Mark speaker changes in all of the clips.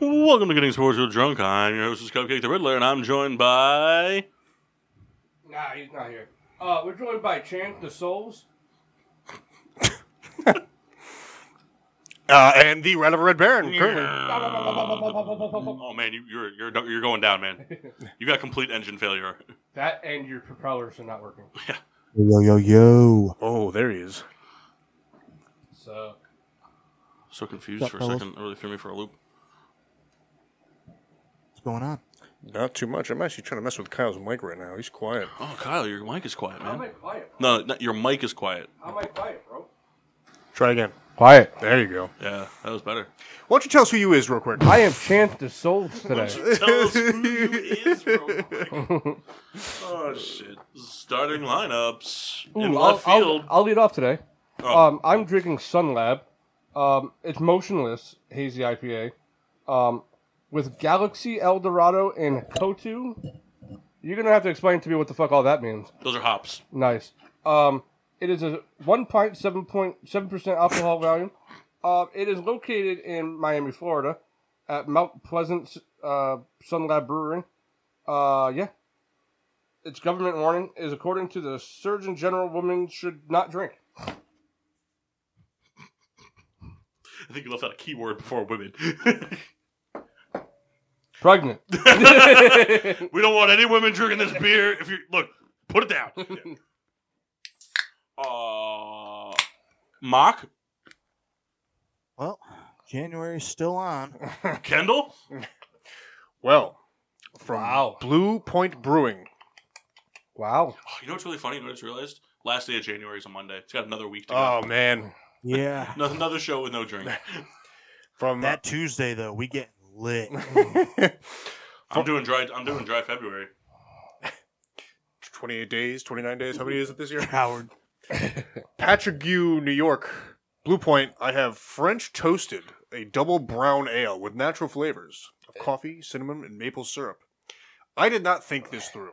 Speaker 1: Welcome to Getting Sports with Drunk. I'm your host, is Cupcake the Riddler, and I'm joined by.
Speaker 2: Nah, he's not here. Uh, we're joined by Chance the Souls.
Speaker 3: Uh, and the Red of Red Baron, currently.
Speaker 1: Oh man, you, you're you're you're going down, man. You got complete engine failure.
Speaker 2: That and your propellers are not working.
Speaker 3: Yo, yo, yo. Oh, there he is.
Speaker 2: So,
Speaker 1: So confused
Speaker 4: What's up,
Speaker 1: for a
Speaker 4: fellas?
Speaker 1: second. It really threw me for a loop.
Speaker 4: What's going on?
Speaker 3: Not too much. I'm actually trying to mess with Kyle's mic right now. He's quiet.
Speaker 1: Oh, Kyle, your mic is quiet,
Speaker 2: how am I
Speaker 1: man.
Speaker 2: quiet?
Speaker 1: No, no, your mic is quiet.
Speaker 2: How am I quiet, bro?
Speaker 3: Try again.
Speaker 2: Quiet.
Speaker 3: There you go.
Speaker 1: Yeah, that was better.
Speaker 3: Why don't you tell us who you is real quick?
Speaker 2: I am Chance the Souls today.
Speaker 1: Tell us who you is real quick. Oh shit! Starting lineups in
Speaker 2: Ooh,
Speaker 1: left
Speaker 2: I'll,
Speaker 1: field.
Speaker 2: I'll, I'll lead off today.
Speaker 1: Oh.
Speaker 2: Um, I'm drinking Sunlab. Um, it's motionless hazy IPA. Um, with Galaxy Eldorado and Kotu. You're gonna have to explain to me what the fuck all that means.
Speaker 1: Those are hops.
Speaker 2: Nice. Um, it is a one pint, seven point seven percent alcohol volume. Uh, it is located in Miami, Florida, at Mount Pleasant uh, Sunlab Brewing. Uh, yeah. Its government warning is according to the Surgeon General, women should not drink.
Speaker 1: I think you left out a keyword before women.
Speaker 2: Pregnant.
Speaker 1: we don't want any women drinking this beer. If you look, put it down. Uh, Mock
Speaker 4: Well, January's still on.
Speaker 1: Kendall.
Speaker 3: Well, from
Speaker 2: wow.
Speaker 3: Blue Point Brewing.
Speaker 2: Wow.
Speaker 1: Oh, you know what's really funny? You know what I just realized? Last day of January is a Monday. It's got another week to
Speaker 3: Oh, man.
Speaker 4: Yeah.
Speaker 1: go. No- Another show with no drink.
Speaker 3: From
Speaker 4: That Tuesday though, we get lit.
Speaker 1: I'm doing dry. I'm doing dry February.
Speaker 3: 28 days, 29 days. How many is it this year?
Speaker 4: Howard.
Speaker 3: Patrigue, New York. Blue Point, I have French Toasted, a double brown ale with natural flavors of coffee, cinnamon, and maple syrup. I did not think this through.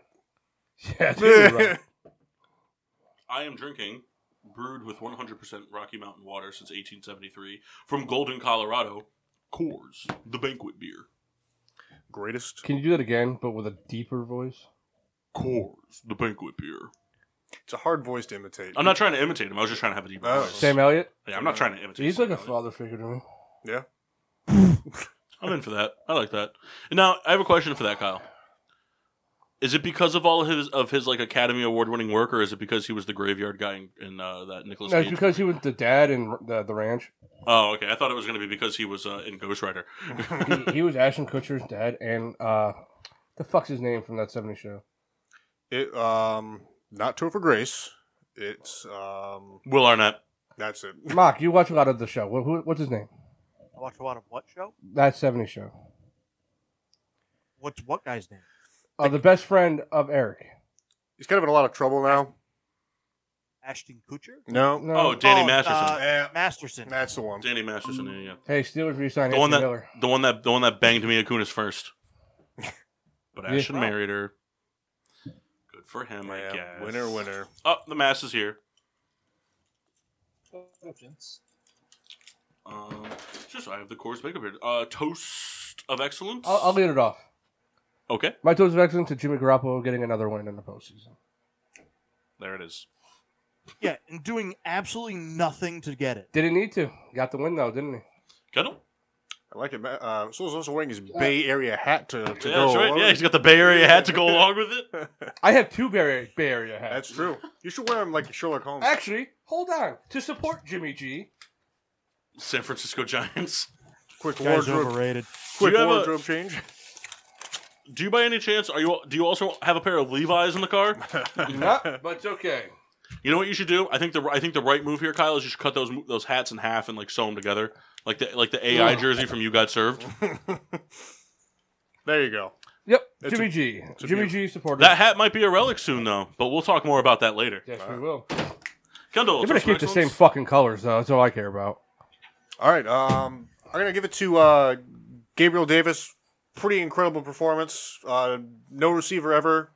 Speaker 2: Yeah, dude, right.
Speaker 1: I am drinking brewed with 100% Rocky Mountain water since 1873 from Golden, Colorado. Coors, the banquet beer.
Speaker 3: Greatest.
Speaker 2: Can you do that again, but with a deeper voice?
Speaker 1: Coors, the banquet beer.
Speaker 3: It's a hard voice to imitate.
Speaker 1: I'm not trying to imitate him. I was just trying to have a deep
Speaker 3: Oh.
Speaker 1: voice.
Speaker 2: Sam Elliott.
Speaker 1: Yeah, I'm not trying to imitate.
Speaker 2: He's like a
Speaker 1: Sam Elliott.
Speaker 2: father figure to me.
Speaker 3: Yeah.
Speaker 1: I'm in for that. I like that. And now I have a question for that Kyle. Is it because of all of his of his like Academy Award winning work, or is it because he was the graveyard guy in, in uh, that Nicholas
Speaker 2: No, it's
Speaker 1: Cage?
Speaker 2: because he was the dad in the, the ranch.
Speaker 1: oh, okay. I thought it was going to be because he was uh, in Ghost Rider.
Speaker 2: he, he was Ashton Kutcher's dad, and uh, the fuck's his name from that '70s show?
Speaker 3: It um not Topher Grace. It's um
Speaker 1: Will Arnett.
Speaker 3: that's it.
Speaker 2: Mock, you watch a lot of the show. What, who, what's his name?
Speaker 4: I watch a lot of what show?
Speaker 2: That '70s show.
Speaker 4: What's what guy's name?
Speaker 2: Uh, the best friend of Eric.
Speaker 3: He's kind of in a lot of trouble now.
Speaker 4: Ashton Kutcher?
Speaker 3: No.
Speaker 2: No.
Speaker 1: Oh, Danny
Speaker 4: Oh,
Speaker 1: Masterson.
Speaker 4: uh,
Speaker 3: Eh,
Speaker 4: Masterson.
Speaker 3: that's the one.
Speaker 1: Danny Masterson. Yeah, yeah.
Speaker 2: hey, Steelers re-signed
Speaker 1: The one
Speaker 2: Anthony
Speaker 1: that
Speaker 2: Miller.
Speaker 1: the one that the one that banged Mia Kunis first. But
Speaker 2: Yeah.
Speaker 1: Ashton married her. Good for him, I
Speaker 3: Yeah,
Speaker 1: guess.
Speaker 3: winner, winner.
Speaker 1: Oh, the mass is here. Um, just I have the course makeup here. Uh, toast of excellence.
Speaker 2: I'll, I'll lead it off.
Speaker 1: okay,
Speaker 2: My toast of excellence to Jimmy Garoppolo getting another win in the postseason.
Speaker 1: there it is.
Speaker 4: Yeah, and doing absolutely nothing to get it.
Speaker 2: Didn't need to. Got the win though, didn't he?
Speaker 1: Kendall.
Speaker 3: I like it. Ma- Uh, Soul's also wearing his Bay Area hat to, to
Speaker 1: yeah,
Speaker 3: go.
Speaker 1: that's right.
Speaker 3: along
Speaker 1: Yeah,
Speaker 3: with
Speaker 1: he's got the Bay Area hat to go along with it.
Speaker 2: I have two Bay, Bay Area
Speaker 3: it.
Speaker 2: hats.
Speaker 3: That's true. You should wear him like Sherlock Holmes.
Speaker 2: Actually, hold on. To support Jimmy G,
Speaker 1: San Francisco Giants.
Speaker 3: Quick
Speaker 4: Guy's
Speaker 3: wardrobe.
Speaker 4: overrated.
Speaker 3: Quick
Speaker 1: Do you have a-
Speaker 3: wardrobe change.
Speaker 1: Do you by any chance are you do you also have a pair of Levi's in the car?
Speaker 2: no, but it's okay.
Speaker 1: You know what you should do? I think the I think the right move here, Kyle, is you should cut those those hats in half and like sew them together, like the like the AI jersey from You Got Served.
Speaker 3: There you go.
Speaker 2: Yep,
Speaker 3: It's
Speaker 2: Jimmy
Speaker 3: a-
Speaker 2: G.
Speaker 3: a
Speaker 2: Jimmy
Speaker 3: beaut-
Speaker 2: G supporter.
Speaker 1: That hat might be a relic soon, though, but we'll talk more about that later.
Speaker 2: yes, we will.
Speaker 1: Kendall,
Speaker 2: They're gonna
Speaker 1: toast for
Speaker 2: keep the same
Speaker 1: excellence?
Speaker 2: fucking colors though. That's all I care about.
Speaker 3: All right. Um, I'm gonna give it to uh, Gabriel Davis. Pretty incredible performance. Uh, no receiver ever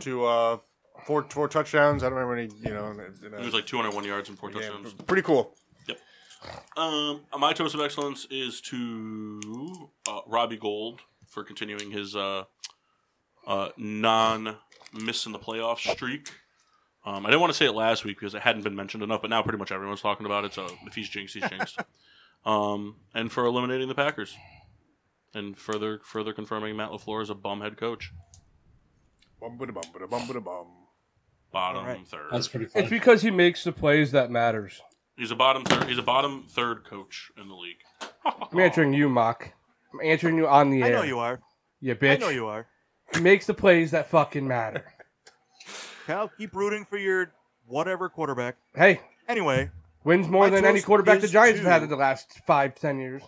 Speaker 3: to uh, four four touchdowns. I don't remember any. You know, in a- in a-
Speaker 1: It was like 201 yards and four
Speaker 3: yeah,
Speaker 1: touchdowns.
Speaker 3: pretty cool.
Speaker 1: Um, my toast of excellence is to uh, Robbie Gold for continuing his uh, uh, non miss in the playoff streak. Um, I didn't want to say it last week because it hadn't been mentioned enough, but now pretty much everyone's talking about it. So if he's jinxed, he's jinxed. um, and for eliminating the Packers, and further further confirming Matt Lafleur is a bum head coach.
Speaker 3: Bum bada bum bada bum bada bum.
Speaker 1: Bottom
Speaker 5: All right.
Speaker 1: third.
Speaker 6: That's pretty
Speaker 2: It's
Speaker 6: funny.
Speaker 2: because he makes the plays that matters.
Speaker 1: He's a bottom third. He's a bottom third coach in the league.
Speaker 2: I'm answering you, Mock. I'm answering you on the air.
Speaker 5: I know you are.
Speaker 2: You bitch.
Speaker 5: I know you are.
Speaker 2: He makes the plays that fucking matter.
Speaker 5: Kyle, keep rooting for your whatever quarterback.
Speaker 2: hey,
Speaker 5: Anyway,
Speaker 2: wins more
Speaker 5: My
Speaker 2: than any
Speaker 5: toast
Speaker 2: quarterback the
Speaker 5: is
Speaker 2: Giants have had
Speaker 5: to-
Speaker 2: in the last five, ten years.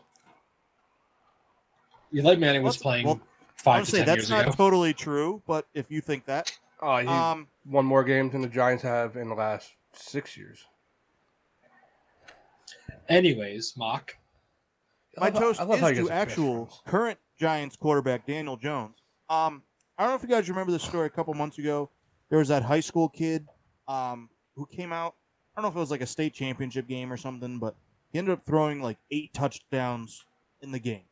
Speaker 6: You like Manning was
Speaker 5: Well,
Speaker 6: playing
Speaker 5: well,
Speaker 6: five
Speaker 5: honestly,
Speaker 6: to ten
Speaker 5: that's
Speaker 6: years
Speaker 5: not
Speaker 6: ago.
Speaker 5: totally true. But if you think that,
Speaker 2: Oh, he
Speaker 5: um,
Speaker 2: won more games than the Giants have in the last six years.
Speaker 6: Anyways, mock.
Speaker 5: my
Speaker 2: I love-
Speaker 5: toast
Speaker 2: I love how you guys are
Speaker 5: is to
Speaker 2: best
Speaker 5: actual
Speaker 2: friends.
Speaker 5: current Giants quarterback Daniel Jones. Um, I don't know if you guys remember this story a couple months ago. There was that high school kid um, who came out. I don't know if it was like a state championship game or something, but he ended up throwing like eight touchdowns in the game.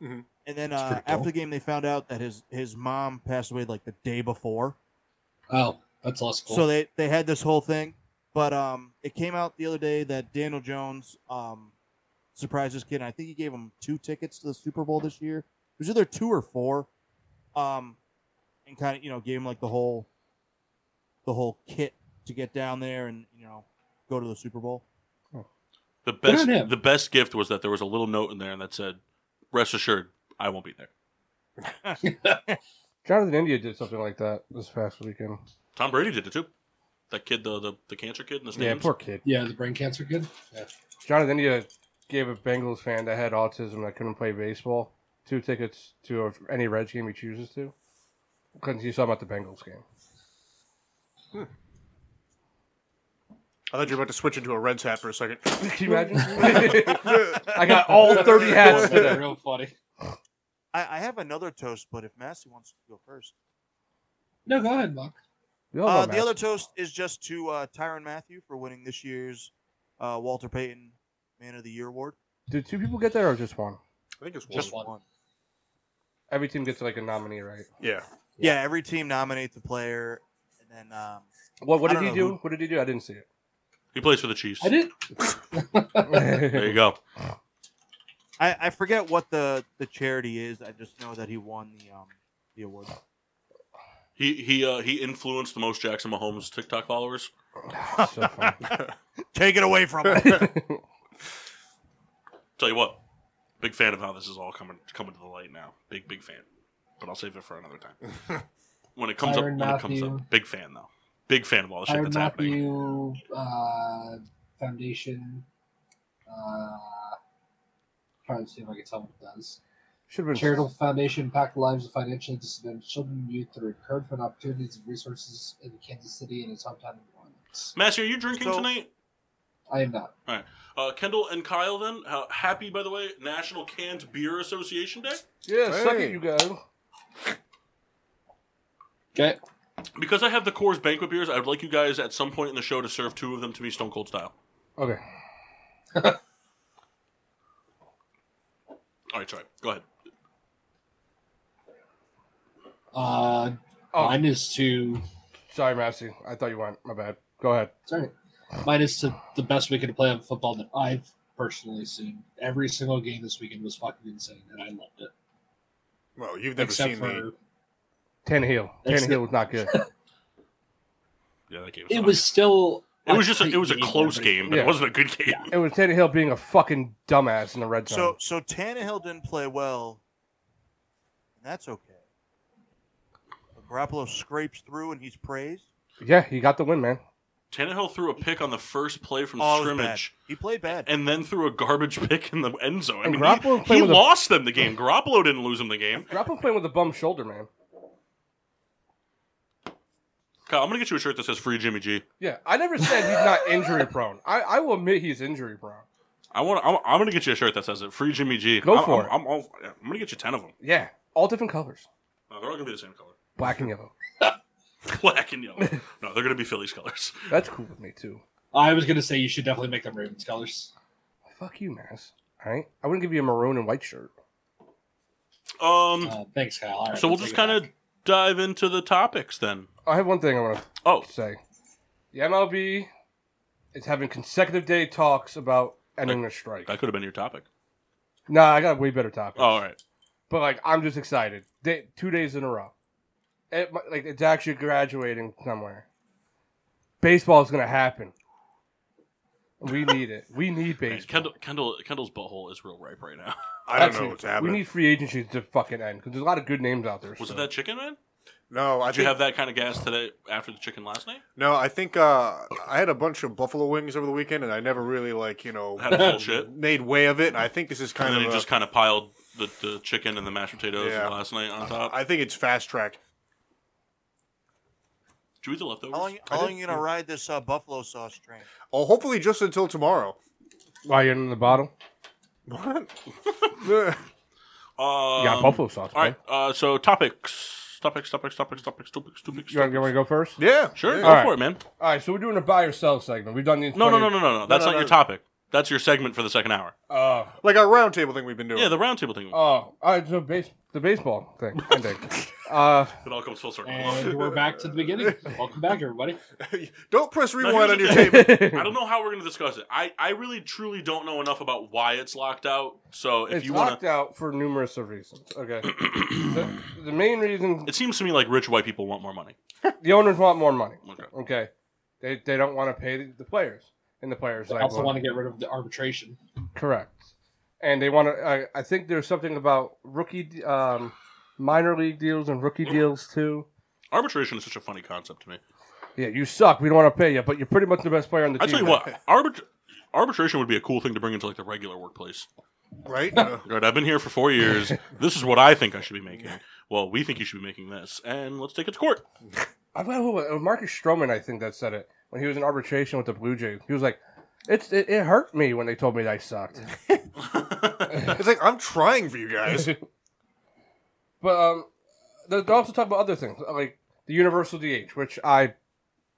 Speaker 2: Mm-hmm.
Speaker 3: Mhm.
Speaker 5: And then
Speaker 6: That's
Speaker 5: uh,
Speaker 6: pretty cool.
Speaker 5: after the game, they found out that his his mom passed away like the day before.
Speaker 6: Oh, that's also cool.
Speaker 5: So they they had this whole thing, but um, it came out the other day that Daniel Jones um, surprised this kid. And I think he gave him two tickets to the Super Bowl this year. It was either two or four, um, and kind of you know gave him like the whole the whole kit to get down there and you know go to the Super Bowl.
Speaker 1: The
Speaker 6: on
Speaker 1: best
Speaker 6: him.
Speaker 1: the best gift was that there was a little note in there that said, "Rest assured, I won't be there."
Speaker 2: Jonathan India did something like that this past weekend.
Speaker 1: Tom Brady did it too. That kid, the the, the cancer kid in the
Speaker 2: Yeah,
Speaker 1: stands.
Speaker 2: poor kid.
Speaker 6: yeah, the brain cancer kid. Yeah.
Speaker 2: Jonathan India gave a Bengals fan that had autism that couldn't play baseball two tickets to a, any Reds game he chooses to because he saw him at the Bengals game.
Speaker 3: I thought you were about to switch into a Reds hat for a second.
Speaker 2: Can you imagine? I got all 30 hats
Speaker 6: That'd be
Speaker 2: today.
Speaker 6: Oh, real funny.
Speaker 5: I, I have another toast, but if Massey wants to go first,
Speaker 6: No, go ahead, mock.
Speaker 2: We all
Speaker 5: uh,
Speaker 2: know
Speaker 5: the
Speaker 2: Matt.
Speaker 5: other toast is just to uh, Tyron Matthew for winning this year's uh, Walter Payton Man of the Year award.
Speaker 2: Did two people get there or just one?
Speaker 3: I think it's one.
Speaker 6: Just one.
Speaker 2: Every team gets like a nominee, right?
Speaker 3: Yeah.
Speaker 5: Yeah, every team nominates a player, and then um,
Speaker 2: What What
Speaker 5: I
Speaker 2: did
Speaker 5: don't
Speaker 2: he
Speaker 5: know
Speaker 2: do?
Speaker 5: who-
Speaker 2: What did he do? I didn't see
Speaker 1: He plays for the Chiefs.
Speaker 6: I did.
Speaker 1: There
Speaker 2: it.
Speaker 1: you go.
Speaker 5: I, I forget what the, the charity is. I just know that he won the um the award.
Speaker 1: He he uh, he influenced the most Jackson Mahomes TikTok followers.
Speaker 2: Ah, so funny.
Speaker 5: Take it away from him.
Speaker 1: Tell you what, big fan of how this is all coming coming to the light now. Big big fan, but I'll save it for another time. When it comes up,
Speaker 6: Tyrann
Speaker 1: when it comes
Speaker 6: Mathieu.
Speaker 1: up, big fan though. Big fan of all the shit
Speaker 6: Iron
Speaker 1: that's happening.
Speaker 6: Matthew uh, Foundation. Uh, trying to see if I can tell what it does.
Speaker 2: Should have been
Speaker 6: Charitable foundation impact the lives of financially disadvantaged children and youth through encouragement, opportunities, and resources in Kansas City and its hometown of New Orleans.
Speaker 1: Massey, are you drinking
Speaker 5: So-
Speaker 1: tonight?
Speaker 6: I am not.
Speaker 1: Uh, Kendall and Kyle, then uh, happy by the way, National Canned Beer Association Day.
Speaker 2: Yeah, suck
Speaker 3: Hey.
Speaker 2: it, you guys.
Speaker 6: Okay.
Speaker 1: Because I have the Coors Banquet beers, I would like you guys at some point in the show to serve two of them to me Stone Cold style.
Speaker 2: Okay.
Speaker 1: All right, sorry. Go ahead.
Speaker 6: Uh,
Speaker 2: Oh.
Speaker 6: Mine is to
Speaker 2: Sorry, Massey. I thought you went. My bad. Go ahead.
Speaker 6: sorry. Mine is to the best weekend of playoff football that I've personally seen. Every single game this weekend was fucking insane, and I loved it.
Speaker 3: Well, you've never
Speaker 6: Except
Speaker 3: seen
Speaker 6: for
Speaker 3: the.
Speaker 2: Tannehill.
Speaker 6: That's
Speaker 2: Tannehill
Speaker 6: the-
Speaker 2: was not good.
Speaker 1: Yeah, that game.
Speaker 6: it
Speaker 1: sucked.
Speaker 6: was still
Speaker 1: It was just. A, it was a close game, but
Speaker 2: Yeah.
Speaker 1: it wasn't a good game.
Speaker 2: It was Tannehill being a fucking dumbass in the red
Speaker 5: so
Speaker 2: zone.
Speaker 5: so Tannehill didn't play well, and that's okay. But Garoppolo scrapes through, and he's praised.
Speaker 2: yeah, he got the win, man.
Speaker 1: Tannehill threw a pick on the first play from
Speaker 4: Oh, it was
Speaker 1: scrimmage,
Speaker 4: bad. He played bad.
Speaker 1: and then threw a garbage pick in the end zone. I
Speaker 2: And
Speaker 1: mean,
Speaker 2: Garoppolo
Speaker 1: he,
Speaker 2: played
Speaker 1: he
Speaker 2: with a-
Speaker 1: lost them the game. Garoppolo didn't lose them the game.
Speaker 2: Garoppolo playing with a bum shoulder, man.
Speaker 1: Kyle, I'm gonna get you a shirt that says "Free Jimmy G."
Speaker 2: Yeah, I never said he's not injury prone. I, I will admit he's injury prone.
Speaker 1: I want. I'm, I'm gonna get you a shirt that says it. Free Jimmy G.
Speaker 2: Go
Speaker 1: I'm-
Speaker 2: for
Speaker 1: I'm,
Speaker 2: it.
Speaker 1: I'm, all, I'm gonna get you ten of them.
Speaker 2: Yeah, all different colors,
Speaker 1: No, they're all gonna be the same color,
Speaker 2: black and yellow.
Speaker 1: black and yellow. no, they're gonna be Phillies colors.
Speaker 2: That's cool with me too.
Speaker 6: I was gonna say you should definitely make them Ravens colors.
Speaker 2: Fuck you, Mass. All right, I wouldn't give you a maroon and white shirt.
Speaker 1: Um.
Speaker 6: Uh, thanks, Kyle. All right,
Speaker 1: so we'll
Speaker 6: I'll
Speaker 1: just
Speaker 6: take it
Speaker 1: kind of
Speaker 6: back.
Speaker 1: dive into the topics then.
Speaker 2: I have one thing I want to
Speaker 1: Oh,
Speaker 2: say. The MLB is having consecutive day talks about ending their strike.
Speaker 1: that could have been your topic.
Speaker 2: Nah, I got a way better topic.
Speaker 1: Oh, all right.
Speaker 2: But like, I'm just excited. Day, two days in a row. It, mi- like it's actually graduating somewhere. Baseball's gonna happen. We need it. We need
Speaker 1: Man,
Speaker 2: baseball.
Speaker 1: Kendall, Kendall, Kendall's butthole is real ripe right now.
Speaker 3: I don't
Speaker 2: Actually,
Speaker 3: know what's happening.
Speaker 2: We need free agency to fucking end because there's a lot of good names out there.
Speaker 1: Was
Speaker 2: so.
Speaker 1: it that chicken man?
Speaker 3: no, I
Speaker 1: Did you
Speaker 3: think,
Speaker 1: have that kind of gas today after the chicken last night?
Speaker 3: no, I think uh, I had a bunch of buffalo wings over the weekend, and I never really like you know
Speaker 1: Had a full shit.
Speaker 3: made way of it. And I think this is
Speaker 1: And
Speaker 3: kind
Speaker 1: then
Speaker 3: of
Speaker 1: you
Speaker 3: a-
Speaker 1: just kind of piled the, the chicken and the mashed potatoes
Speaker 3: Yeah.
Speaker 1: last night on top.
Speaker 3: I think it's fast tracked.
Speaker 1: Did you eat the leftovers?
Speaker 4: How long, how long you gonna ride this uh, buffalo sauce train?
Speaker 3: Oh, hopefully just until tomorrow.
Speaker 2: Why you're in the bottle?
Speaker 3: What?
Speaker 1: Um,
Speaker 2: You got buffalo sauce.
Speaker 1: All right. Uh, so topics, topics, topics, topics, topics, topics, topics.
Speaker 2: You want, you want to go first?
Speaker 3: yeah,
Speaker 1: Sure,
Speaker 3: yeah.
Speaker 1: go
Speaker 2: Alright.
Speaker 1: for it, man.
Speaker 2: All right. So we're doing a buy or sell segment. We've done these.
Speaker 1: No, no, no,
Speaker 2: 20
Speaker 1: no, no, no. That's not
Speaker 3: no, no.
Speaker 1: your topic. That's your segment for the second hour.
Speaker 2: Oh,
Speaker 3: Like our roundtable thing we've been doing.
Speaker 1: Yeah, the roundtable thing.
Speaker 2: oh. All right. So base, the baseball thing. ending. uh,
Speaker 1: It all comes full circle.
Speaker 6: And we're back to the beginning. Welcome back, everybody.
Speaker 3: Don't press
Speaker 1: here's
Speaker 3: rewind on
Speaker 1: the
Speaker 3: your
Speaker 1: thing.
Speaker 3: tape.
Speaker 1: I don't know how we're going to discuss it. I, I really truly don't know enough about why it's locked out. So if
Speaker 2: it's
Speaker 1: you want
Speaker 2: locked
Speaker 1: to,
Speaker 2: out for numerous of reasons. Okay. the, the main reason
Speaker 1: it seems to me like rich white people want more money.
Speaker 2: the owners want more money.
Speaker 1: Okay.
Speaker 2: Okay. They, they don't want to pay the, the players, and the players
Speaker 6: I
Speaker 2: like
Speaker 6: also
Speaker 2: well,
Speaker 6: want to get rid of the arbitration.
Speaker 2: Correct. And they want to. I, I think there's something about rookie, um, minor league deals and rookie deals too.
Speaker 1: Arbitration is such a funny concept to me.
Speaker 2: Yeah, you suck. We don't want to pay you, but you're pretty much the best player on the
Speaker 1: I
Speaker 2: team.
Speaker 1: tell you what, arbit- arbitration would be a cool thing to bring into like the regular workplace.
Speaker 3: right? Uh,
Speaker 1: Right, I've been here for four years. this is what I think I should be making. Well, we think you should be making this, and let's take it to court.
Speaker 2: I forgot who it was. Marcus Stroman, I think, that said it when he was in arbitration with the Blue Jays. He was like, "It's it, it hurt me when they told me that I sucked."
Speaker 3: it's like I'm trying for you guys.
Speaker 2: but um, they they also talk about other things like the universal DH, which I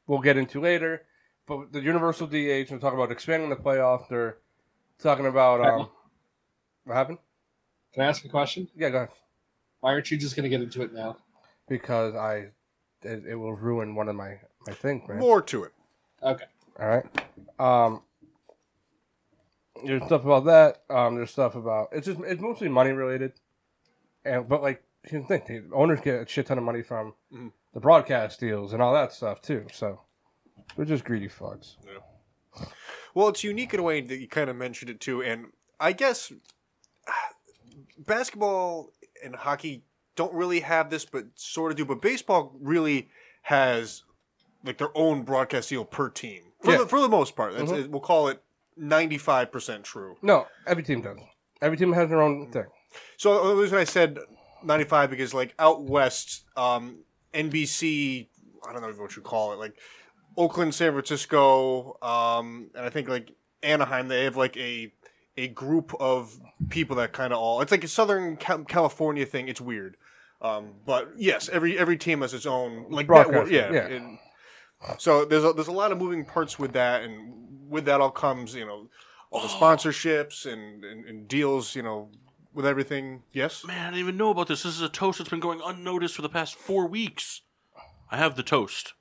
Speaker 2: will get into later. But the universal DH, they're talking about expanding the playoff. They're talking about um, what happened?
Speaker 6: Can I ask a question?
Speaker 2: Yeah, go ahead.
Speaker 6: Why aren't you just gonna get into it now?
Speaker 2: Because I, it, it will ruin one of my my things, man.
Speaker 3: More to it.
Speaker 6: Okay.
Speaker 2: All right. Um, there's stuff about that. Um, there's stuff about it's just it's mostly money related, and but like you can think the owners get a shit ton of money from
Speaker 1: Mm-hmm.
Speaker 3: Mhm.
Speaker 2: the broadcast deals and all that stuff too. So they're just greedy fucks.
Speaker 3: Well, it's unique in a way that you kind of mentioned it too, and I guess basketball and hockey don't really have this, but sort of do. But baseball really has like their own broadcast deal per team for,
Speaker 2: Yeah.
Speaker 3: the, for the most part. That's, We'll call it ninety five percent true.
Speaker 2: No, every team does. Every team has their own thing.
Speaker 3: So the reason I said 95 because like out west, um, NBC, I don't know what you call it, like Oakland, San Francisco, um, and I think like Anaheim, they have like a a group of people that kind of all. It's like a Southern Ca- California thing. It's weird. Um, but yes, every every team has its own like network.
Speaker 2: Broadcast,
Speaker 3: Yeah.
Speaker 2: yeah.
Speaker 3: and- so there's a, there's a lot of moving parts with that, and with that all comes you know all
Speaker 1: Oh.
Speaker 3: the sponsorships and, and, and deals you know with everything. Yes.
Speaker 1: Man, I didn't even know about this. This is a toast that's been going unnoticed for the past four weeks. I have the toast,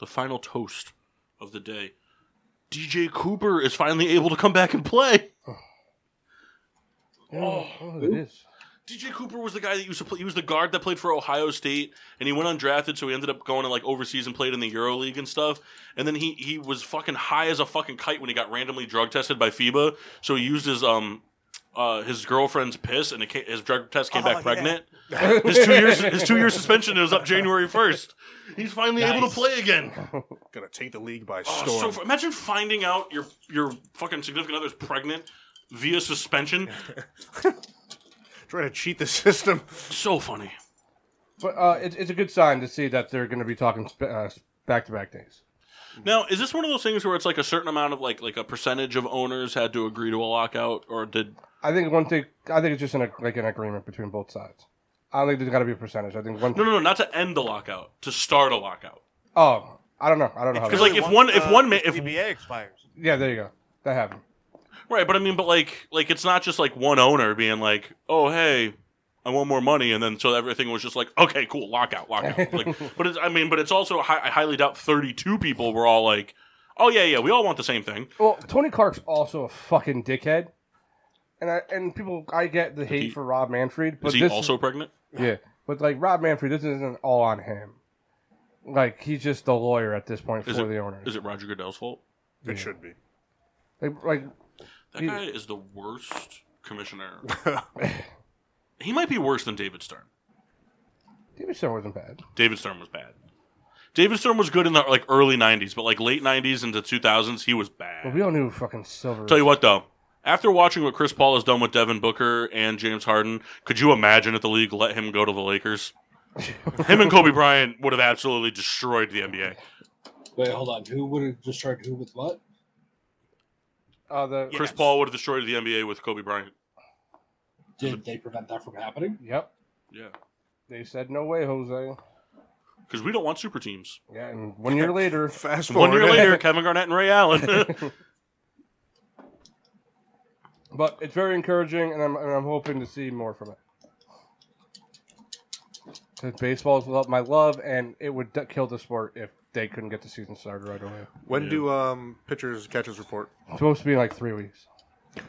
Speaker 1: the final toast of the day. DJ Cooper is finally able to come back and play.
Speaker 2: Oh, it is.
Speaker 1: DJ Cooper was the guy that used to play. He was the guard that played for Ohio State, and he went undrafted, so he ended up going to like overseas and played in the Euro League and stuff. And then he he was fucking high as a fucking kite when he got randomly drug tested by FIBA. So he used his um uh his girlfriend's piss, and it came, his drug test came
Speaker 4: Oh,
Speaker 1: back
Speaker 4: yeah.
Speaker 1: pregnant. His two years his two year suspension is up January first. He's finally able to
Speaker 6: Nice.
Speaker 1: play again.
Speaker 3: Gonna take the league by
Speaker 1: Oh,
Speaker 3: storm.
Speaker 1: so fu- imagine finding out your your fucking significant other's pregnant via suspension.
Speaker 3: Trying to cheat the system.
Speaker 1: So funny.
Speaker 2: But uh, it's it's a good sign to see that they're going to be talking sp- uh, back to back days.
Speaker 1: Now, is this one of those things where it's like a certain amount of like like a percentage of owners had to agree to a lockout, or did
Speaker 2: I think one thing. I think it's just an ag- like an agreement between both sides. I don't think there's got to be a percentage. I think one.
Speaker 1: no no no not to end the lockout to start a lockout?
Speaker 2: Oh, I don't know. I don't know how.
Speaker 1: Because,
Speaker 2: That,
Speaker 1: like, if one- if one ma- if-
Speaker 4: CBA expires,
Speaker 2: yeah, there you go. That happened.
Speaker 1: Right, but I mean, but like like it's not just like one owner being like, oh hey. I want more money, and then so everything was just like, okay, cool, lockout, lockout. Like, but it's, I mean, but it's also hi- I highly doubt thirty-two people were all like, oh yeah, yeah, we all want the same thing.
Speaker 2: Well, Tony Clark's also a fucking dickhead, and I and people I get the hate
Speaker 1: he-
Speaker 2: for Rob Manfred, but
Speaker 1: Is he
Speaker 2: this
Speaker 1: also pregnant?
Speaker 2: yeah, but like Rob Manfred, this isn't all on him. Like he's just the lawyer at this point
Speaker 1: Is
Speaker 2: for
Speaker 1: it-
Speaker 2: the owners.
Speaker 1: Is it Roger Goodell's fault?
Speaker 3: It should be.
Speaker 2: Like, like
Speaker 1: That
Speaker 2: He-
Speaker 1: guy is the worst commissioner. he might be worse than David Stern.
Speaker 2: David Stern wasn't bad.
Speaker 1: David Stern was bad. David Stern was good in the like early '90s, but like late '90s into 2000s, he was
Speaker 2: But
Speaker 1: bad.
Speaker 2: we all knew fucking Silver.
Speaker 1: Tell you what, though, after watching what Chris Paul has done with Devin Booker and James Harden, could you imagine if the league let him go to the Lakers? him and Kobe Bryant would have absolutely destroyed the NBA.
Speaker 6: Wait, hold on. Who would have destroyed who with what?
Speaker 2: uh, the
Speaker 1: Chris Paul would have destroyed the NBA with Kobe Bryant.
Speaker 6: Did they prevent that from happening?
Speaker 2: Yep.
Speaker 1: Yeah,
Speaker 2: They said no way, Jose.
Speaker 1: because we don't want super teams.
Speaker 2: Yeah, and one year later,
Speaker 3: Fast forward.
Speaker 1: One year later, Kevin Garnett and Ray Allen.
Speaker 2: but it's very encouraging, and I'm and I'm hoping to see more from it. 'Cause baseball's love, my love, and it would d- kill the sport if they couldn't get the season started right away.
Speaker 3: When
Speaker 1: Yeah.
Speaker 3: do um pitchers catchers report?
Speaker 2: It's supposed to be like three weeks.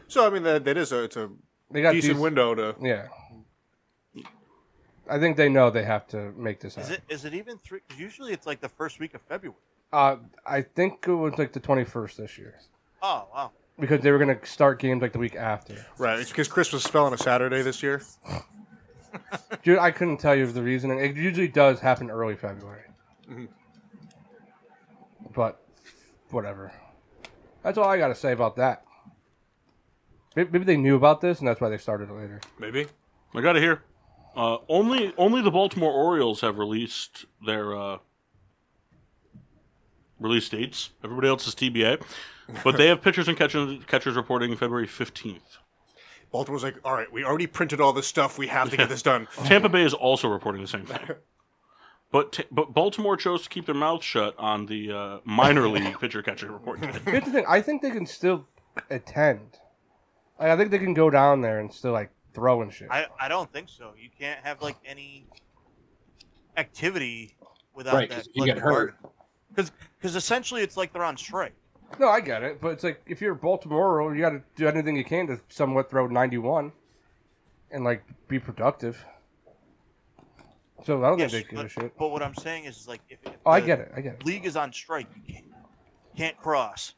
Speaker 3: So I mean that that is a it's a
Speaker 2: They got
Speaker 3: decent
Speaker 2: these-
Speaker 3: window to
Speaker 2: Yeah, I think they know they have to make this
Speaker 4: is
Speaker 2: happen.
Speaker 4: it is it even three? 'cause usually it's like the first week of February.
Speaker 2: Uh, I think it was like the 21st this year
Speaker 4: Oh wow,
Speaker 2: because they were gonna start games like the week after.
Speaker 3: right because Christmas fell on a Saturday this year.
Speaker 2: Dude, I couldn't tell you the reasoning. It usually does happen early February.
Speaker 4: Mm-hmm.
Speaker 2: But whatever. That's all I got to say about that. May- Maybe they knew about this and that's why they started it later.
Speaker 3: Maybe
Speaker 1: I got it here. Uh, only only the Baltimore Orioles have released their uh, release dates. Everybody else is TBA, but they have pitchers and catchers, catchers reporting February fifteenth.
Speaker 3: Baltimore's like, all right, we already printed all this stuff. We have to get this done.
Speaker 1: Tampa Bay is also reporting the same thing. But, t- but Baltimore chose to keep their mouth shut on the uh, minor league pitcher catcher report. today.
Speaker 2: Here's the thing I think they can still attend. Like, I think they can go down there and still, like, throw and shit.
Speaker 4: I I don't think so. You can't have like any activity without
Speaker 6: Right, 'cause
Speaker 4: that.
Speaker 6: if you get hurt.
Speaker 4: because essentially it's like they're on strike.
Speaker 2: no, I get it. But it's like, if you're Baltimore, you got to do anything you can to somewhat throw 91 and, like, be productive. So I don't
Speaker 4: Yes,
Speaker 2: think they give a
Speaker 4: but,
Speaker 2: shit.
Speaker 4: but what I'm saying is like if, if
Speaker 2: Oh, I
Speaker 4: the
Speaker 2: get it. I get it.
Speaker 4: league is on strike, you can't, can't cross.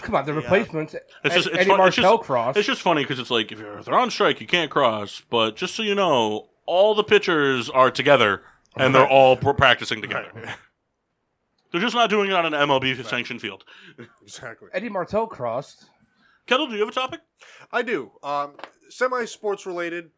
Speaker 2: Come on, the
Speaker 4: Yeah.
Speaker 2: replacements.
Speaker 1: It's
Speaker 2: It's
Speaker 1: just-
Speaker 2: just,
Speaker 1: it's
Speaker 2: Eddie
Speaker 1: fun-
Speaker 2: Martel
Speaker 1: it's just-
Speaker 2: cross.
Speaker 1: it's just funny because it's like if you're, if they're on strike, you can't cross. But just so you know, all the pitchers are together and they're all pr- practicing together. They're just not doing it on an MLB sanctioned field.
Speaker 3: exactly.
Speaker 2: Eddie Martel crossed.
Speaker 1: Kettle, do you have a topic?
Speaker 3: I do. Um, semi sports related.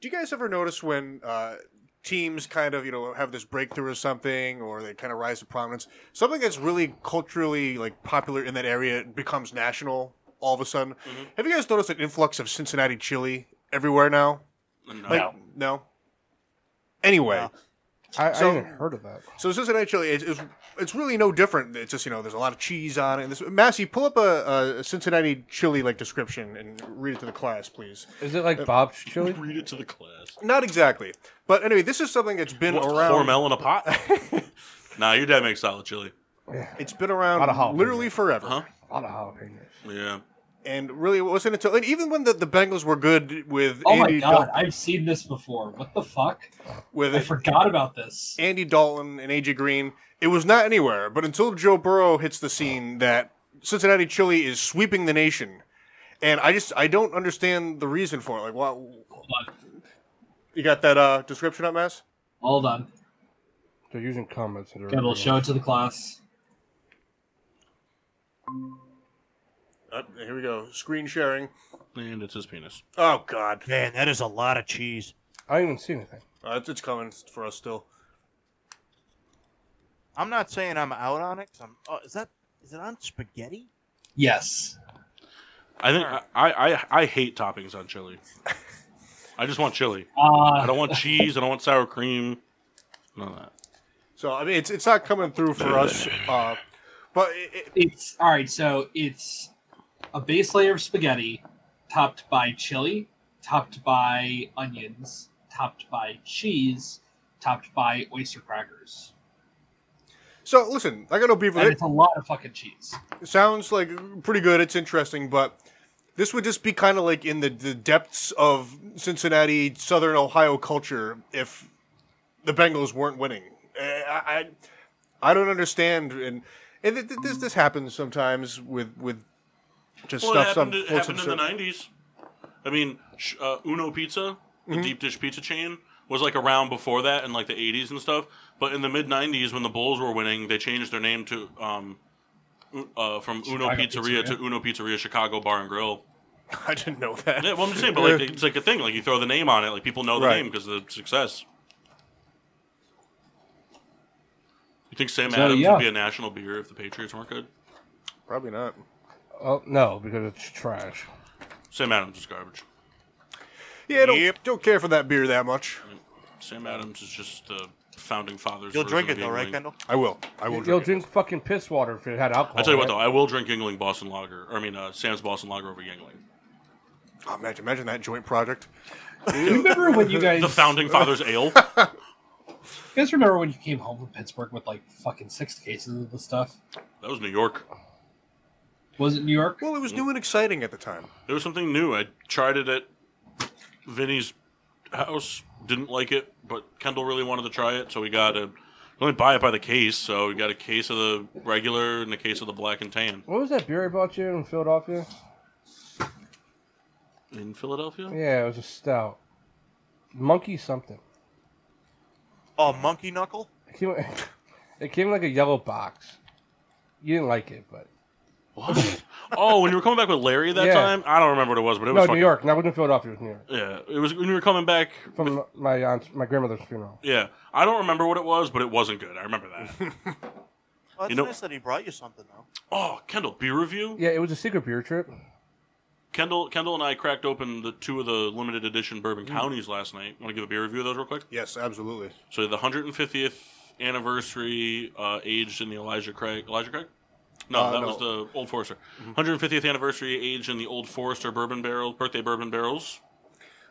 Speaker 3: Do you guys ever notice when uh, teams kind of you know have this breakthrough or something, or they kind of rise to prominence? Something that's really culturally like popular in that area becomes national all of a sudden. Have you guys noticed an influx of Cincinnati chili everywhere now?
Speaker 1: No.
Speaker 3: Like, no. Anyway,
Speaker 4: No.
Speaker 2: I,
Speaker 3: So-
Speaker 2: I haven't heard of that.
Speaker 3: so Cincinnati chili is, is it's really no different. It's just you know there's a lot of cheese on it. And this, Massey, pull up a, a Cincinnati chili like description and read it to the class, please.
Speaker 2: Is it
Speaker 1: Uh,
Speaker 2: like Bob's chili?
Speaker 1: Read it to the class.
Speaker 3: Not exactly, but anyway, this is something that's been
Speaker 1: What,
Speaker 3: around.
Speaker 1: Hormel in a pot? nah, your dad makes solid chili.
Speaker 3: It's been
Speaker 2: Lot of jalapeno.
Speaker 3: around literally forever.
Speaker 1: Huh?
Speaker 2: A lot of jalapenos.
Speaker 1: Yeah.
Speaker 3: And really, it wasn't until and even when the, the Bengals were good with
Speaker 6: Oh
Speaker 3: Andy
Speaker 6: my god,
Speaker 3: Dal-
Speaker 6: I've seen this before. What the fuck? I
Speaker 3: with
Speaker 6: forgot about this.
Speaker 3: Andy Dalton and AJ Green, it was not anywhere. But until Joe Burrow hits the scene, that Cincinnati chili is sweeping the nation, and I just I don't understand the reason for it. Like, why? You got that uh, description up, Mass?
Speaker 6: Hold on.
Speaker 2: They're using comments. That are
Speaker 6: Okay, we'll show it to the class.
Speaker 3: Uh, here we go. Screen sharing.
Speaker 1: And it's his penis.
Speaker 3: Oh God,
Speaker 4: Man, that is a lot of cheese.
Speaker 2: I didn't even see anything.
Speaker 3: uh, it's, it's coming for us still.
Speaker 4: I'm not saying I'm out on it. 'cause I'm. Oh, is that? Is it on spaghetti?
Speaker 6: Yes.
Speaker 1: I think I, I, I hate toppings on chili. I just want chili. I
Speaker 6: Uh,
Speaker 1: don't want cheese. I don't want sour cream. None of that.
Speaker 3: So I mean, it's it's not coming through for us. Uh, but it, it,
Speaker 6: it's all right. So it's a base layer of spaghetti, topped by chili, topped by onions, topped by cheese, topped by oyster crackers.
Speaker 3: so listen, I got no beef with
Speaker 6: And
Speaker 3: it.
Speaker 6: it's a lot of fucking cheese.
Speaker 3: sounds like pretty good. It's interesting, but this would just be kind of like in the, the depths of Cincinnati, Southern Ohio culture if the Bengals weren't winning. Eh, I I, I don't understand, and, and th- th- this this happens sometimes with with just
Speaker 1: Well, it
Speaker 3: stuff.
Speaker 1: happened,
Speaker 3: some
Speaker 1: it
Speaker 3: full
Speaker 1: happened in the
Speaker 3: subserv-
Speaker 1: '90s. I mean, sh- uh, Uno Pizza, the deep dish pizza chain, was like around before that in like the '80s and stuff. But in the mid '90s, when the Bulls were winning, they changed their name to um, U- uh, from Uno
Speaker 6: Chicago
Speaker 1: Pizzeria,
Speaker 6: Pizzeria.
Speaker 1: to Uno Pizzeria Chicago Bar and Grill.
Speaker 3: I didn't know that.
Speaker 1: Yeah, well, I'm just saying, but like it's like a thing. Like you throw the name on it, like people know the
Speaker 3: Right.
Speaker 1: name because of the success. You think Sam
Speaker 6: So,
Speaker 1: Adams
Speaker 6: yeah.
Speaker 1: would be a national beer if the Patriots weren't good?
Speaker 3: probably not.
Speaker 2: Oh no, because it's trash.
Speaker 1: Sam Adams is garbage.
Speaker 3: Yeah, don't,
Speaker 4: Yep.
Speaker 3: don't care for that beer that much.
Speaker 1: Sam Adams is just the founding fathers.
Speaker 4: You'll
Speaker 1: version
Speaker 4: drink
Speaker 1: of
Speaker 4: it though, right,
Speaker 1: Yingling.
Speaker 4: Kendall?
Speaker 3: I will. I will
Speaker 2: You'll
Speaker 3: drink.
Speaker 2: drink,
Speaker 3: it.
Speaker 2: fucking piss water if it had alcohol.
Speaker 1: I tell you what
Speaker 2: right?
Speaker 4: Oh,
Speaker 1: though, I will drink Yingling Boston Lager. Or I mean, uh, Sam's Boston Lager over Yingling.
Speaker 3: Oh, imagine, imagine that joint project.
Speaker 6: You remember when you guys
Speaker 1: The founding fathers ale.
Speaker 6: You guys remember when you came home from Pittsburgh with like fucking six cases of the stuff?
Speaker 1: That was New York.
Speaker 6: Was it New York?
Speaker 3: Well, it
Speaker 1: Mm.
Speaker 3: was new and exciting at the time.
Speaker 1: There was something new. I tried it at Vinny's house. Didn't like it, but Kendall really wanted to try it, so we got a. we Only buy it by the case, so we got a case of the regular and a case of the black and tan
Speaker 2: What was that beer I bought you in Philadelphia?
Speaker 1: in Philadelphia.
Speaker 2: Yeah, it was a stout. Monkey something.
Speaker 4: Oh, monkey knuckle.
Speaker 2: It came, it came in like a yellow box. You didn't like it, but
Speaker 1: What? oh, when you were coming back with Larry that
Speaker 2: Yeah.
Speaker 1: time, I don't remember what it was, but it was
Speaker 2: no,
Speaker 1: fucking,
Speaker 2: New York. Not in Philadelphia. It was New York
Speaker 1: Yeah, it was when you were coming back.
Speaker 2: from my aunt's, my grandmother's funeral.
Speaker 1: Yeah, I don't remember what it was, but it wasn't good. I remember that.
Speaker 4: Well, that's
Speaker 1: You know-
Speaker 4: Oh, nice that he brought you something though.
Speaker 1: oh, Kendall beer review.
Speaker 2: Yeah, it was a secret beer trip.
Speaker 1: Kendall, Kendall, and I cracked open the two of the limited edition
Speaker 2: Mm.
Speaker 1: Bourbon Counties last night. Want to give a beer review of those real quick?
Speaker 3: Yes, absolutely.
Speaker 1: So the 150th anniversary uh, aged in the Elijah Craig. Elijah Craig? No,
Speaker 3: Uh,
Speaker 1: that
Speaker 3: no. Mm-hmm.
Speaker 1: was the Old Forester. 150th anniversary aged in the Old Forester bourbon barrels, birthday bourbon barrels.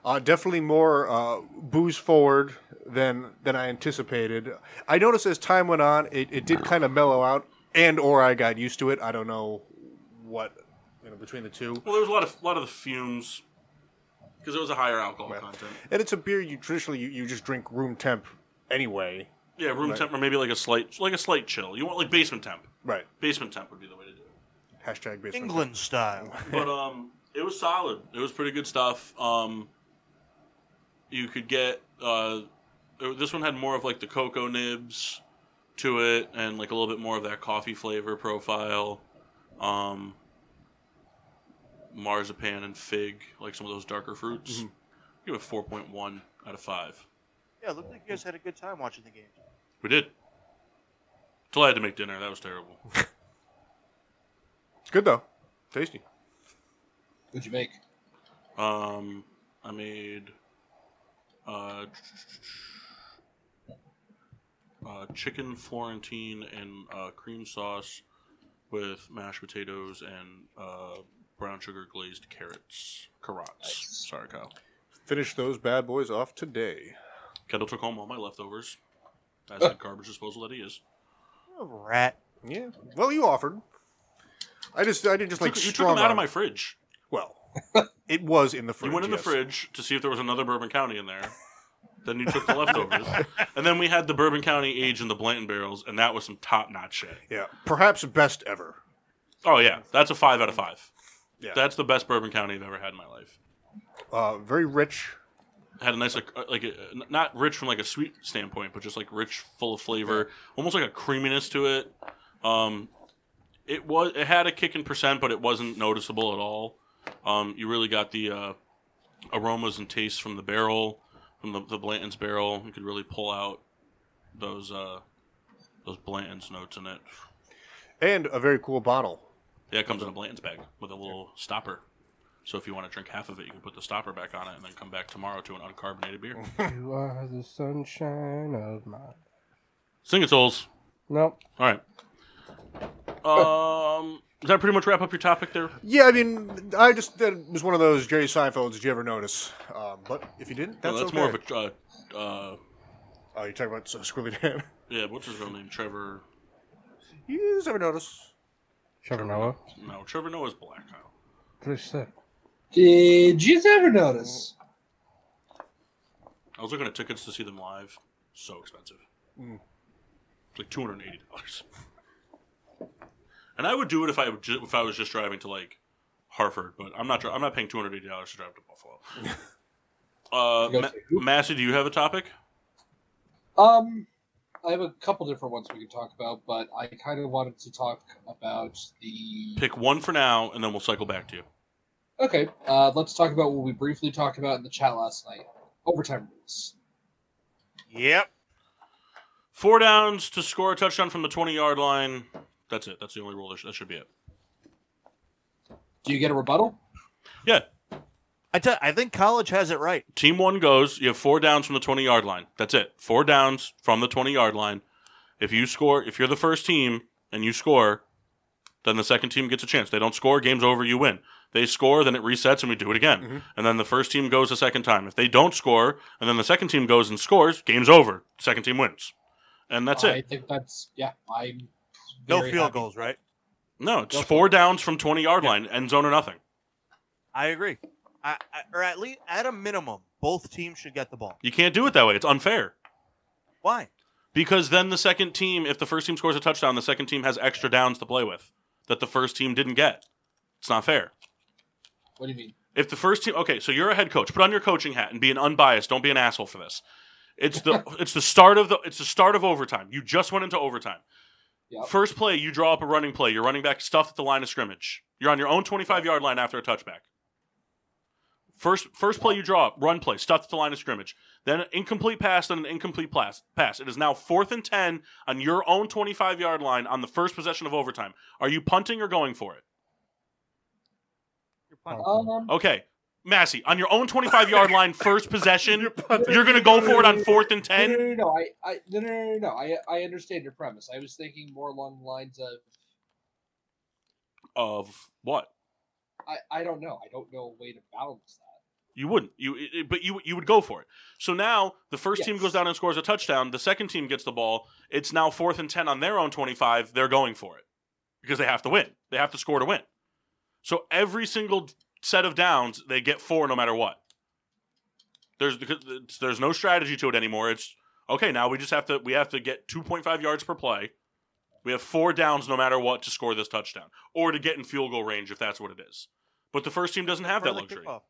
Speaker 3: Uh, definitely more uh, booze forward than than I anticipated. I noticed as time went on, it, it did kind of mellow out, and or I got used to it. I don't know what you know between the two.
Speaker 1: Well, there was a lot of lot of the fumes because it was a higher alcohol content.
Speaker 3: And it's a beer you traditionally you, you just drink room temp anyway,
Speaker 1: Yeah, room temp or maybe like a slight like a slight chill. You want like basement temp.
Speaker 3: right?
Speaker 1: Basement temp would be the way to do it.
Speaker 3: Hashtag basement.
Speaker 4: England style.
Speaker 1: but um, it was solid. It was pretty good stuff. Um, you could get uh, it- this one had more of like the cocoa nibs to it, and like a little bit more of that coffee flavor profile. Um, marzipan and fig, like some of those darker fruits. Give it four point one out of five.
Speaker 4: Yeah, looked like you guys had a good time watching the game.
Speaker 1: We did. Till I had to make dinner. That was terrible.
Speaker 3: It's good though, tasty.
Speaker 6: What'd you make?
Speaker 1: Um, I made uh, uh, chicken Florentine and uh, cream sauce with mashed potatoes and uh, brown sugar glazed carrots. Carrots. Sorry, Kyle.
Speaker 3: Finish those bad boys off today.
Speaker 1: Kendall took home all my leftovers. That's the garbage disposal that he is.
Speaker 4: You're a rat.
Speaker 3: Yeah. Well, you offered. I just I didn't just like
Speaker 1: Took- you took
Speaker 3: strong
Speaker 1: them out of
Speaker 3: arm-
Speaker 1: my fridge.
Speaker 3: Well, it was in the fridge.
Speaker 1: you went in
Speaker 3: yes.
Speaker 1: the fridge to see if there was another Bourbon County in there. then you took the leftovers. and then we had the Bourbon County age in the Blanton barrels, and that was some top notch shit.
Speaker 3: Yeah, perhaps best ever.
Speaker 1: Oh yeah, that's a five out of five.
Speaker 3: Yeah.
Speaker 1: That's the best bourbon county I've ever had in my life.
Speaker 3: Uh, very rich.
Speaker 1: had a nice like uh, like uh, n- not rich from like a sweet standpoint, but just like rich, full of flavor, almost like a creaminess to it. Um, it was it had a kick in percent, but it wasn't noticeable at all. Um, you really got the uh, aromas and tastes from the barrel, from the, the Blanton's barrel. You could really pull out those uh, those Blanton's notes in it.
Speaker 3: And a very cool bottle.
Speaker 1: Yeah, it comes in a Blanton's bag with a little stopper. So if you want to drink half of it, you can put the stopper back on it and then come back tomorrow to an uncarbonated beer.
Speaker 2: you are the sunshine of my.
Speaker 1: Sing it, souls.
Speaker 2: Nope.
Speaker 1: All right. Um, does that pretty much wrap up your topic there?
Speaker 3: Yeah, I mean, I just that was one of those Jerry Seinfelds. Did you ever notice? Um, but if you didn't, that's,
Speaker 1: no, that's
Speaker 3: okay.
Speaker 1: more of a. Uh, uh,
Speaker 3: Oh, you're talking about Squirrely Dan.
Speaker 1: yeah, what's his real name? Trevor.
Speaker 3: you just ever notice?
Speaker 2: Trevor Noah.
Speaker 1: No, Trevor Noah's black. Kyle.
Speaker 2: Pretty sick.
Speaker 6: Did you ever notice?
Speaker 1: I was looking at tickets to see them live. So expensive. It's like two hundred and eighty dollars. And I would do it if I would ju- if I was just driving to like Hartford, but I'm not. Dri- I'm not paying two hundred eighty dollars to drive to Buffalo. uh, Ma-
Speaker 6: You gotta say who?
Speaker 1: Massey, do you have a topic?
Speaker 6: Um, I have a couple different ones we could talk about, but I kind of wanted to talk about the.
Speaker 1: Pick one for now, and then we'll cycle back to you.
Speaker 6: Okay, uh, let's talk about what we briefly talked about in the chat last night: overtime rules.
Speaker 3: Yep.
Speaker 1: Four downs to score a touchdown from the 20 yard line. That's it. That's the only rule. That should, that should be it.
Speaker 6: Do you get a rebuttal?
Speaker 4: I tell, I think college has it right.
Speaker 1: Team one goes. You have four downs from the 20 yard line. That's it. Four downs from the 20 yard line. If you score, if you're the first team and you score, then the second team gets a chance. They don't score, game's over, you win. They score, then it resets and we do it again.
Speaker 4: Mm-hmm.
Speaker 3: Mhm.
Speaker 1: And then the first team goes a second time. If they don't score, and then the second team goes and scores, game's over. Second team wins. And that's
Speaker 6: I
Speaker 1: it.
Speaker 6: think that's yeah. I'm
Speaker 4: No
Speaker 6: very
Speaker 4: field
Speaker 6: happy.
Speaker 4: goals, right?
Speaker 1: No, it's
Speaker 4: Go for
Speaker 1: four downs from 20 yard line, end zone or nothing.
Speaker 4: I agree. I, I, or at least at a minimum, both teams should get the ball.
Speaker 1: You can't do it that way. It's unfair.
Speaker 4: Why?
Speaker 1: Because then the second team, if the first team scores a touchdown, the second team has extra downs to play with that the first team didn't get. It's not fair.
Speaker 6: What do you mean?
Speaker 1: If the first team, okay, so you're a head coach, put on your coaching hat and be an unbiased. Don't be an asshole for this. It's the it's the start of the it's the start of overtime. You just went into overtime.
Speaker 6: Yep.
Speaker 1: First play, you draw up a running play. Your running back stuffed at the line of scrimmage. You're on your own 25 yard line after a touchback. First first play you draw up, run play, stuffed at the line of scrimmage. Then an incomplete pass, then an incomplete pass. Pass. It is now fourth and ten on your own 25 yard line on the first possession of overtime. Are you punting or going for it?
Speaker 4: You're punting.
Speaker 6: Um,
Speaker 1: Okay. Massey, on your own 25 yard line, first possession, you're going to go for it on fourth and
Speaker 6: no, no,
Speaker 1: 10.
Speaker 6: no, no, I, I, no, no, no, no, no. I, I understand your premise. I was thinking more along the lines of
Speaker 1: Of what?
Speaker 6: I, I don't know. I don't know a way to balance that.
Speaker 1: You wouldn't. You, it- it- but you, you would go for it. So now the first team
Speaker 6: Yes.
Speaker 1: goes down and scores a touchdown. The second team gets the ball. It's now fourth and 10 on their own 25. They're going for it because they have to win. They have to score to win. So every single set of downs, they get four no matter what. There's because it's- there's no strategy to it anymore. It's okay now. We just have to we have to get 2.5 yards per play. We have four downs no matter what to score this touchdown or to get in field goal range if that's what it is. But the first team doesn't have
Speaker 4: Defer
Speaker 1: that
Speaker 4: the
Speaker 1: luxury.
Speaker 4: kickoff.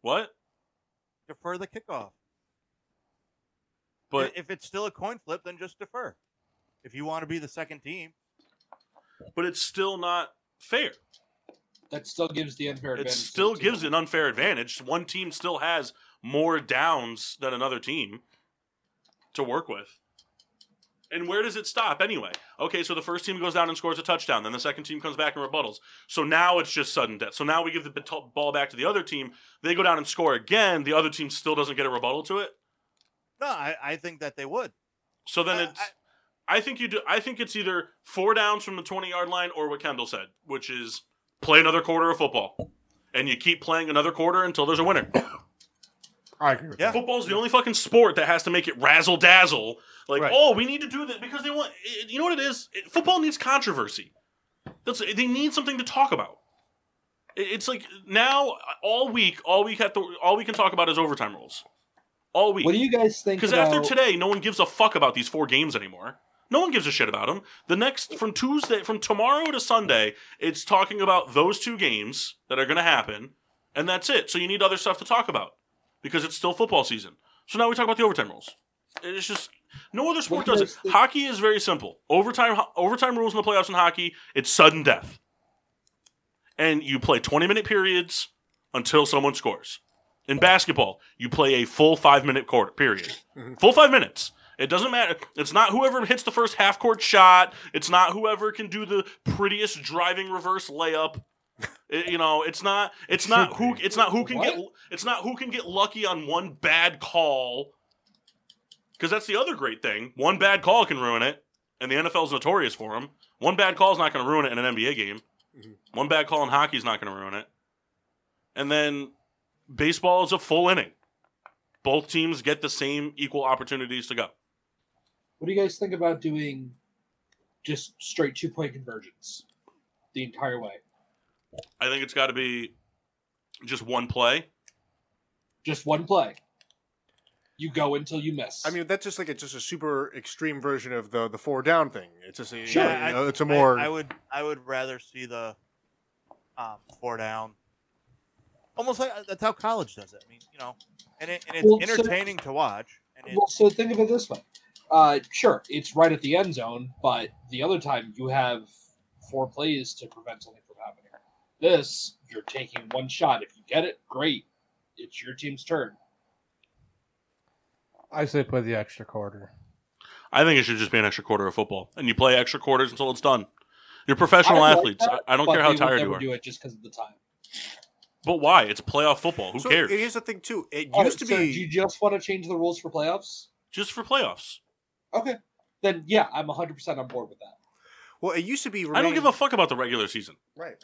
Speaker 1: What?
Speaker 4: Defer the kickoff.
Speaker 1: But
Speaker 4: if it's still a coin flip, then just defer. If you want to be the second team,
Speaker 1: but it's still not fair.
Speaker 6: That still gives the unfair
Speaker 1: It
Speaker 6: advantage. to
Speaker 1: still
Speaker 6: the
Speaker 1: gives
Speaker 6: team.
Speaker 1: an unfair advantage. One team still has more downs than another team to work with. And where does it stop anyway? Okay, so the first team goes down and scores a touchdown. Then the second team comes back and rebuttals. So now it's just sudden death. So now we give the bat- ball back to the other team. They go down and score again. The other team still doesn't get a rebuttal to it.
Speaker 4: no, I, I think that they would.
Speaker 1: So then
Speaker 4: I-
Speaker 1: it's. I think you do. I think it's either four downs from the twenty-yard line, or what Kendall said, which is play another quarter of football, and you keep playing another quarter until there's a winner.
Speaker 2: I agree with
Speaker 4: Yeah.
Speaker 1: Football's the only fucking sport that has to make it razzle dazzle. Like,
Speaker 3: Right.
Speaker 1: oh, we need to do this because they want. it- You know what it is? It- football needs controversy. That's they need something to talk about. It- It's like now all week, all we have to, all we can talk about is overtime rules. All week.
Speaker 6: What do you guys think?
Speaker 1: Because
Speaker 6: Because about...
Speaker 1: after today, no one gives a fuck about these four games anymore. No one gives a shit about them. The next from Tuesday, from tomorrow to Sunday, it's talking about those two games that are going to happen, and that's it. So you need other stuff to talk about. because it's still football season. So now we talk about the overtime rules. It's just no other sport
Speaker 6: Well,
Speaker 1: does it.
Speaker 6: there's-
Speaker 1: Hockey is very simple. Overtime overtime rules in the playoffs in hockey, it's sudden death. And you play 20 minute periods until someone scores. In basketball, you play a full 5 minute quarter period. Full 5 minutes. It doesn't matter. It's not whoever hits the first half court shot. It's not whoever can do the prettiest driving reverse layup. It- you know, it's not. It's not who. It's not who can get. It's not who can get lucky on one bad call. Because that's the other great thing. One bad call can ruin it, and the NFL's notorious for them. One bad call is not going to ruin it in an NBA game.
Speaker 3: Mhm.
Speaker 1: One bad call in hockey is not going to ruin it. And then baseball is a full inning. Both teams get the same equal opportunities to go.
Speaker 6: What do you guys think about doing just straight two point convergence the entire way?
Speaker 1: I think it's got to be just one play.
Speaker 6: Just one play. You go until you miss.
Speaker 3: I mean, that's just like it's just a super extreme version of the the four down thing. It's just a,
Speaker 6: Sure.
Speaker 3: you
Speaker 4: I-
Speaker 3: know, it's a
Speaker 4: I-
Speaker 3: more
Speaker 4: I, would I would rather see the um, four down. Almost like that's how college does it. I mean, you know, and it, and it's
Speaker 6: Well, so-
Speaker 4: entertaining to watch. And it,
Speaker 6: Well, so think of it this way. Uh, sure, it's right at the end zone, but the other time you have four plays to prevent something from happening. This, you're taking one shot. If you get it, great. It's your team's turn.
Speaker 2: I say play the extra quarter.
Speaker 1: I think it should just be an extra quarter of football, and you play extra quarters until it's done. You're professional
Speaker 6: I like
Speaker 1: athletes.
Speaker 6: that,
Speaker 1: I I don't
Speaker 6: But
Speaker 1: care how
Speaker 6: they will
Speaker 1: tired you
Speaker 6: never
Speaker 1: are.
Speaker 6: do it just because of the time.
Speaker 1: But why? It's playoff football. Who
Speaker 3: So,
Speaker 1: cares?
Speaker 3: Here's the thing too. It
Speaker 6: All
Speaker 3: used
Speaker 6: right,
Speaker 3: to
Speaker 6: Oh, so
Speaker 3: be
Speaker 6: do you just want to change the rules for playoffs?
Speaker 1: Just for playoffs.
Speaker 6: Okay. Then yeah, I'm 100% on board with that.
Speaker 3: well. It used to be.
Speaker 1: I don't
Speaker 3: remaining-
Speaker 1: give a fuck about the regular season.
Speaker 3: Right.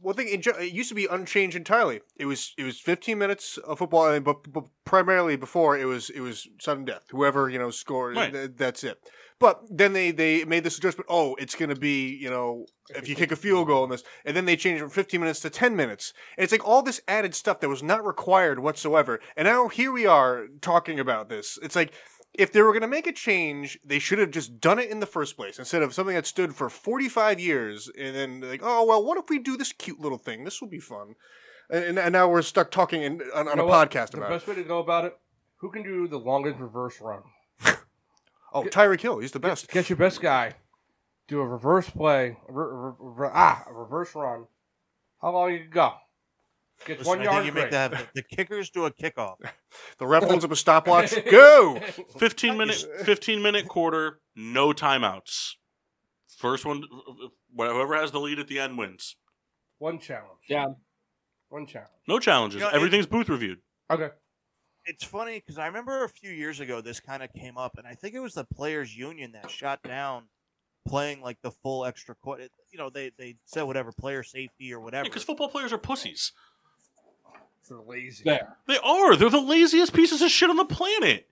Speaker 3: Well, thing in, gen- it used to be unchanged entirely. It was it was 15 minutes of football, and but, but primarily before it was it was sudden death. Whoever you know scored,
Speaker 1: Right.
Speaker 3: th- that's it. But then they they made this adjustment. Oh, it's going to be you know if you kick a field goal in this, and then they changed it from 15 minutes to 10 minutes. And it's like all this added stuff that was not required whatsoever. And now here we are talking about this. It's like. If they were going to make a change, they should have just done it in the first place instead of something that stood for 45 years and then like, oh, well, what if we do this cute little thing? This will be fun. And, and- and now we're stuck talking in, on, on
Speaker 2: You know
Speaker 3: a
Speaker 2: what?
Speaker 3: podcast
Speaker 2: The
Speaker 3: about
Speaker 2: best way to go about it: who can do the longest reverse run?
Speaker 3: it. Oh, Tyreek Hill, he's the best.
Speaker 2: Get your best guy, do a reverse play, re- re- re- ah, a reverse run. How long you can go? Get
Speaker 4: listen,
Speaker 2: one
Speaker 4: I
Speaker 2: yard.
Speaker 4: think you make
Speaker 2: break.
Speaker 4: that happen. the kickers do a kickoff.
Speaker 3: The ref holds up a stopwatch. Go!
Speaker 1: Fifteen minute, fifteen minute quarter, no timeouts. First one, whoever has the lead at the end wins.
Speaker 2: One challenge.
Speaker 6: Yeah.
Speaker 2: One challenge.
Speaker 1: No challenges.
Speaker 4: You know, it-
Speaker 1: Everything's booth reviewed.
Speaker 2: Okay.
Speaker 4: It's funny because I remember a few years ago this kind of came up, and I think it was the players' union that shot down playing like the full extra quarter. You know, they they said whatever player safety or whatever.
Speaker 1: Because football players are pussies.
Speaker 2: They're lazy.
Speaker 6: There.
Speaker 1: They are. They're the laziest pieces of shit on the planet.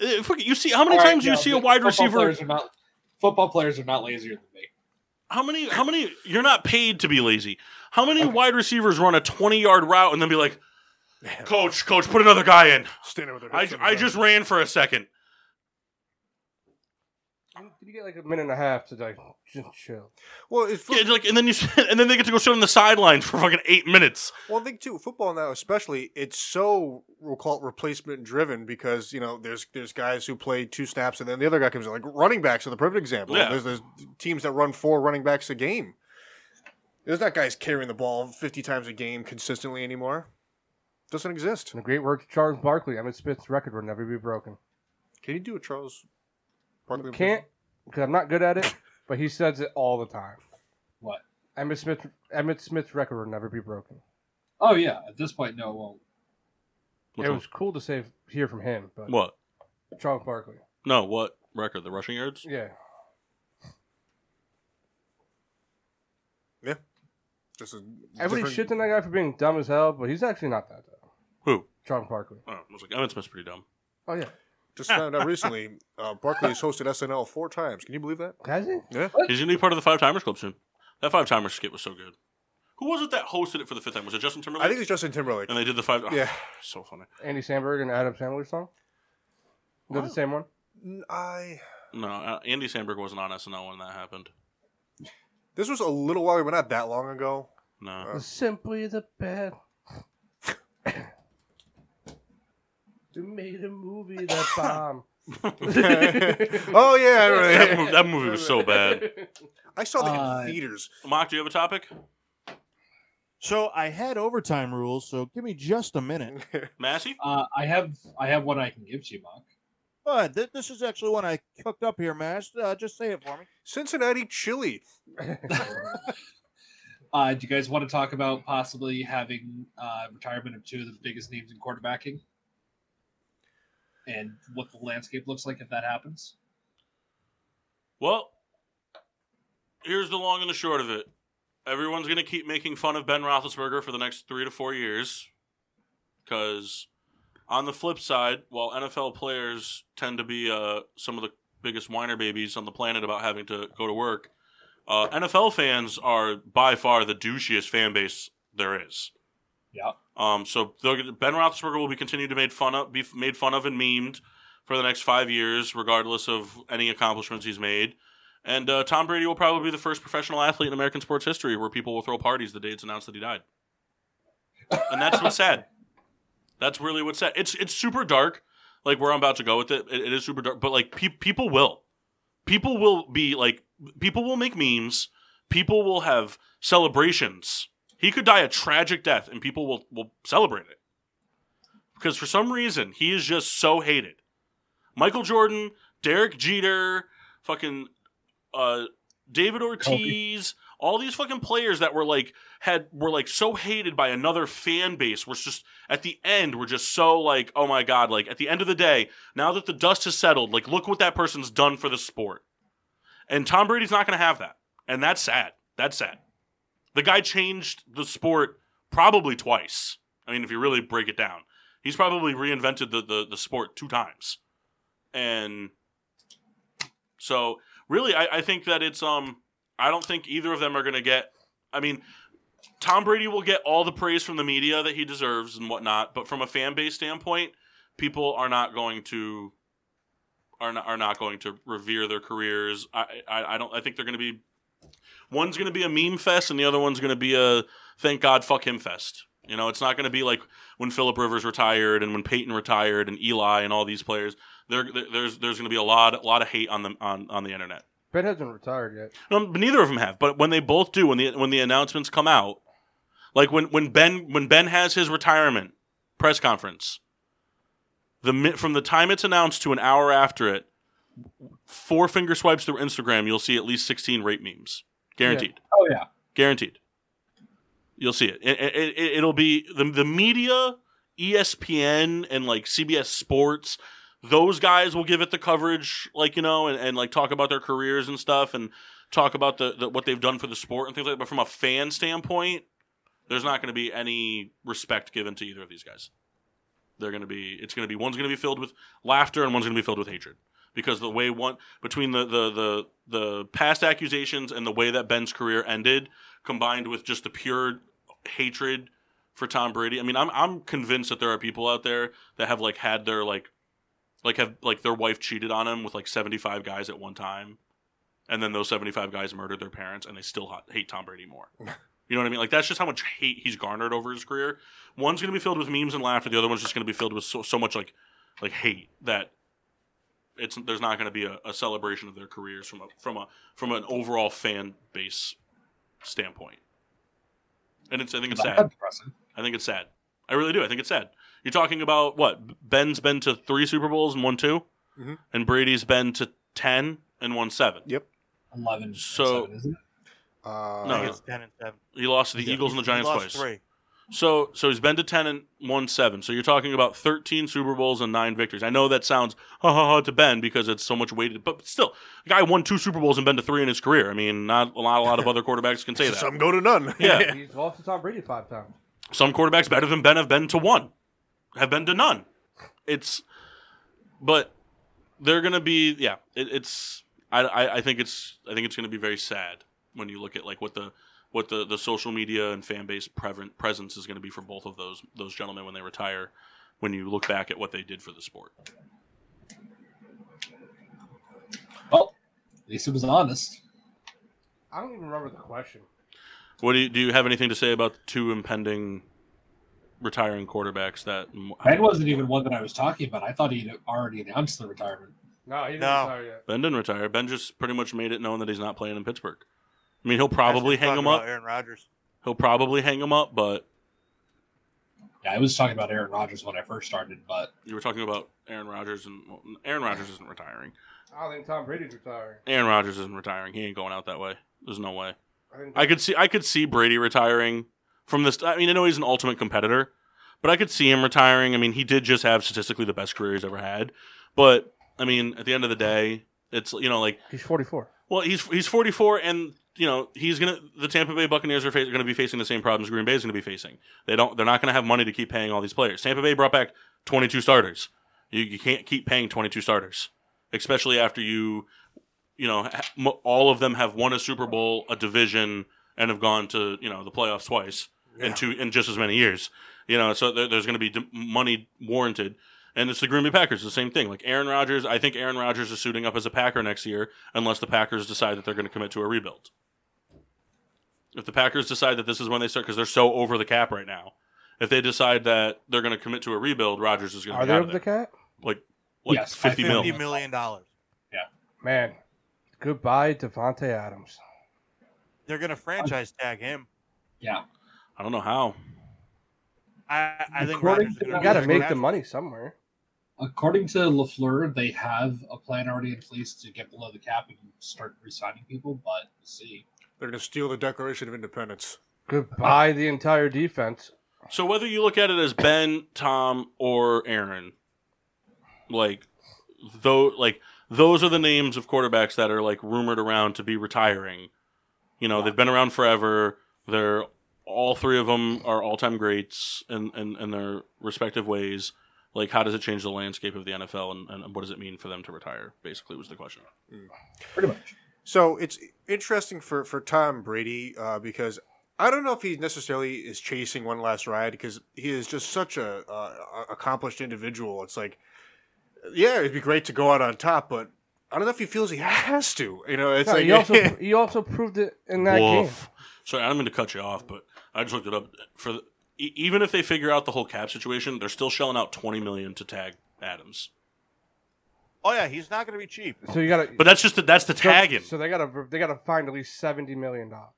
Speaker 1: Uh, fuck it, You see how many
Speaker 6: All right,
Speaker 1: times do you
Speaker 6: no,
Speaker 1: see a
Speaker 6: but
Speaker 1: wide
Speaker 6: football
Speaker 1: receiver?
Speaker 6: Players are not, football players are not lazier than me.
Speaker 1: How many? How many? You're not paid to be lazy. How many wide receivers run a 20 yard route and then be like, "Coach, coach, put another guy in."
Speaker 3: Standing with their
Speaker 1: I,
Speaker 3: hips on the
Speaker 1: I
Speaker 3: ground.
Speaker 1: just ran for a second.
Speaker 2: Did you get like a minute and a half today? Just chill.
Speaker 3: Well, it's,
Speaker 1: Yeah, it's like, and then you, and then they get to go sit on the sidelines for fucking eight minutes.
Speaker 3: One thing too, football now especially, it's so we'll call it replacement driven because you know there's there's guys who play two snaps and then the other guy comes in. Like running backs are the perfect example.
Speaker 1: Yeah.
Speaker 3: There's, there's teams that run four running backs a game. There's not guys carrying the ball fifty times a game consistently anymore. Doesn't exist.
Speaker 2: And a great word to Charles Barkley. Emmett Smith's record will never be broken.
Speaker 3: Can you do a Charles? Barkley
Speaker 2: Can't because I'm not good at it, but he says it all the time.
Speaker 6: What?
Speaker 2: Emmett Smith. Emmett Smith's record will never be broken.
Speaker 6: Oh yeah, at this point, no, it won't.
Speaker 2: it was cool to say hear from him, but
Speaker 1: what?
Speaker 2: Charles Barkley.
Speaker 1: No, what record? The rushing yards?
Speaker 2: Yeah.
Speaker 3: Just a
Speaker 2: Everybody
Speaker 3: different-
Speaker 2: shits on that guy for being dumb as hell, but he's actually not that dumb.
Speaker 1: Who?
Speaker 2: Charles Barkley.
Speaker 1: Oh, I was like, Emmett Smith's pretty dumb.
Speaker 2: Oh yeah.
Speaker 3: Just found out recently, uh, Barkley has hosted SNL four times. Can you believe that?
Speaker 2: Has he?
Speaker 1: He's gonna be part of the Five Timers Club soon. That Five Timers skit was so good. Who was it that hosted it for the fifth time? Was it Justin Timberlake?
Speaker 3: I think it's Justin Timberlake.
Speaker 1: And they did the five. oh,
Speaker 3: Yeah.
Speaker 1: so funny.
Speaker 2: Andy Samberg and Adam Sandler song. Is that the same one?
Speaker 3: I
Speaker 1: No, uh, Andy Samberg wasn't on SNL when that happened.
Speaker 3: This was a little while, but not that long ago.
Speaker 1: No.
Speaker 3: Uh,
Speaker 2: Simply the best. You made a movie that bomb.
Speaker 3: oh yeah,
Speaker 1: that,
Speaker 3: right.
Speaker 1: movie, that movie was so bad.
Speaker 3: I saw that
Speaker 6: Uh,
Speaker 3: in theaters.
Speaker 1: Mock, do you have a topic?
Speaker 4: So I had overtime rules, so give me just a minute.
Speaker 1: Massey?
Speaker 6: Uh, I have I have what I can give to you, Mark.
Speaker 4: But th- this is actually one I cooked up here, Mash. Uh, just say it for me.
Speaker 3: Cincinnati chili.
Speaker 6: Uh, do you guys want to talk about possibly having uh, retirement of two of the biggest names in quarterbacking, and what the landscape looks like if that happens?
Speaker 1: Well, here's the long and the short of it. Everyone's going to keep making fun of Ben Roethlisberger for the next three to four years. Because on the flip side, while NFL players tend to be uh, some of the biggest whiner babies on the planet about having to go to work, uh, NFL fans are by far the douchiest fan base there is.
Speaker 6: Yeah.
Speaker 1: Um. So they'll get- Ben Roethlisberger will be continued to made fun of, be f- made fun of, and memed for the next five years, regardless of any accomplishments he's made. And uh, Tom Brady will probably be the first professional athlete in American sports history where people will throw parties the day it's announced that he died. And that's what's sad. That's really what's sad. It's it's super dark, like where I'm about to go with it. It, it is super dark, but like pe- people will, people will be like, people will make memes. People will have celebrations he could die a tragic death and people will, will celebrate it because for some reason he is just so hated michael jordan derek jeter fucking uh, david ortiz all these fucking players that were like had were like so hated by another fan base was just at the end were just so like oh my god like at the end of the day now that the dust has settled like look what that person's done for the sport and tom brady's not going to have that and that's sad that's sad the guy changed the sport probably twice. I mean, if you really break it down, he's probably reinvented the the, the sport two times, and so really, I, I think that it's um, I don't think either of them are going to get. I mean, Tom Brady will get all the praise from the media that he deserves and whatnot, but from a fan base standpoint, people are not going to are not, are not going to revere their careers. I I, I don't. I think they're going to be one's going to be a meme fest and the other one's going to be a thank God fuck him fest. You know, it's not going to be like when Philip Rivers retired and when Peyton retired and Eli and all these players. There, there- there's there's going to be a lot a lot of hate on them on, on the internet.
Speaker 2: Ben hasn't retired yet.
Speaker 1: No, but neither of them have. But when they both do, when the when the announcements come out, like when when Ben when Ben has his retirement press conference, the mi- from the time it's announced to an hour after it, four finger swipes through Instagram, you'll see at least sixteen rape memes, guaranteed
Speaker 6: Oh yeah.
Speaker 1: guaranteed. You'll see it. It, will be the the media, E ESPN, and like CBS Sports. Those guys will give it the coverage, like you know, and, and like talk about their careers and stuff, and talk about the, the what they've done for the sport and things like. that. But from a fan standpoint, there's not going to be any respect given to either of these guys. They're going to be. It's going to be one's going to be filled with laughter and one's going to be filled with hatred because the way one between the the the the past accusations and the way that Ben's career ended, combined with just the pure hatred for Tom Brady. I mean, I'm I'm convinced that there are people out there that have like had their like like have like their wife cheated on him with like 75 guys at one time and then those 75 guys murdered their parents and they still ha- hate Tom Brady more. You know what I mean? Like that's just how much hate he's garnered over his career. One's going to be filled with memes and laughter, the other one's just going to be filled with so, so much like like hate that it's there's not going to be a, a celebration of their careers from a from a from an overall fan base standpoint. And it's I think it's sad.
Speaker 6: That's depressing.
Speaker 1: I think it's sad. I really do. I think it's sad. You're talking about what? Ben's been to three Super Bowls and won 2
Speaker 4: Mm-hmm.
Speaker 3: Mhm.
Speaker 1: and Brady's been to ten and won seven.
Speaker 6: Eleven.
Speaker 1: So-
Speaker 6: So seven, isn't it?
Speaker 3: Uh,
Speaker 1: No,
Speaker 4: it's ten and seven.
Speaker 1: He lost to the Eagles and the
Speaker 4: He
Speaker 1: Giants
Speaker 4: lost
Speaker 1: twice.
Speaker 4: Three.
Speaker 1: So, so he's been to ten and won seven. So you're talking about thirteen Super Bowls and nine victories. I know that sounds ha ha ha to Ben because it's so much weighted, but still, the guy won two Super Bowls and been to three in his career. I mean, not a lot, a lot of other quarterbacks can say that.
Speaker 3: Some go to none.
Speaker 1: yeah,
Speaker 2: He's lost to Tom Brady five times.
Speaker 1: some quarterbacks better than Ben have been to one, have been to none. It's, but they're gonna be yeah. It, it's I, I I think it's I think it's gonna be very sad when you look at like what the what the, the social media and fan base preven- presence is gonna be for both of those those gentlemen when they retire. When you look back at what they did for the sport,
Speaker 6: Well, at least it was honest.
Speaker 2: I don't even remember the question.
Speaker 1: what do you, do you have anything to say about the two impending retiring quarterbacks that m-
Speaker 6: Ben wasn't even one that I was talking about. I thought he'd already announced the retirement.
Speaker 2: No, he didn't
Speaker 7: No.
Speaker 2: retire yet.
Speaker 1: Ben didn't retire. Ben just pretty much made it known that he's not playing in Pittsburgh. I mean, he'll probably
Speaker 7: That's what
Speaker 1: hang
Speaker 7: I'm
Speaker 1: him
Speaker 7: talking
Speaker 1: up.
Speaker 7: about, Aaron Rodgers.
Speaker 1: He'll probably hang him up, but
Speaker 6: Yeah, I was talking about Aaron Rodgers when I first started, but
Speaker 1: you were talking about Aaron Rodgers, and well, Aaron Rodgers isn't retiring.
Speaker 2: I don't think Tom Brady's retiring.
Speaker 1: Aaron Rodgers isn't retiring. He ain't going out that way. There's no way.
Speaker 2: I, think
Speaker 1: I could see I could see Brady retiring from this. I mean, I know he's an ultimate competitor, but I could see him retiring. I mean, he did just have statistically the best career he's ever had. But I mean, at the end of the day, it's you know like
Speaker 2: he's 44.
Speaker 1: well he's he's 44 and you know he's gonna the Tampa Bay Buccaneers are, face, are gonna be facing the same problems Green Bay is gonna be facing. They don't they're not gonna have money to keep paying all these players. Tampa Bay brought back 22 starters. You you can't keep paying 22 starters, especially after you you know ha- mo- all of them have won a Super Bowl, a division, and have gone to you know the playoffs twice in two in just as many years. You know, so there, there's going to be d- money warranted. And it's the Green Bay Packers, the same thing. Like Aaron Rodgers, I think Aaron Rodgers is suiting up as a Packer next year, unless the Packers decide that they're going to commit to a rebuild. If the Packers decide that this is when they start, because they're so over the cap right now, if they decide that they're going to commit to a rebuild, Rodgers is going to
Speaker 2: Are
Speaker 1: be
Speaker 2: they
Speaker 1: out of
Speaker 2: over the
Speaker 1: there.
Speaker 2: cat?
Speaker 1: like like
Speaker 6: Yes, by
Speaker 1: fifty
Speaker 7: $50
Speaker 1: mil.
Speaker 6: mil.
Speaker 7: million dollars.
Speaker 2: Man, goodbye, Devontae Adams.
Speaker 7: They're gonna franchise tag him.
Speaker 6: yeah,
Speaker 1: I don't know how.
Speaker 7: I, I think
Speaker 6: According
Speaker 7: Rodgers is
Speaker 6: to-
Speaker 7: gonna
Speaker 2: You
Speaker 7: be
Speaker 2: got to
Speaker 7: the
Speaker 2: make
Speaker 7: best
Speaker 2: the money somewhere.
Speaker 6: according to Lafleur, they have a plan already in place to get below the cap and start resigning people. But we'll see,
Speaker 3: They're going to steal the Declaration of Independence.
Speaker 2: Goodbye, the entire defense.
Speaker 1: So whether you look at it as Ben, Tom, or Aaron, like though like those are the names of quarterbacks that are like rumored around to be retiring. You know, they've been around forever. They're all three of them are all-time greats in, in, in their respective ways. Like, how does it change the landscape of the NFL, and, and what does it mean for them to retire? Basically, was the question.
Speaker 6: pretty much.
Speaker 3: So it's interesting for, for Tom Brady uh, because I don't know if he necessarily is chasing one last ride because he is just such a uh, a- accomplished individual. It's like, yeah, it'd be great to go out on top, but I don't know if he feels he has to. You know, it's
Speaker 2: No,
Speaker 3: like
Speaker 2: he also he also proved it in that game.
Speaker 1: Woof. Sorry, I don't mean to cut you off, but I just looked it up. For the, e- even if they figure out the whole cap situation, they're still shelling out twenty million to tag Adams.
Speaker 7: Oh yeah, he's not gonna be cheap.
Speaker 2: So you got to
Speaker 1: But that's just the, that's the tagging.
Speaker 2: So, so they got to they got to find at least seventy million dollars.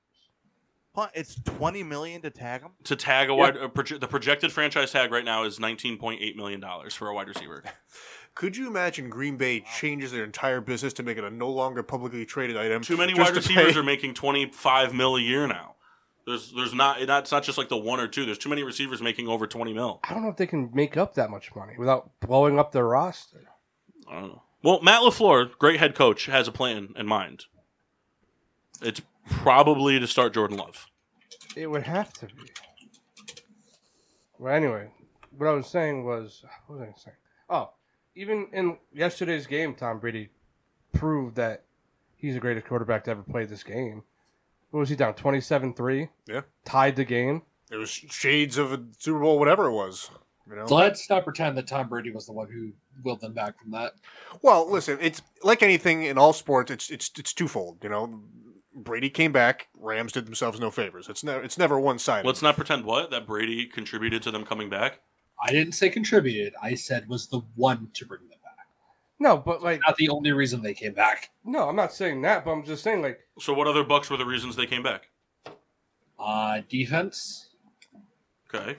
Speaker 4: Huh, It's twenty million to tag him.
Speaker 1: to tag a wide, a proje- the projected franchise tag right now is nineteen point eight million dollars for a wide receiver.
Speaker 3: Could you imagine Green Bay changes their entire business to make it a no longer publicly traded item?
Speaker 1: Too many
Speaker 3: just
Speaker 1: wide
Speaker 3: to pay-
Speaker 1: receivers are making twenty five mil a year now. There's there's not, it not it's not just like the one or two. There's too many receivers making over twenty mil.
Speaker 2: I don't know if they can make up that much money without blowing up their roster.
Speaker 1: I don't know. Well, Matt Lafleur, great head coach, has a plan in mind. It's probably to start Jordan Love.
Speaker 2: It would have to be. Well, anyway, what I was saying was, what was I saying? Oh, even in yesterday's game, Tom Brady proved that he's the greatest quarterback to ever play this game. What was he down? 27 3?
Speaker 3: Yeah.
Speaker 2: Tied the game.
Speaker 3: It was shades of a Super Bowl, whatever it was. You know.
Speaker 6: So let's not pretend that Tom Brady was the one who willed them back from that.
Speaker 3: Well, listen, it's like anything in all sports. It's it's it's twofold. You know, Brady came back. Rams did themselves no favors. It's never it's never one sided.
Speaker 1: Let's not pretend what that Brady contributed to them coming back.
Speaker 6: I didn't say contributed. I said was the one to bring them back.
Speaker 2: No, but like,
Speaker 6: Not the only reason they came back.
Speaker 2: no, I'm not saying that, but I'm just saying, like,
Speaker 1: So what other bucks were the reasons they came back?
Speaker 6: Uh, defense.
Speaker 1: Okay.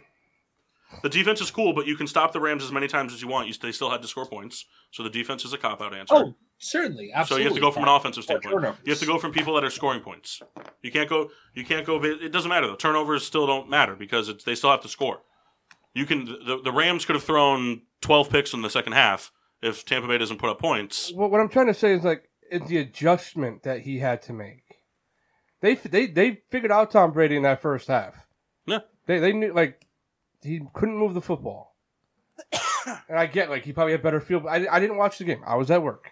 Speaker 1: The defense is cool, but you can stop the Rams as many times as you want. You, they still had to score points, so the defense is a cop out answer.
Speaker 6: Oh, certainly,
Speaker 1: so
Speaker 6: absolutely.
Speaker 1: you have to go from an offensive standpoint.
Speaker 6: turnovers.
Speaker 1: You have to go from people that are scoring points. You can't go. You can't go. It doesn't matter though. Turnovers still don't matter because it's, they still have to score. You can. The, the Rams could have thrown twelve picks in the second half if Tampa Bay doesn't put up points.
Speaker 2: what, what I'm trying to say is, like, it's the adjustment that he had to make. They, they, they figured out Tom Brady in that first half.
Speaker 1: Yeah.
Speaker 2: They they knew like he couldn't move the football. and I get like he probably had better field. I, I didn't watch the game. I was at work,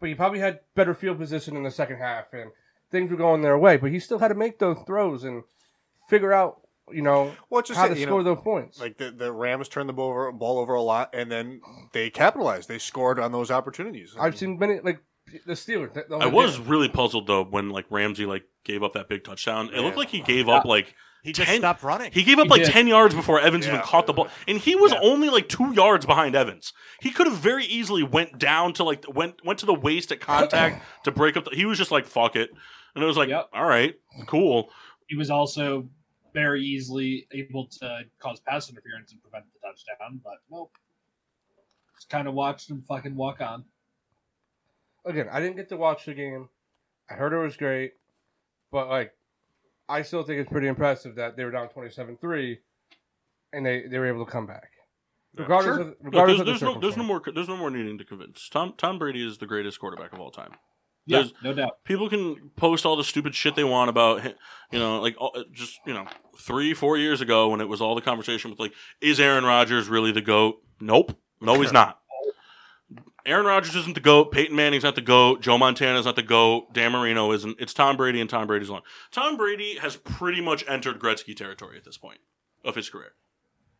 Speaker 2: but he probably had better field position in the second half, and things were going their way. But he still had to make those throws and figure out you know
Speaker 3: well, it's just
Speaker 2: how
Speaker 3: it,
Speaker 2: to
Speaker 3: you
Speaker 2: score
Speaker 3: know,
Speaker 2: those points.
Speaker 3: like the, the Rams turned the ball over, ball over a lot, and then they capitalized. They scored on those opportunities.
Speaker 2: I've seen many like the Steelers. that- those
Speaker 1: I
Speaker 2: are
Speaker 1: was
Speaker 2: different.
Speaker 1: really puzzled though when like Ramsey like gave up that big touchdown. It
Speaker 3: Yeah.
Speaker 1: looked like he gave up like
Speaker 7: He just
Speaker 1: Ten-
Speaker 7: stopped running.
Speaker 1: He gave up
Speaker 6: He
Speaker 1: like
Speaker 6: did.
Speaker 1: 10 yards before Evans even
Speaker 3: Yeah.
Speaker 1: caught the ball. And he was
Speaker 3: Yeah.
Speaker 1: only like 2 yards behind Evans. He could have very easily went down to like went went to the waist at contact to break up the, he was just like fuck it. And it was like,
Speaker 6: Yep.
Speaker 1: all right, cool.
Speaker 6: He was also very easily able to cause pass interference and prevent the touchdown, but nope. Just kind of watched him fucking walk on.
Speaker 2: Again, I didn't get to watch the game. I heard it was great, but like, I still think it's pretty impressive that they were down twenty-seven-three, and they they were able to come back. Regardless
Speaker 1: Sure.
Speaker 2: of
Speaker 1: Look,
Speaker 2: regardless
Speaker 1: there's,
Speaker 2: of the
Speaker 1: there's no there's no
Speaker 2: circumstance.
Speaker 1: more there's no more needing to convince. Tom Tom Brady is the greatest quarterback of all time.
Speaker 6: Yeah,
Speaker 1: There's-
Speaker 6: no doubt.
Speaker 1: people can post all the stupid shit they want about hi- you know like all- just you know three four years ago when it was all the conversation with like is Aaron Rodgers really the goat? Nope, no, he's not. Aaron Rodgers isn't the goat. Peyton Manning's not the goat. Joe Montana's not the goat. Dan Marino isn't. It's Tom Brady and Tom Brady's alone. Tom Brady has pretty much entered Gretzky territory at this point of his career.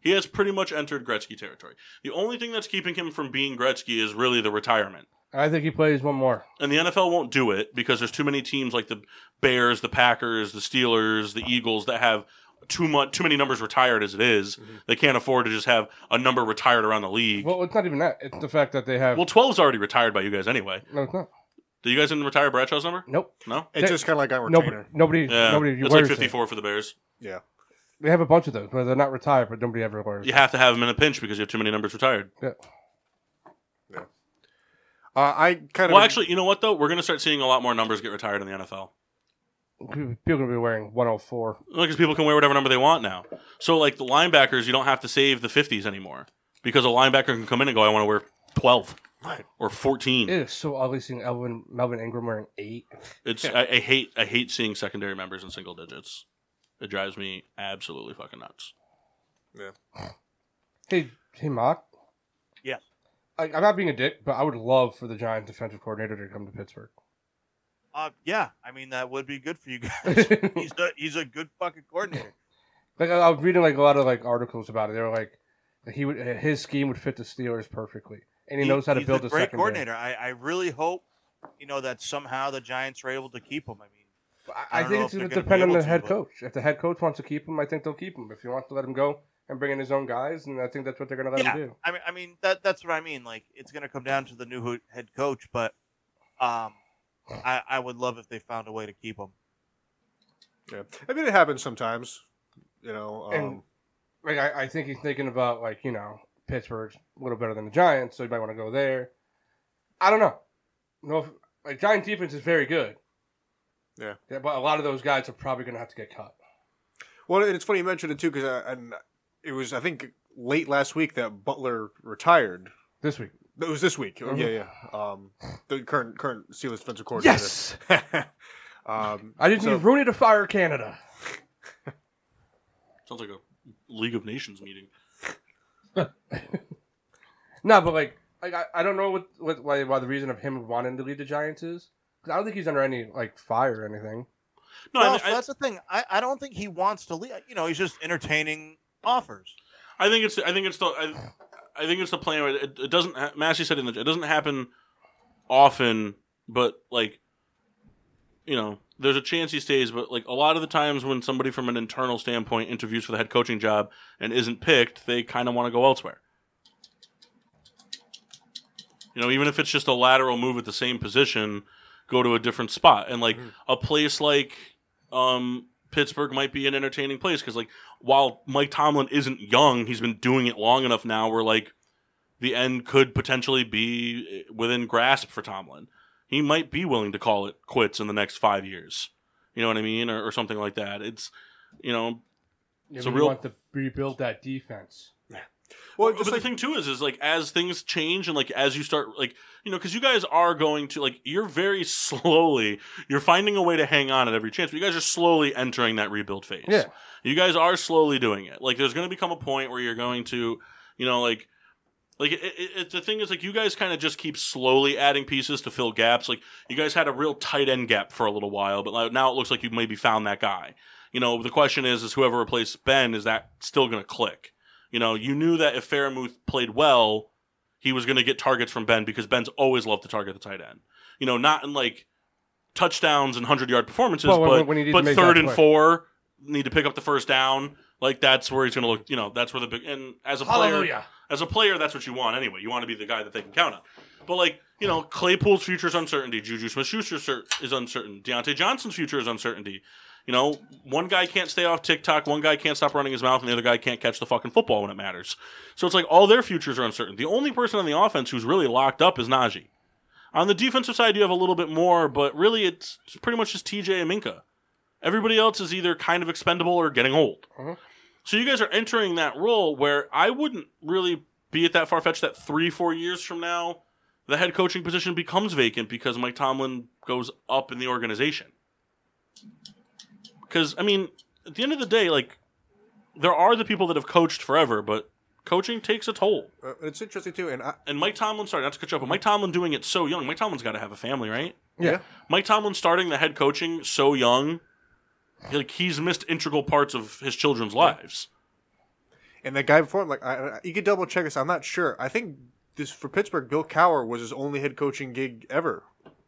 Speaker 1: He has pretty much entered Gretzky territory. The only thing that's keeping him from being Gretzky is really the retirement
Speaker 2: I think he plays one more.
Speaker 1: and the NFL won't do it because there's too many teams like the Bears, the Packers, the Steelers, the Eagles that have too much too many numbers retired as it is. They can't afford to just have a number retired around the league.
Speaker 2: Mm-hmm. Well, it's not even that. It's the fact that they have.
Speaker 1: Well, 12's already retired by you guys anyway.
Speaker 2: no, it's not.
Speaker 1: Do you guys didn't retire Bradshaw's number?
Speaker 2: Nope.
Speaker 1: No.
Speaker 3: It's just kind of like on
Speaker 2: Nobody.
Speaker 3: retainer.
Speaker 2: Nobody.
Speaker 1: Yeah,
Speaker 2: Nobody.
Speaker 1: it's like
Speaker 2: wears it.
Speaker 1: 54 for the Bears.
Speaker 2: They have a bunch of those, but they're not retired. But nobody ever wears.
Speaker 1: You have to have him in a pinch because you have too many numbers retired.
Speaker 3: Uh, I kind of
Speaker 1: Well, actually, you know what though? We're gonna start seeing a lot more numbers get retired in the NFL.
Speaker 2: it. People gonna be wearing 104.
Speaker 1: because people can wear whatever number they want now. So like the linebackers, you don't have to save the fifties anymore because a linebacker can come in and go, "I want to wear twelve or
Speaker 2: It
Speaker 1: 14.
Speaker 2: is so ugly seeing Elvin Melvin Ingram wearing eight.
Speaker 1: It's I, I hate I hate seeing secondary members in single digits. It drives me absolutely fucking nuts.
Speaker 2: Hey, hey, Mock.
Speaker 7: Yeah.
Speaker 2: I, I'm not being a dick, but I would love for the Giants defensive coordinator to come to Pittsburgh.
Speaker 7: Uh, yeah, I mean that would be good for you guys.
Speaker 2: like
Speaker 7: he's a he's a good fucking coordinator.
Speaker 2: I, I was reading like a lot of like articles about it. They were like, that he would his scheme would fit the Steelers perfectly, and he, knows how to
Speaker 7: he's
Speaker 2: build
Speaker 7: a
Speaker 2: a
Speaker 7: great
Speaker 2: secondary.
Speaker 7: coordinator. I, I really hope you know that somehow the Giants are able to keep him. I mean,
Speaker 2: I, I
Speaker 7: I don't
Speaker 2: think
Speaker 7: know
Speaker 2: it's
Speaker 7: if
Speaker 2: going to
Speaker 7: they're gonna
Speaker 2: depend
Speaker 7: be
Speaker 2: on
Speaker 7: able
Speaker 2: the
Speaker 7: to,
Speaker 2: head
Speaker 7: but-
Speaker 2: coach. If the head coach wants to keep him, I think they'll keep him. If he wants to let him go and bring in his own guys, and I think that's what they're going to let
Speaker 7: Yeah.
Speaker 2: him do.
Speaker 7: I mean, I mean that that's what I mean. Like it's going to come down to the new ho- head coach, but um, I I would love if they found a way to keep him.
Speaker 3: Yeah. I mean, it happens sometimes. You know, um,
Speaker 2: And- Like I, I think he's thinking about like you know Pittsburgh's a little better than the Giants, so he might want to go there. I don't know. No, if- like Giant defense is very good.
Speaker 3: Yeah.
Speaker 2: but a lot of those guys are probably going to have to get cut.
Speaker 3: well, and it's funny you mentioned it too because and it was I think late last week that Butler retired.
Speaker 2: This week,
Speaker 3: It was this week. Oh,
Speaker 2: Mhm.
Speaker 3: Yeah, yeah. Um, the current current Steelers defensive coordinator. um,
Speaker 2: I didn't
Speaker 3: So-
Speaker 2: need Rooney to fire Canada.
Speaker 1: Sounds like a League of Nations meeting.
Speaker 2: No, but like, like I, I don't know what, what why, why the reason of him wanting to leave the Giants is. 'Cause I don't think he's under any like fire or anything.
Speaker 1: No,
Speaker 7: No,
Speaker 1: I,
Speaker 7: so
Speaker 1: I,
Speaker 7: that's the thing. I, I don't think he wants to leave. You know, he's just entertaining offers.
Speaker 1: I think it's I think it's the I, I think it's the plan. where It, it doesn't. ha- Massey said in the it doesn't happen often, but like you know, there's a chance he stays. But like a lot of the times when somebody from an internal standpoint interviews for the head coaching job and isn't picked, they kind of want to go elsewhere. You know, even if it's just a lateral move at the same position, go to a different spot. And like a place like um, Pittsburgh might be an entertaining place because like while Mike Tomlin isn't young, he's been doing it long enough now where like the end could potentially be within grasp for Tomlin. He might be willing to call it quits in the next five years. You know what I mean? Or, or something like that. It's, you know,
Speaker 2: Yeah,
Speaker 1: So
Speaker 2: so
Speaker 1: real-
Speaker 2: want to rebuild that defense.
Speaker 3: well,
Speaker 1: but
Speaker 3: just
Speaker 1: the
Speaker 3: like,
Speaker 1: thing too is, is like as things change and like as you start, like, you know, because you guys are going to, like, you're very slowly, you're finding a way to hang on at every chance, but you guys are slowly entering that rebuild phase.
Speaker 2: Yeah,
Speaker 1: You guys are slowly doing it. Like, there's going to become a point where you're going to, you know, like, like it, it, it, the thing is, like, you guys kind of just keep slowly adding pieces to fill gaps. Like, you guys had a real tight end gap for a little while, but like, now it looks like you maybe found that guy. You know, the question is, is whoever replaced Ben is that still going to click? You know, you knew that if Faramuth played well, he was going to get targets from Ben because Ben's always loved to target the tight end. You know, not in like touchdowns and hundred yard performances,
Speaker 2: Well, when-
Speaker 1: but
Speaker 2: when he did
Speaker 1: but
Speaker 2: make
Speaker 1: third
Speaker 2: that
Speaker 1: and
Speaker 2: play.
Speaker 1: four, need to pick up the first down. Like that's where he's going to look. You know, that's where the big and as a player,
Speaker 6: Hallelujah.
Speaker 1: as a player, that's what you want anyway. You want to be the guy that they can count on. But like you know, Claypool's future is uncertainty. Juju Smith-Schuster cer- is uncertain. Deontay Johnson's future is uncertainty. You know, one guy can't stay off TikTok, one guy can't stop running his mouth, and the other guy can't catch the fucking football when it matters. So it's like all their futures are uncertain. The only person on the offense who's really locked up is Najee. On the defensive side, you have a little bit more, but really it's it's pretty much just TJ and Minka. Everybody else is either kind of expendable or getting old.
Speaker 2: Mhm.
Speaker 1: So you guys are entering that role where I wouldn't really be at that far fetched that three, four years from now, the head coaching position becomes vacant because Mike Tomlin goes up in the organization. Because, I mean, at the end of the day, like, there are the people that have coached forever, but coaching takes a toll.
Speaker 3: Uh, and it's interesting too. And I,
Speaker 1: And Mike Tomlin, sorry, not to cut you off, but Mike Tomlin doing it so young. Mike Tomlin's got to have a family, right?
Speaker 3: Yeah.
Speaker 1: Mike Tomlin starting the head coaching so young, like he's missed integral parts of his children's lives.
Speaker 3: and that guy before him, like I, I- you could double check this. I'm not sure. I think this for Pittsburgh, Bill Cower was his only head coaching gig ever.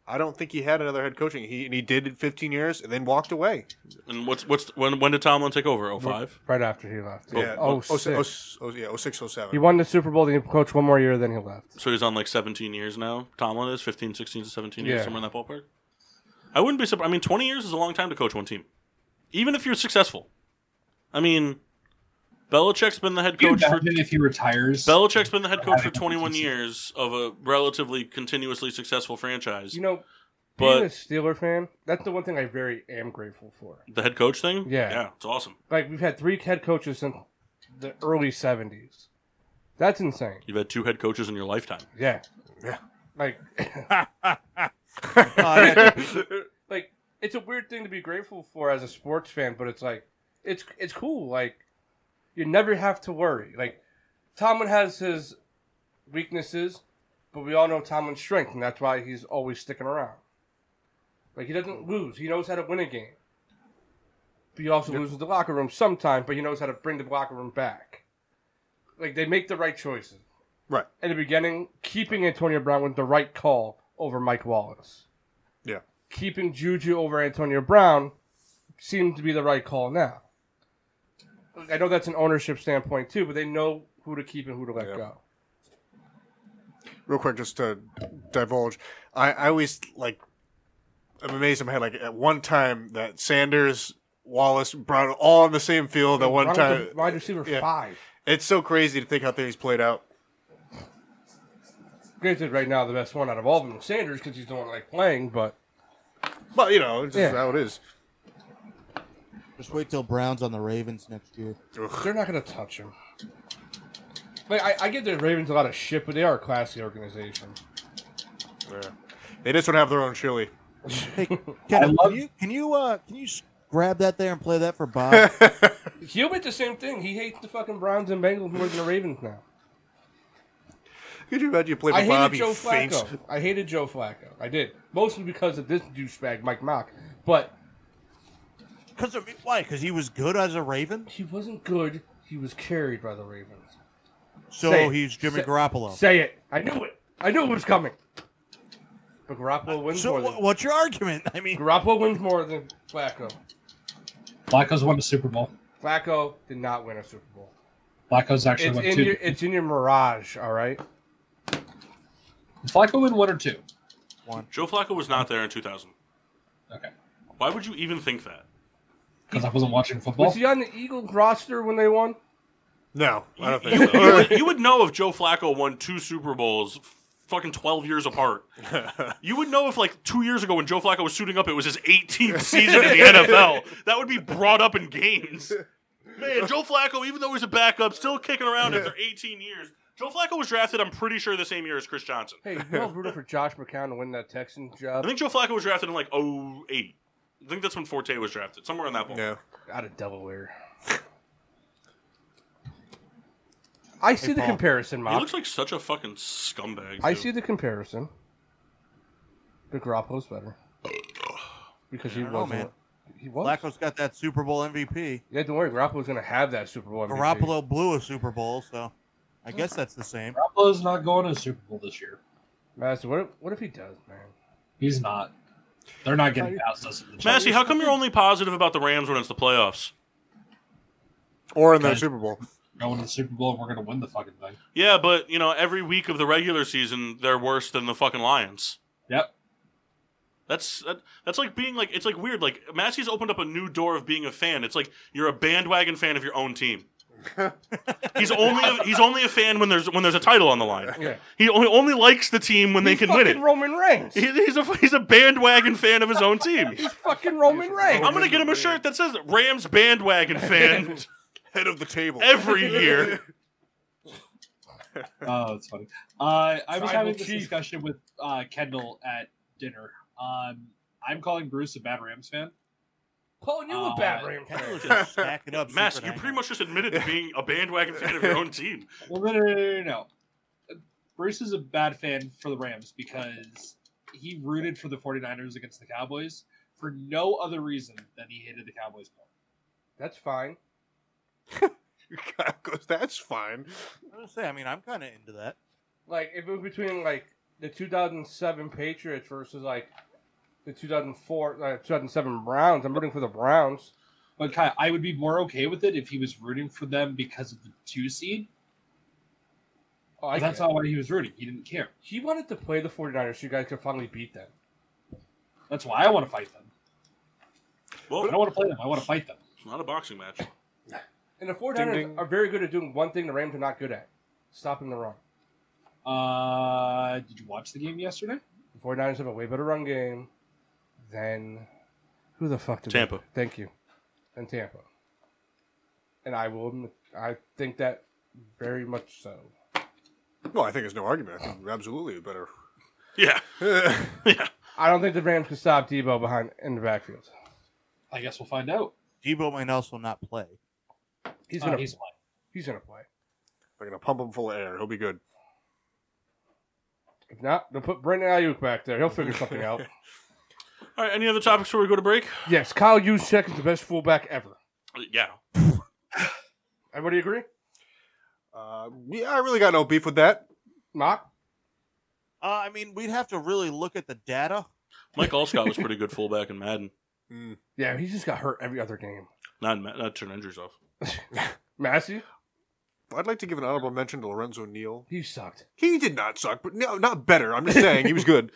Speaker 3: I don't think he had another head coaching. He and he did it 15 years and then walked away.
Speaker 1: And what's what's when when did Tomlin take over? Oh five.
Speaker 2: Right after he left.
Speaker 3: Yeah,
Speaker 2: Oh,
Speaker 3: oh,
Speaker 2: six.
Speaker 3: oh, s- oh, yeah, oh six, oh
Speaker 2: He
Speaker 3: seven.
Speaker 2: won the Super Bowl, then he coached one more year, then he left.
Speaker 1: So he's on like 17 years now. Tomlin is 15, 16 to 17 years,
Speaker 2: Yeah.
Speaker 1: somewhere in that ballpark. I wouldn't be surprised. I mean, 20 years is a long time to coach one team, even if you're successful. I mean, Belichick's been the head
Speaker 6: Can you
Speaker 1: coach for
Speaker 6: imagine if he retires?
Speaker 1: Belichick's been the head coach for
Speaker 6: Having
Speaker 1: 21
Speaker 6: consistency.
Speaker 1: years of a relatively continuously successful franchise.
Speaker 2: You know, being a
Speaker 1: But
Speaker 2: Steeler fan, that's the one thing I very am grateful for.
Speaker 1: the head coach thing,
Speaker 2: Yeah.
Speaker 1: yeah, it's awesome.
Speaker 2: Like we've had three head coaches since the early '70s. That's insane.
Speaker 1: You've had two head coaches in your lifetime.
Speaker 2: Yeah.
Speaker 3: Yeah.
Speaker 2: Like, Oh,
Speaker 4: Uh,
Speaker 2: like it's a weird thing to be grateful for as a sports fan, but it's like, it's it's cool. Like, you never have to worry. Like, Tomlin has his weaknesses, but we all know Tomlin's strength, and that's why he's always sticking around. Like he doesn't lose. He knows how to win a game. But he also loses the locker room sometimes, but he knows how to bring the locker room back. Like they make the right choices.
Speaker 3: Right.
Speaker 2: In the beginning, keeping Antonio Brown was the right call over Mike Wallace.
Speaker 3: Yeah.
Speaker 2: Keeping Juju over Antonio Brown seemed to be the right call now. I know that's an ownership standpoint too, but they know who to keep and who to let
Speaker 3: Yeah.
Speaker 2: go.
Speaker 3: Real quick, just to divulge, I, I always like. I'm amazed. in my head. like at one time that Sanders, Wallace, Brown, all on the same field at one
Speaker 2: Brown
Speaker 3: time.
Speaker 2: was wide receiver
Speaker 3: yeah.
Speaker 2: five.
Speaker 3: It's so crazy to think how things played out.
Speaker 2: Granted, right now the best one out of all of them is Sanders because he's the one like playing, but
Speaker 3: But you know, it's just
Speaker 2: Yeah.
Speaker 3: how it is.
Speaker 4: just wait till Brown's on the Ravens next year.
Speaker 2: they're not going to touch him. Like I, I get the Ravens a lot of shit, but they are a classy organization.
Speaker 3: They just don't have their own chili.
Speaker 4: Hey, Kenneth,
Speaker 6: love-
Speaker 4: can you can you uh can you s- grab that there and play that for Bob?
Speaker 2: He'll be the same thing. He hates the fucking Browns and Bengals more than the Ravens now.
Speaker 3: Could you imagine you played
Speaker 2: I
Speaker 3: with
Speaker 2: hated
Speaker 3: Bobby
Speaker 2: Joe
Speaker 3: Faints?
Speaker 2: Flacco. I hated Joe Flacco. I did mostly because of this douchebag Mike Mock, but
Speaker 7: Because why? Because he was good as a Raven.
Speaker 2: he wasn't good. He was carried by the Ravens.
Speaker 7: So
Speaker 2: Say it.
Speaker 7: he's Jimmy
Speaker 2: Say-
Speaker 7: Garoppolo.
Speaker 2: Say it. I knew it. I knew it was coming. But Garoppolo wins
Speaker 7: Uh, so
Speaker 2: more. Than,
Speaker 7: wh- what's your argument? I mean,
Speaker 2: Garoppolo wins more than Flacco.
Speaker 6: Flacco's won a Super Bowl.
Speaker 2: Flacco did not win a Super Bowl.
Speaker 6: Flacco's actually
Speaker 2: It's
Speaker 6: won
Speaker 2: in
Speaker 6: two.
Speaker 2: your it's in your mirage, all right?
Speaker 6: Did Flacco win one or two?
Speaker 1: Joe Flacco was not there in 2000.
Speaker 6: Okay.
Speaker 1: Why would you even think that?
Speaker 6: Because I wasn't watching football.
Speaker 2: Was he on the Eagles roster when they won?
Speaker 3: No, I don't
Speaker 1: You,
Speaker 3: think
Speaker 1: you
Speaker 3: so.
Speaker 1: would, you would know if Joe Flacco won two Super Bowls fucking 12 years apart. You would know if, like, two years ago when Joe Flacco was suiting up, it was his 18th season in the NFL. That would be brought up in games. Man, Joe Flacco, even though he's a backup, still kicking around after 18 years. Joe Flacco was drafted, I'm pretty sure, the same year as Chris Johnson.
Speaker 2: Hey, you all rooted for Josh McCown to win that Texans
Speaker 1: I
Speaker 2: job
Speaker 1: think Joe Flacco was drafted in, like, 08. I think that's when Forte was drafted, somewhere in that ball.
Speaker 3: Yeah.
Speaker 2: out of Delaware. I see the
Speaker 7: Paul.
Speaker 2: comparison,
Speaker 1: He
Speaker 2: Mom.
Speaker 1: looks like such a fucking scumbag.
Speaker 2: I
Speaker 1: dude.
Speaker 2: see the comparison. But Garoppolo's better. Because he
Speaker 7: I don't know,
Speaker 2: wasn't.
Speaker 7: man.
Speaker 2: He was.
Speaker 7: Flacco's got that Super Bowl MVP.
Speaker 2: Yeah, don't worry. Garoppolo's going to have that Super Bowl. MVP.
Speaker 7: Garoppolo blew a Super Bowl, so I guess that's the same.
Speaker 6: Garoppolo's not going to the Super Bowl this year.
Speaker 2: Madison, what if, what if he does, man?
Speaker 6: He's not. They're not getting past us. in the
Speaker 1: Massey,
Speaker 6: Chiefs.
Speaker 1: how come you're only positive about the Rams when it's the playoffs?
Speaker 3: Or in that
Speaker 6: Okay.
Speaker 3: Super Bowl.
Speaker 6: Going to the Super Bowl, and we're going to win the fucking thing.
Speaker 1: Yeah, but you know, every week of the regular season, they're worse than the fucking Lions.
Speaker 6: Yep.
Speaker 1: That's that, that's like being like it's like weird. Like Massey's opened up a new door of being a fan. It's like you're a bandwagon fan of your own team. he's only a, he's only a fan when there's when there's a title on the line.
Speaker 2: Yeah.
Speaker 1: He only, only likes the team when they
Speaker 2: He's
Speaker 1: can win it.
Speaker 2: fucking Roman Reigns.
Speaker 1: He- he's a he's a bandwagon fan of his own team.
Speaker 2: He's fucking Roman Reigns.
Speaker 1: I'm gonna get him a shirt that says Rams bandwagon fan
Speaker 3: Head of the table.
Speaker 1: every year.
Speaker 6: Oh, that's funny. Uh, I was
Speaker 2: Tribal
Speaker 6: having this
Speaker 2: chief.
Speaker 6: discussion with uh, Kendall at dinner. Um, I'm calling Bruce a bad Rams fan.
Speaker 2: Calling you a
Speaker 6: Uh,
Speaker 2: bad Rams
Speaker 7: Kendall
Speaker 2: fan.
Speaker 7: is just stacking up.
Speaker 1: Mass,
Speaker 7: super
Speaker 1: you pretty
Speaker 7: hangers.
Speaker 1: much just admitted to being a bandwagon fan of your own team.
Speaker 6: Well, no, no, no, no, no, no. Bruce is a bad fan for the Rams because he rooted for the 49ers against the Cowboys for no other reason than he hated the Cowboys more.
Speaker 2: That's fine.
Speaker 3: God goes, That's fine.
Speaker 7: I was gonna say, I mean, I'm kind of into that.
Speaker 2: Like if it was between like the 2007 Patriots versus like the 2004, uh, 2007 Browns, I'm rooting for the Browns.
Speaker 6: But Kyle, I would be more okay with it if he was rooting for them because of the two seed.
Speaker 2: Oh, I
Speaker 6: that's
Speaker 2: get it.
Speaker 6: not why he was rooting. He didn't care.
Speaker 2: He wanted to play the 49ers so you guys could finally beat them.
Speaker 6: That's why I want to fight them. I
Speaker 1: Well,
Speaker 6: don't want to play them. I want to fight them.
Speaker 1: it's not a boxing match.
Speaker 2: And the 49ers
Speaker 3: ding.
Speaker 2: are very good at doing one thing the Rams are not good at stopping the run.
Speaker 6: Uh, did you watch the game yesterday?
Speaker 2: The 49ers have a way better run game than. Who the fuck did
Speaker 1: Tampa.
Speaker 2: Thank you. And Tampa. And I will admit, I think that very much so.
Speaker 3: No, I think it's no argument. I think we're absolutely better.
Speaker 1: Yeah, yeah.
Speaker 2: I don't think the Rams can stop Debo behind in the backfield.
Speaker 6: I guess we'll find out.
Speaker 7: Debo might also not play.
Speaker 2: He's
Speaker 6: Uh,
Speaker 2: gonna
Speaker 6: he's
Speaker 2: he's,
Speaker 6: playing.
Speaker 2: gonna play.
Speaker 3: They're gonna pump him full of air. He'll be good.
Speaker 2: If not, they'll put Brandon Ayuk back there. He'll figure something out.
Speaker 1: All right. Any other topics before we go to break?
Speaker 2: Yes, Kyle Juszczyk is the best fullback ever.
Speaker 1: Yeah.
Speaker 2: Everybody agree?
Speaker 3: Uh, yeah, I really got no beef with that.
Speaker 2: Mock?
Speaker 7: Uh, I mean, we'd have to really look at the data.
Speaker 1: Mike Allscott was pretty good fullback in Madden.
Speaker 3: Mm.
Speaker 2: Yeah, he just got hurt every other game.
Speaker 1: Not in Ma- not turn injuries off.
Speaker 2: Massey?
Speaker 3: I'd like to give an honorable mention to Lorenzo Neal.
Speaker 2: He sucked.
Speaker 3: He did not suck, but no, not better. I'm just saying he was good.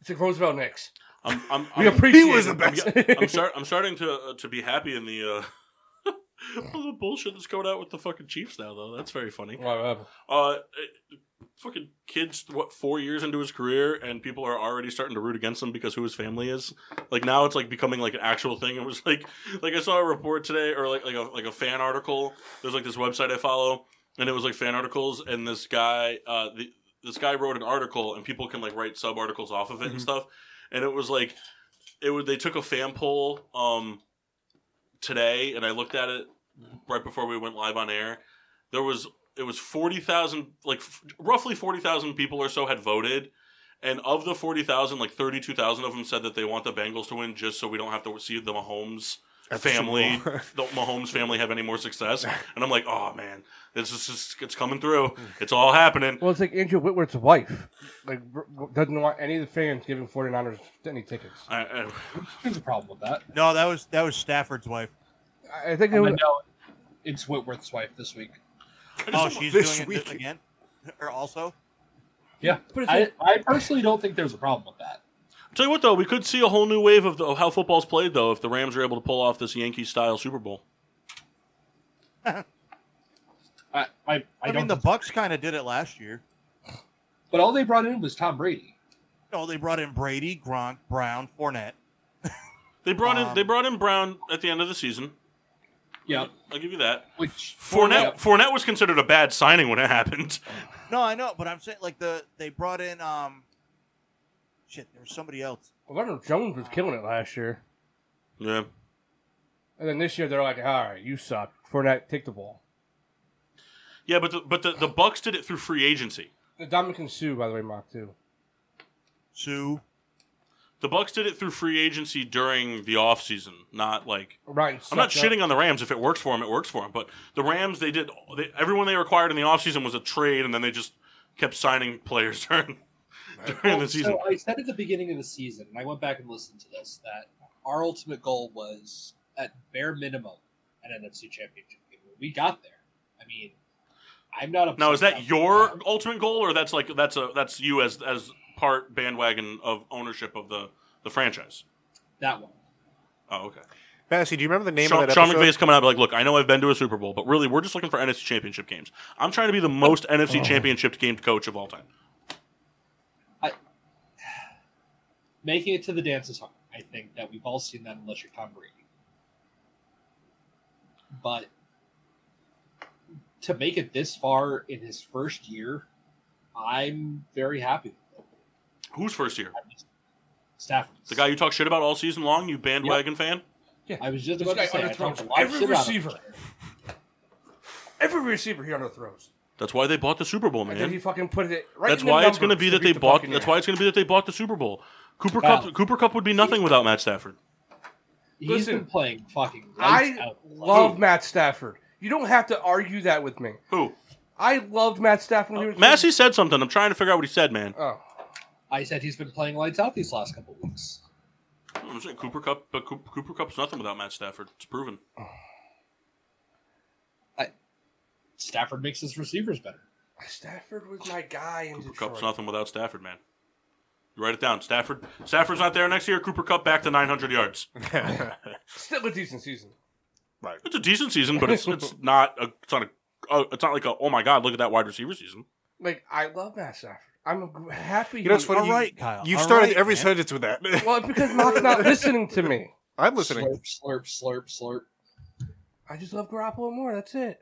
Speaker 2: It's like Roosevelt Knicks.
Speaker 1: I'm I'm
Speaker 2: We
Speaker 1: I'm,
Speaker 2: appreciate
Speaker 3: he was
Speaker 2: him.
Speaker 3: the best.
Speaker 1: I'm, start, I'm starting to uh, to be happy in the. Uh, all the bullshit that's going out with the fucking Chiefs now, though. That's very funny.
Speaker 2: Whatever.
Speaker 1: Uh, it- fucking kids, what four years into his career, and people are already starting to root against him because who his family is. Like now, it's like becoming like an actual thing. It was like, like I saw a report today, or like like a like a fan article. There's like this website I follow, and it was like fan articles, and this guy, uh, the, this guy wrote an article, and people can like write sub articles off of it and
Speaker 3: Mhm.
Speaker 1: stuff, and it was like, it would they took a fan poll, um, today, and I looked at it right before we went live on air. There was it was 40,000 like f- roughly 40,000 people or so had voted and of the 40,000 like 32,000 of them said that they want the Bengals to win just so we don't have to see the Mahomes family the Mahomes family have any more success and I'm like oh man this is just it's coming through it's all happening
Speaker 2: Well, it's like Andrew Whitworth's wife. Like, r- r- doesn't want any of the fans giving 49ers any tickets.
Speaker 1: I, I,
Speaker 6: There's a problem with that.
Speaker 7: No, that was that was Stafford's wife.
Speaker 2: I I think it
Speaker 6: And
Speaker 2: was.
Speaker 6: then, no, it's Whitworth's wife this week.
Speaker 7: Oh, she's
Speaker 3: this
Speaker 7: doing it
Speaker 3: week.
Speaker 7: again, or also.
Speaker 6: Yeah,
Speaker 2: But it's
Speaker 6: I,
Speaker 2: like-
Speaker 6: I personally don't think there's a problem with that.
Speaker 1: tell you what though we could see a whole new wave of, the, of how football's played though if the Rams are able to pull off this Yankee style Super Bowl
Speaker 6: I I, I,
Speaker 7: I,
Speaker 6: don't.
Speaker 7: mean, the Bucks kind of did it last year.
Speaker 6: but all they brought in was Tom Brady.
Speaker 7: No, they brought in Brady, Gronk, Brown, Fournette.
Speaker 1: they brought in
Speaker 7: Um,
Speaker 1: they brought in Brown at the end of the season
Speaker 6: Yeah,
Speaker 1: I'll give you that
Speaker 6: which
Speaker 1: Fournette, Fournette was considered a bad signing when it happened.
Speaker 7: No, I know, but I'm saying like the they brought in um, shit. There was somebody else.
Speaker 2: Well, Leonard Jones was killing it last year.
Speaker 1: Yeah.
Speaker 2: And then this year they're like, all right, you suck. Fournette, take the ball.
Speaker 1: Yeah, but the, but the, the Bucks did it through free agency.
Speaker 2: The Dominican Sue, by the way, mock too.
Speaker 7: Sue.
Speaker 1: The Bucks did it through free agency during the offseason, not like
Speaker 2: Ryan,
Speaker 1: I'm not shitting on the Rams if it works for them, it works for them, but the Rams they did they, everyone they required in the offseason was a trade and then they just kept signing players during during the season.
Speaker 6: So I said at the beginning of the season, and I went back and listened to this, that our ultimate goal was at bare minimum an NFC championship game. It would we got there. I mean, I'm not upset.
Speaker 1: Now, is that
Speaker 6: about
Speaker 1: your ultimate goal, or that's like that's a that's you as as part bandwagon of ownership of the the franchise?
Speaker 6: that one?
Speaker 1: Oh, okay.
Speaker 3: Massey, do you remember the name
Speaker 1: Sean,
Speaker 3: of that
Speaker 1: Sean
Speaker 3: episode?
Speaker 1: McVay's coming out and be like, look, I know I've been to a Super Bowl, but really, we're just looking for NFC Championship games. I'm trying to be the
Speaker 8: Oh.
Speaker 1: most NFC Championship game coach of all time.
Speaker 6: Making it to the dance is hard. I think that we've all seen that unless you're Tom Brady. But to make it this far in his first year, I'm very happy. with it.
Speaker 1: Who's first year?
Speaker 6: I'm just- Stafford,
Speaker 1: The guy you talk shit about all season long, you bandwagon fan?
Speaker 6: I was just
Speaker 8: This
Speaker 6: about
Speaker 8: guy
Speaker 6: to say, I talked a
Speaker 8: underthrows
Speaker 6: lot of
Speaker 8: every
Speaker 6: shit about him.
Speaker 8: receiver. Every receiver he underthrows.
Speaker 1: That's why they bought the Super Bowl,
Speaker 8: And then he
Speaker 1: man.
Speaker 8: fucking put it right.
Speaker 1: That's
Speaker 8: in the
Speaker 1: why it's going to
Speaker 8: numbers
Speaker 1: be that
Speaker 8: beat
Speaker 1: they
Speaker 8: the
Speaker 1: bought.
Speaker 8: Buccaneers.
Speaker 1: That's why it's going to be that they bought the Super Bowl. Cooper
Speaker 6: Wow.
Speaker 1: Cup, Cooper Cup would be nothing without Matt Stafford.
Speaker 6: He's
Speaker 8: Listen,
Speaker 6: been playing fucking. lights
Speaker 8: I
Speaker 6: out.
Speaker 8: love Matt Stafford. You don't have to argue that with me.
Speaker 1: Who? Uh,
Speaker 8: I loved Matt Stafford when he was
Speaker 1: Massey said something. I'm trying to figure out what he said, man.
Speaker 8: Oh,
Speaker 6: I said he's been playing lights out these last couple weeks.
Speaker 1: I'm saying Cooper Cup, but Coop- Cooper Cup's nothing without Matt Stafford. It's proven.
Speaker 6: Stafford makes his receivers better.
Speaker 8: Stafford was my guy in
Speaker 1: Cooper
Speaker 8: Detroit.
Speaker 1: Cup's nothing without Stafford, man. You write it down. Stafford. Stafford's not there next year. Cooper Cup back to 900 yards.
Speaker 8: Still a decent season.
Speaker 1: It's a decent season, but it's it's not a it's not a uh, it's not like a oh my god look at that wide receiver season.
Speaker 8: Like I love Matt Stafford. I'm gr- happy.
Speaker 3: You know, it's
Speaker 8: he-
Speaker 3: funny.
Speaker 4: All
Speaker 3: you,
Speaker 4: right, Kyle.
Speaker 3: You've
Speaker 4: All
Speaker 3: started
Speaker 4: right,
Speaker 3: every
Speaker 4: man.
Speaker 3: sentence with that.
Speaker 8: Well, because Mark's not listening to me.
Speaker 3: I'm listening.
Speaker 6: Slurp, slurp, slurp, slurp.
Speaker 8: I just love Garoppolo more. That's it.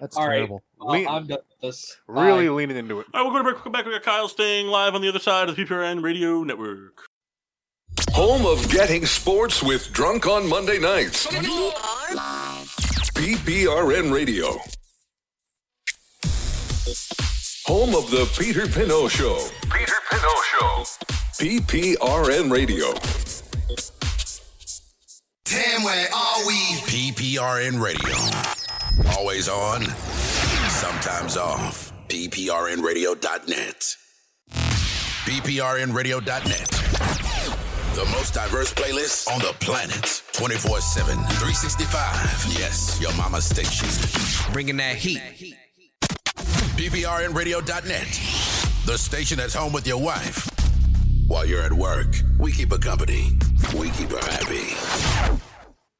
Speaker 4: That's
Speaker 6: All right.
Speaker 4: terrible.
Speaker 6: Well,
Speaker 3: Lean-
Speaker 6: I'm done with this.
Speaker 3: Really
Speaker 6: Bye.
Speaker 3: leaning into it.
Speaker 1: All right, we'll go to break. Come back. We got Kyle staying live on the other side of the PPRN Radio Network.
Speaker 9: Home of getting sports with Drunk on Monday nights. PPRN Radio. Home of the Peter Pinot Show. Peter Pinot Show. PPRN Radio.
Speaker 10: Damn, where are we? PPRN Radio. Always on, sometimes off. PPRNradio.net. PPRNradio.net. The most diverse playlist on the planet. 24 7, 365. Yes, your mama's station. Bringing that heat. PPRNradio.net. The station that's home with your wife. While you're at work, we keep her company. We keep her happy.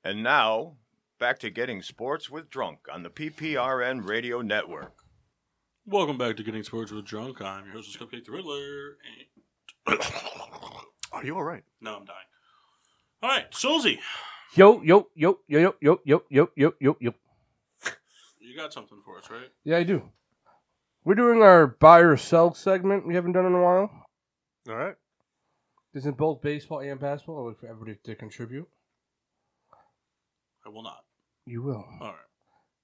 Speaker 11: And now, back to getting sports with Drunk on the PPRN Radio Network.
Speaker 1: Welcome back to Getting Sports with Drunk. I'm your host, Cupcake the Riddler. And-
Speaker 3: Are you all right?
Speaker 1: No, I'm dying. All right, Susie,
Speaker 2: Yo, yo, yo, yo, yo, yo, yo, yo, yo, yo, yo.
Speaker 1: you got something for us, right?
Speaker 2: Yeah, I do. We're doing our buy or sell segment we haven't done in a while.
Speaker 3: All right.
Speaker 2: This is both baseball and basketball. I would for everybody to contribute.
Speaker 1: I will not.
Speaker 2: You will.
Speaker 1: All right.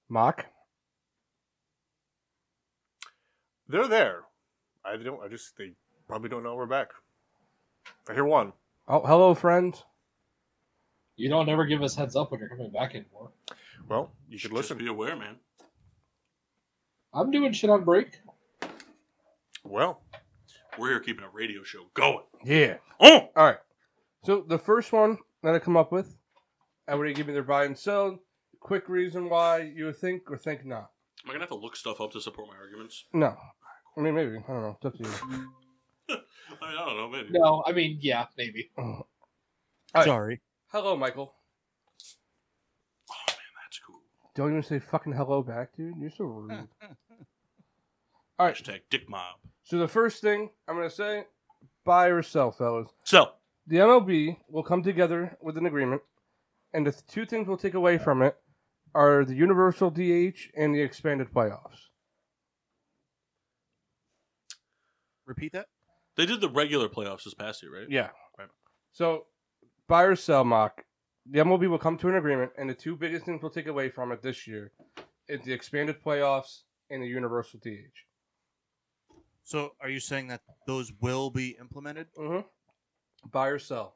Speaker 2: Mock.
Speaker 3: They're there. I don't. I just. They probably don't know we're back. I hear one.
Speaker 2: Oh, hello, friends.
Speaker 6: You don't ever give us heads up when you're coming back anymore.
Speaker 3: Well, you should
Speaker 1: Just
Speaker 3: listen.
Speaker 1: be aware, man.
Speaker 6: I'm doing shit on break.
Speaker 3: Well,
Speaker 1: We're here keeping a radio show going.
Speaker 2: Yeah.
Speaker 1: Oh,
Speaker 2: All right. So the first one that I come up with, everybody give me their buy and sell. Quick reason why you would think or think not.
Speaker 1: am I gonna have to look stuff up to support my arguments?
Speaker 2: No. I mean, maybe. I don't know. It's up to you.
Speaker 1: I, mean, I don't know, maybe.
Speaker 6: No, I mean, yeah, maybe.
Speaker 2: All right.
Speaker 4: Sorry.
Speaker 2: Hello, Michael.
Speaker 1: That's cool.
Speaker 2: Don't even say fucking hello back, dude. You're so rude. All right.
Speaker 1: Hashtag Dick Mob.
Speaker 2: So the first thing I'm gonna say, buy or sell, fellas.
Speaker 1: So,
Speaker 2: The MLB will come together with an agreement, and the two things we'll take away from it are the universal DH and the expanded playoffs.
Speaker 4: Repeat that.
Speaker 1: they did the regular playoffs this past year, right?
Speaker 2: Yeah.
Speaker 1: Right.
Speaker 2: So, buy or sell, mock. The MLB will come to an agreement, and the two biggest things we'll take away from it this year is the expanded playoffs and the universal DH.
Speaker 4: So, are you saying that those will be implemented?
Speaker 2: Mm-hmm. Buy or sell.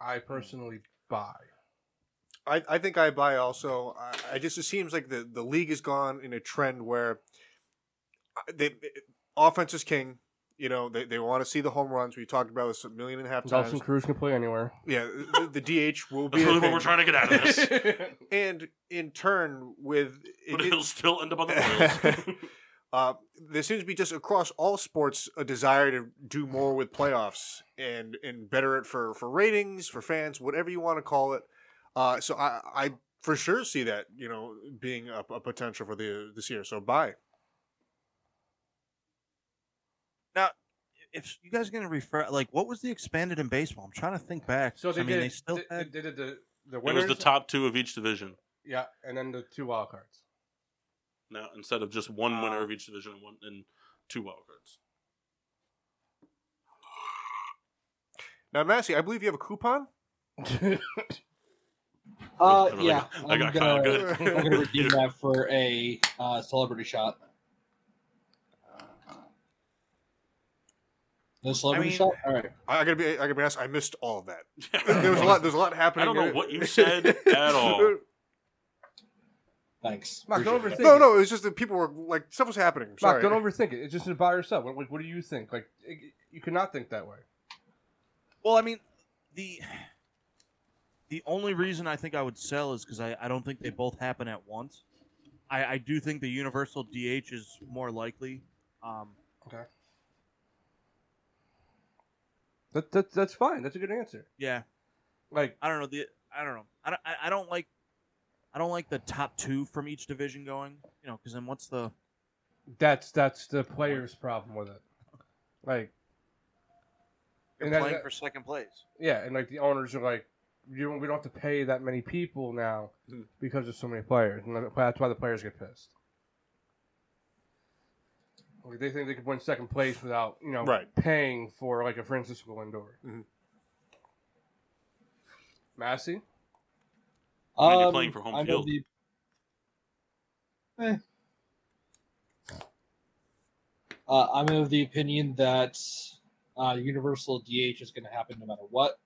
Speaker 2: I personally buy.
Speaker 3: I, I think I buy also. I, I just it seems like the the league has gone in a trend where uh, they uh, offense is king, You know, they, they want to see the home runs. We talked about this a million and a half times.
Speaker 2: Nelson Cruz can play anywhere.
Speaker 3: Yeah, the, the DH will be.
Speaker 1: That's really
Speaker 3: a
Speaker 1: what
Speaker 3: thing.
Speaker 1: we're trying to get out of this.
Speaker 3: and in turn, with
Speaker 1: But
Speaker 3: it-
Speaker 1: he'll still end up on the Royals.
Speaker 3: uh, there seems to be just across all sports a desire to do more with playoffs and and better it for for ratings, for fans, whatever you want to call it. Uh, so I I for sure see that you know being a, a potential for the this year. So bye.
Speaker 7: Now, if you guys are gonna refer, like, what was the expanded in baseball? I'm trying to think back.
Speaker 2: So they
Speaker 7: I mean,
Speaker 2: did,
Speaker 7: they still
Speaker 2: they,
Speaker 7: had-
Speaker 2: they did the the
Speaker 1: it was
Speaker 2: winners.
Speaker 1: the top two of each division.
Speaker 2: yeah, and then the two wild cards.
Speaker 1: Now instead of just one winner of each division and one and two wild cards.
Speaker 3: Now Massey, I believe you have a coupon.
Speaker 6: Uh,
Speaker 3: I
Speaker 6: yeah,
Speaker 3: got- I got
Speaker 6: I'm gonna,
Speaker 3: Kyle good.
Speaker 6: I'm gonna redeem that for a uh, celebrity shot.
Speaker 3: Uh,
Speaker 6: No celebrity
Speaker 3: mean-
Speaker 6: shot. All right.
Speaker 3: I, I gotta be I gotta be honest. I missed all of that. there was a lot. There's a lot happening.
Speaker 1: I don't know
Speaker 3: in it.
Speaker 1: what you said at all.
Speaker 6: Thanks.
Speaker 2: Mark, don't overthink.
Speaker 3: No,
Speaker 2: it.
Speaker 3: no, it was just that people were like stuff was happening. I'm
Speaker 2: Mark,
Speaker 3: Sorry.
Speaker 2: don't overthink it. It's just about yourself. What, what, what do you think? Like, it, you cannot think that way.
Speaker 7: Well, I mean, the the only reason I think I would sell is because I, I don't think they both happen at once. I, I do think the universal DH is more likely. Um,
Speaker 2: okay. That, that that's fine. That's a good answer.
Speaker 7: Yeah.
Speaker 2: Like
Speaker 7: I don't know the I don't know I don't I, I don't like I don't like the top two from each division going. You know, because then what's the
Speaker 2: That's that's the players' problem with it. Like,
Speaker 7: you're
Speaker 2: and that-
Speaker 7: playing
Speaker 2: that-
Speaker 7: for second place?
Speaker 2: yeah, and like the owners are like, you don't, we don't have to pay that many people now
Speaker 7: Hmm.
Speaker 2: because there's so many players, and that- that's why the players get pissed. Like they think they could win second place without you know
Speaker 3: Right.
Speaker 2: paying for like a Francisco Lindor.
Speaker 7: Mm-hmm.
Speaker 2: Massey,
Speaker 1: I mean, you're playing for home
Speaker 6: Um, I know
Speaker 1: field.
Speaker 6: the- Eh. Uh, I'm of the opinion that uh, universal DH is going to happen no matter what.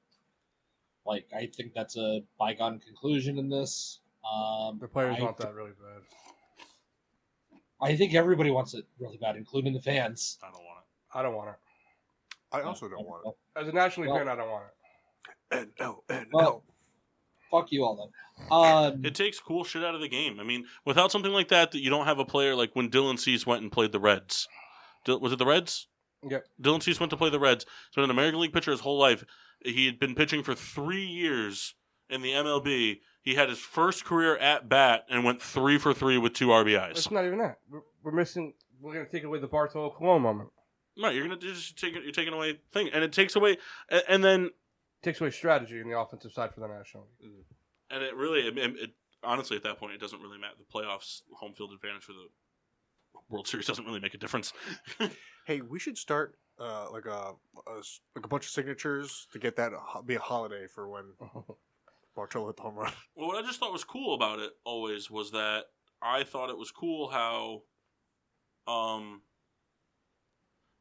Speaker 6: Like, I think that's a bygone conclusion in this. Um,
Speaker 2: the players
Speaker 6: I
Speaker 2: want that really bad.
Speaker 6: I think everybody wants it really bad, including the fans.
Speaker 1: I don't want
Speaker 2: I don't want it.
Speaker 3: I also don't want it.
Speaker 2: As a National League
Speaker 6: Well-
Speaker 2: fan, I don't want it.
Speaker 6: Well, fuck you all then. Um,
Speaker 1: It takes cool shit out of the game. I mean, without something like that, that you don't have a player like when Dylan Cease went and played the Reds. Dil- was it the Reds?
Speaker 2: Yep.
Speaker 1: Dylan Cease went to play the Reds. He's been an American League pitcher his whole life. He had been pitching for three years in the MLB. He had his first career at bat and went three for three with two RBIs.
Speaker 2: It's not even that. We're, we're missing. We're gonna take away the Bartolo Colon moment.
Speaker 1: Right, you're gonna just take you're taking away thing, and it takes away, a- and then
Speaker 2: Takes away strategy in the offensive side for the National League.
Speaker 1: and it really, it, it, honestly, at that point, it doesn't really matter. The playoffs home field advantage for the World Series doesn't really make a difference.
Speaker 3: Hey, we should start uh, like a, a s- like a bunch of signatures to get that ho- be a holiday for when
Speaker 6: Mm.
Speaker 3: Bartolo hit the home run.
Speaker 1: Well, what I just thought was cool about it always was that I thought it was cool how, um,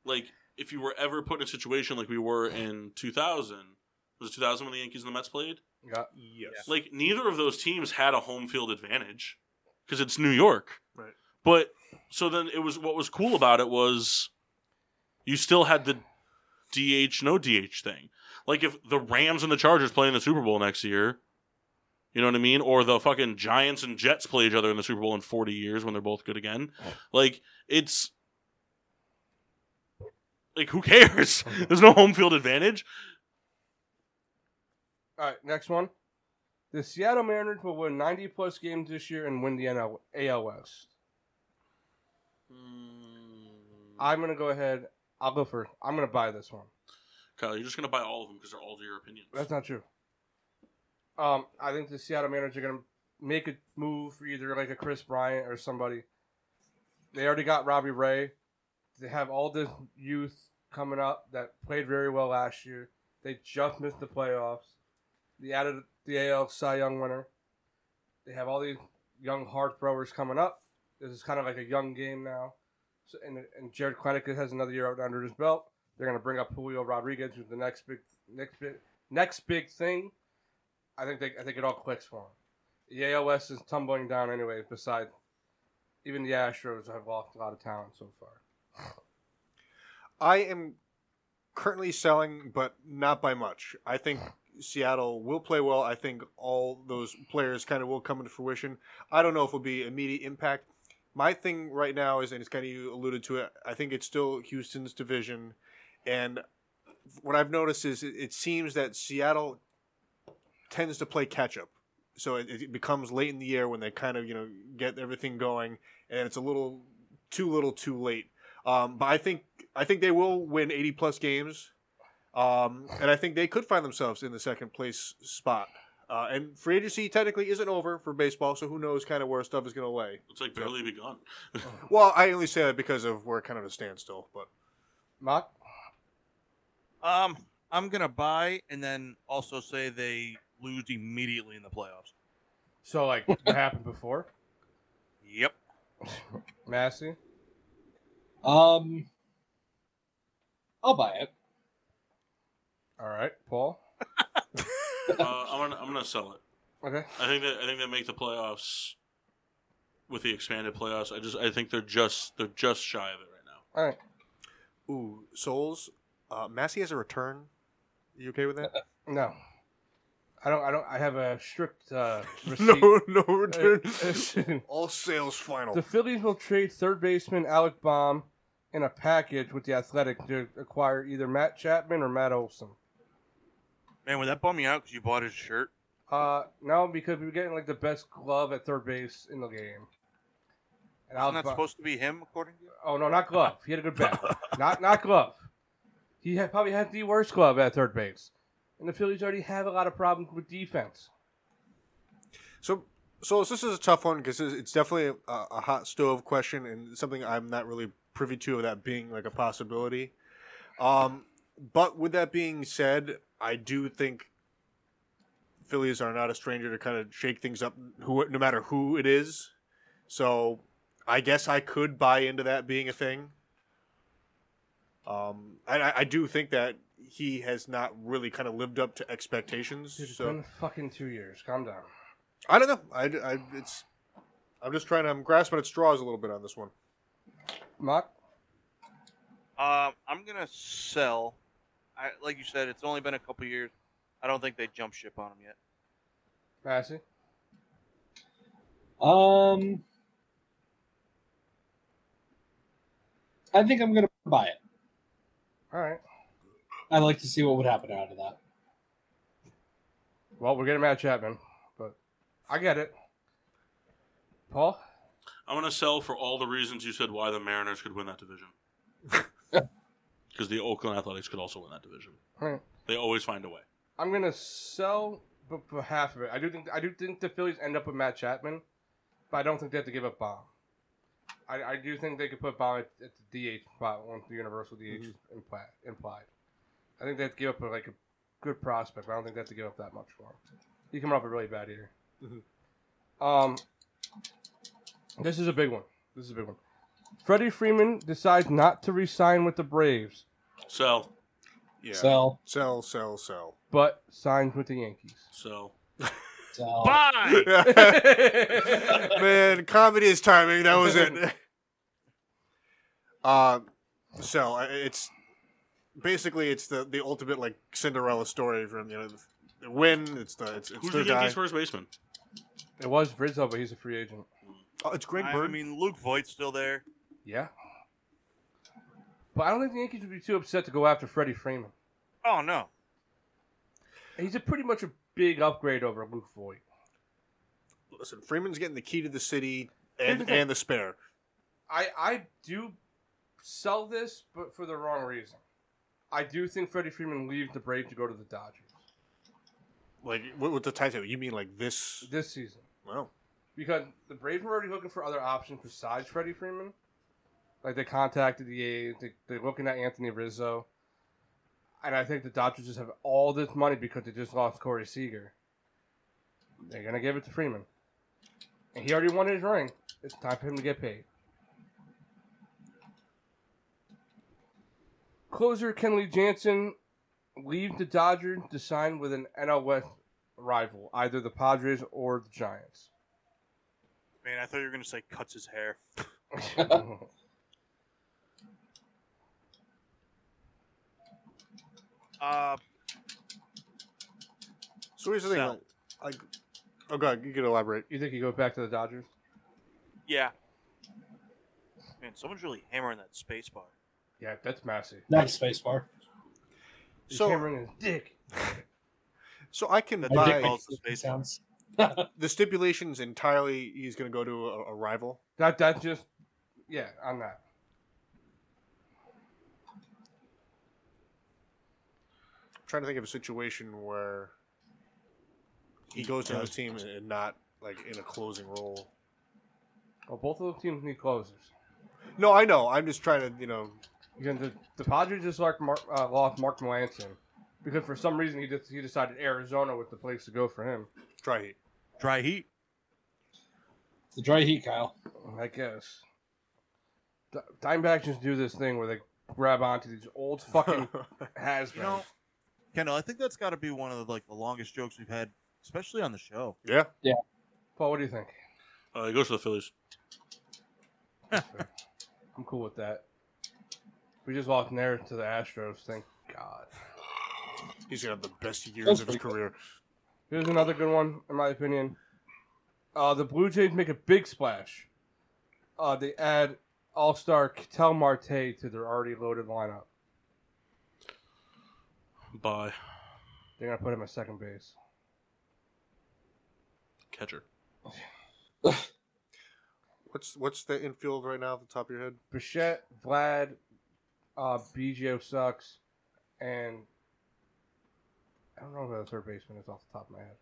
Speaker 1: like if you were ever put in a situation like we were in 2000, was it 2000 when the Yankees and the Mets played?
Speaker 2: Yeah.
Speaker 3: Yes.
Speaker 1: Like neither of those teams had a home field advantage because it's New York.
Speaker 3: Right.
Speaker 1: But so then it was what was cool about it was you still had the DH no DH thing. Like if the Rams and the Chargers play in the Super Bowl next year, you know what I mean? Or the fucking Giants and Jets play each other in the Super Bowl in 40 years when they're both good again. Like it's like who cares? There's no home field advantage.
Speaker 2: All right, next one. The Seattle Mariners will win 90 plus games this year and win the NL- AL West.
Speaker 6: Mm.
Speaker 2: I'm gonna go ahead. I'll go first. I'm gonna buy this one.
Speaker 1: Kyle, you're just gonna buy all of them because they're all to your opinions.
Speaker 2: That's not true. Um, I think the Seattle Mariners are gonna make a move for either like a Chris Bryant or somebody. They already got Robbie Ray. They have all this youth coming up that played very well last year. They just missed the playoffs. They added the AL Cy Young winner. They have all these young hard throwers coming up. This is kind of like a young game now. So, and, and Jared Klenick has another year out under his belt. They're going to bring up Julio Rodriguez, who's the next big next big next big thing. I think they, I think it all clicks for him. The AL West is tumbling down anyway. Besides, even the Astros have lost a lot of talent so far.
Speaker 3: I am currently selling, but not by much. I think Seattle will play well. I think all those players kind of will come into fruition. I don't know if it'll be immediate impact. My thing right now is, and it's kind of you alluded to it. I think it's still Houston's division, and what I've noticed is it, it seems that Seattle tends to play catch up. So it, it becomes late in the year when they kind of you know get everything going, and it's a little too little, too late. Um, but I think I think they will win eighty plus games, um, and I think they could find themselves in the second place spot. Uh, and free agency technically isn't over for baseball, so who knows kind of where stuff is going to lay.
Speaker 1: It's like barely begun.
Speaker 3: Well, I only say that because of we're kind of at a standstill. But
Speaker 12: Mark,
Speaker 5: Um, I'm gonna buy and then also say they lose immediately in the playoffs.
Speaker 2: So like what happened before?
Speaker 5: Yep.
Speaker 2: Massey?
Speaker 6: Um, I'll buy it.
Speaker 2: All right, Paul.
Speaker 1: uh, I'm gonna I'm gonna sell it.
Speaker 2: Okay.
Speaker 1: I think that I think they make the playoffs with the expanded playoffs. I just I think they're just they're just shy of it right now.
Speaker 2: All right.
Speaker 3: Ooh, Souls, uh, Massey has a return. You okay with that?
Speaker 2: No. I don't. I don't. I have a strict uh, receipt.
Speaker 3: no, no return.
Speaker 2: Uh,
Speaker 3: All sales final.
Speaker 2: The Phillies will trade third baseman Alec Baum in a package with the Athletic to acquire either Matt Chapman or Matt Olson.
Speaker 5: Man, would that bum you out because you bought his shirt?
Speaker 2: Uh, no, because we were getting like the best glove at third base in the game. And
Speaker 5: Isn't
Speaker 2: Alec
Speaker 5: that
Speaker 2: Ba-
Speaker 5: supposed to be him, according to you?
Speaker 2: Oh no, not glove. He had a good bat. not not glove. He had, probably had the worst glove at third base. And the Phillies already have a lot of problems with defense.
Speaker 3: So, so this is a tough one because it's definitely a, a hot stove question and something I'm not really privy to of that being like a possibility. Um, but with that being said, I do think Phillies are not a stranger to kind of shake things up, who no matter who it is. So, I guess I could buy into that being a thing. Um, and I, I do think that he has not really kind of lived up to expectations.
Speaker 2: Dude, it's
Speaker 3: so.
Speaker 2: been fucking two years. Calm down.
Speaker 3: I don't know. I, I it's I'm just trying to I'm grasping at straws a little bit on this one.
Speaker 2: Mock.
Speaker 5: Um, I'm gonna sell. I like you said, it's only been a couple years. I don't think they jump ship on him yet.
Speaker 2: Massey.
Speaker 6: Um, I think I'm gonna buy it.
Speaker 2: All right.
Speaker 6: I'd like to see what would happen out of that.
Speaker 2: Well, we're getting Matt Chapman, but I get it. Paul.
Speaker 1: I'm gonna sell for all the reasons you said why the Mariners could win that division. Because the Oakland Athletics could also win that division.
Speaker 2: All right.
Speaker 1: They always find a way.
Speaker 2: I'm gonna sell but for half of it. I do think I do think the Phillies end up with Matt Chapman, but I don't think they have to give up Bomb. I, I do think they could put Bomb at, at the DH spot once the universal DH is impli- implied. I think they have to give up uh, like a good prospect. But I don't think they have to give up that much for him. He came off a really bad year. Um, this is a big one. This is a big one. Freddie Freeman decides not to re-sign with the Braves,
Speaker 1: Sell,
Speaker 3: Yeah.
Speaker 6: Sell.
Speaker 3: Sell, sell, sell.
Speaker 2: but signs with the Yankees.
Speaker 1: sell.
Speaker 6: Sell.
Speaker 3: Man, comedy is timing. That was it. Uh, so I- it's basically it's the the ultimate like Cinderella story from you know the win. It's the it's, it's
Speaker 1: Who's
Speaker 3: their
Speaker 1: the Yankees
Speaker 3: guy.
Speaker 1: first baseman?
Speaker 2: It was Rizzo, but he's a free agent.
Speaker 3: Oh, it's Greg
Speaker 5: I, I
Speaker 3: Bird.
Speaker 5: mean, Luke Voigt's still there.
Speaker 2: Yeah. But I don't think the Yankees would be too upset to go after Freddie Freeman.
Speaker 5: Oh no,
Speaker 2: He's a pretty much a big upgrade over Luke Voigt.
Speaker 3: Listen, Freeman's getting the key to the city
Speaker 2: Here's the
Speaker 3: and
Speaker 2: thing.
Speaker 3: and the spare.
Speaker 2: I I do sell this, but for the wrong reason. I do think Freddie Freeman leaves the Braves to go to the Dodgers
Speaker 3: Like what with the title, you mean like this?
Speaker 2: this season
Speaker 3: Well,
Speaker 2: because the Braves were already looking for other options besides Freddie Freeman. Like they contacted the A's, they, they're looking at Anthony Rizzo, and I think the Dodgers just have all this money because they just lost Corey Seager. They're gonna give it to Freeman, and he already won his ring. It's time for him to get paid. Closer Kenley Jansen leaves the Dodgers to sign with an NL West rival, either the Padres or the Giants.
Speaker 5: man, I thought you were gonna say cuts his hair. Uh,
Speaker 3: So here's the thing.
Speaker 5: Sell.
Speaker 3: Like, oh god, you can elaborate.
Speaker 2: You think he goes back to the Dodgers?
Speaker 5: yeah. Man, someone's really hammering that space bar.
Speaker 2: Yeah, that's Massey.
Speaker 6: Not a space bar.
Speaker 2: He's
Speaker 3: So-
Speaker 2: hammering his dick.
Speaker 3: So I can
Speaker 5: That
Speaker 3: buy
Speaker 5: dick calls the space bar.
Speaker 6: sounds.
Speaker 3: the stipulations entirely. He's going to go to a, a rival.
Speaker 2: That that's just yeah on that.
Speaker 3: I'm trying to think of a situation where he goes to another team and not like in a closing role.
Speaker 2: Well, both of those teams need closers.
Speaker 3: No, I know. I'm just trying to, you know,
Speaker 2: You know, the, the Padres just like Mark, uh, lost Mark Melanson because for some reason he just, he decided Arizona was the place to go for him.
Speaker 3: try heat.
Speaker 5: Dry heat.
Speaker 6: The dry heat, Kyle.
Speaker 2: I guess. D- Dimebacks just do this thing where they grab onto these old fucking has
Speaker 5: You know, Kendall, I think that's got to be one of the, like the longest jokes we've had, especially on the show.
Speaker 3: Yeah.
Speaker 2: Paul, what do you think?
Speaker 1: Uh, he goes to the Phillies.
Speaker 2: I'm cool with that. We just walked in there to the Astros. Thank God.
Speaker 3: He's going to have the best years of his career.
Speaker 2: Here's another good one, in my opinion. Uh, the Blue Jays make a big splash. Uh, they add All Star Ketel Marte to their already loaded lineup.
Speaker 1: Bye.
Speaker 2: They're gonna put him at second base.
Speaker 1: Catcher.
Speaker 3: What's what's the infield right now at the top of your head?
Speaker 2: Bichette, Vlad, uh, BGO sucks, and I don't know who the third baseman is off the top of my head.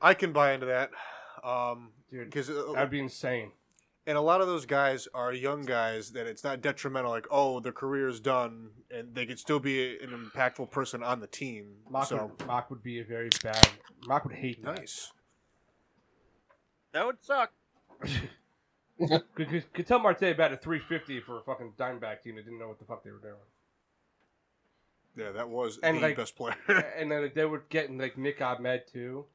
Speaker 3: I can buy into that. Um,
Speaker 2: Dude,
Speaker 3: because
Speaker 2: That'd be insane.
Speaker 3: and a lot of those guys are young guys that it's not detrimental. Like, oh, their career is done, and they could still be an impactful person on the team.
Speaker 2: Mock,
Speaker 3: so
Speaker 2: would, Mock would be a very bad. Mock would hate that.
Speaker 3: nice.
Speaker 5: That would suck.
Speaker 2: Could, could, could tell Marte about a 350 for a fucking dimeback team that didn't know what the fuck they were doing.
Speaker 3: Yeah, that was
Speaker 2: And,
Speaker 3: the
Speaker 2: like-
Speaker 3: best player.
Speaker 2: and then they were getting like Nick Ahmed too,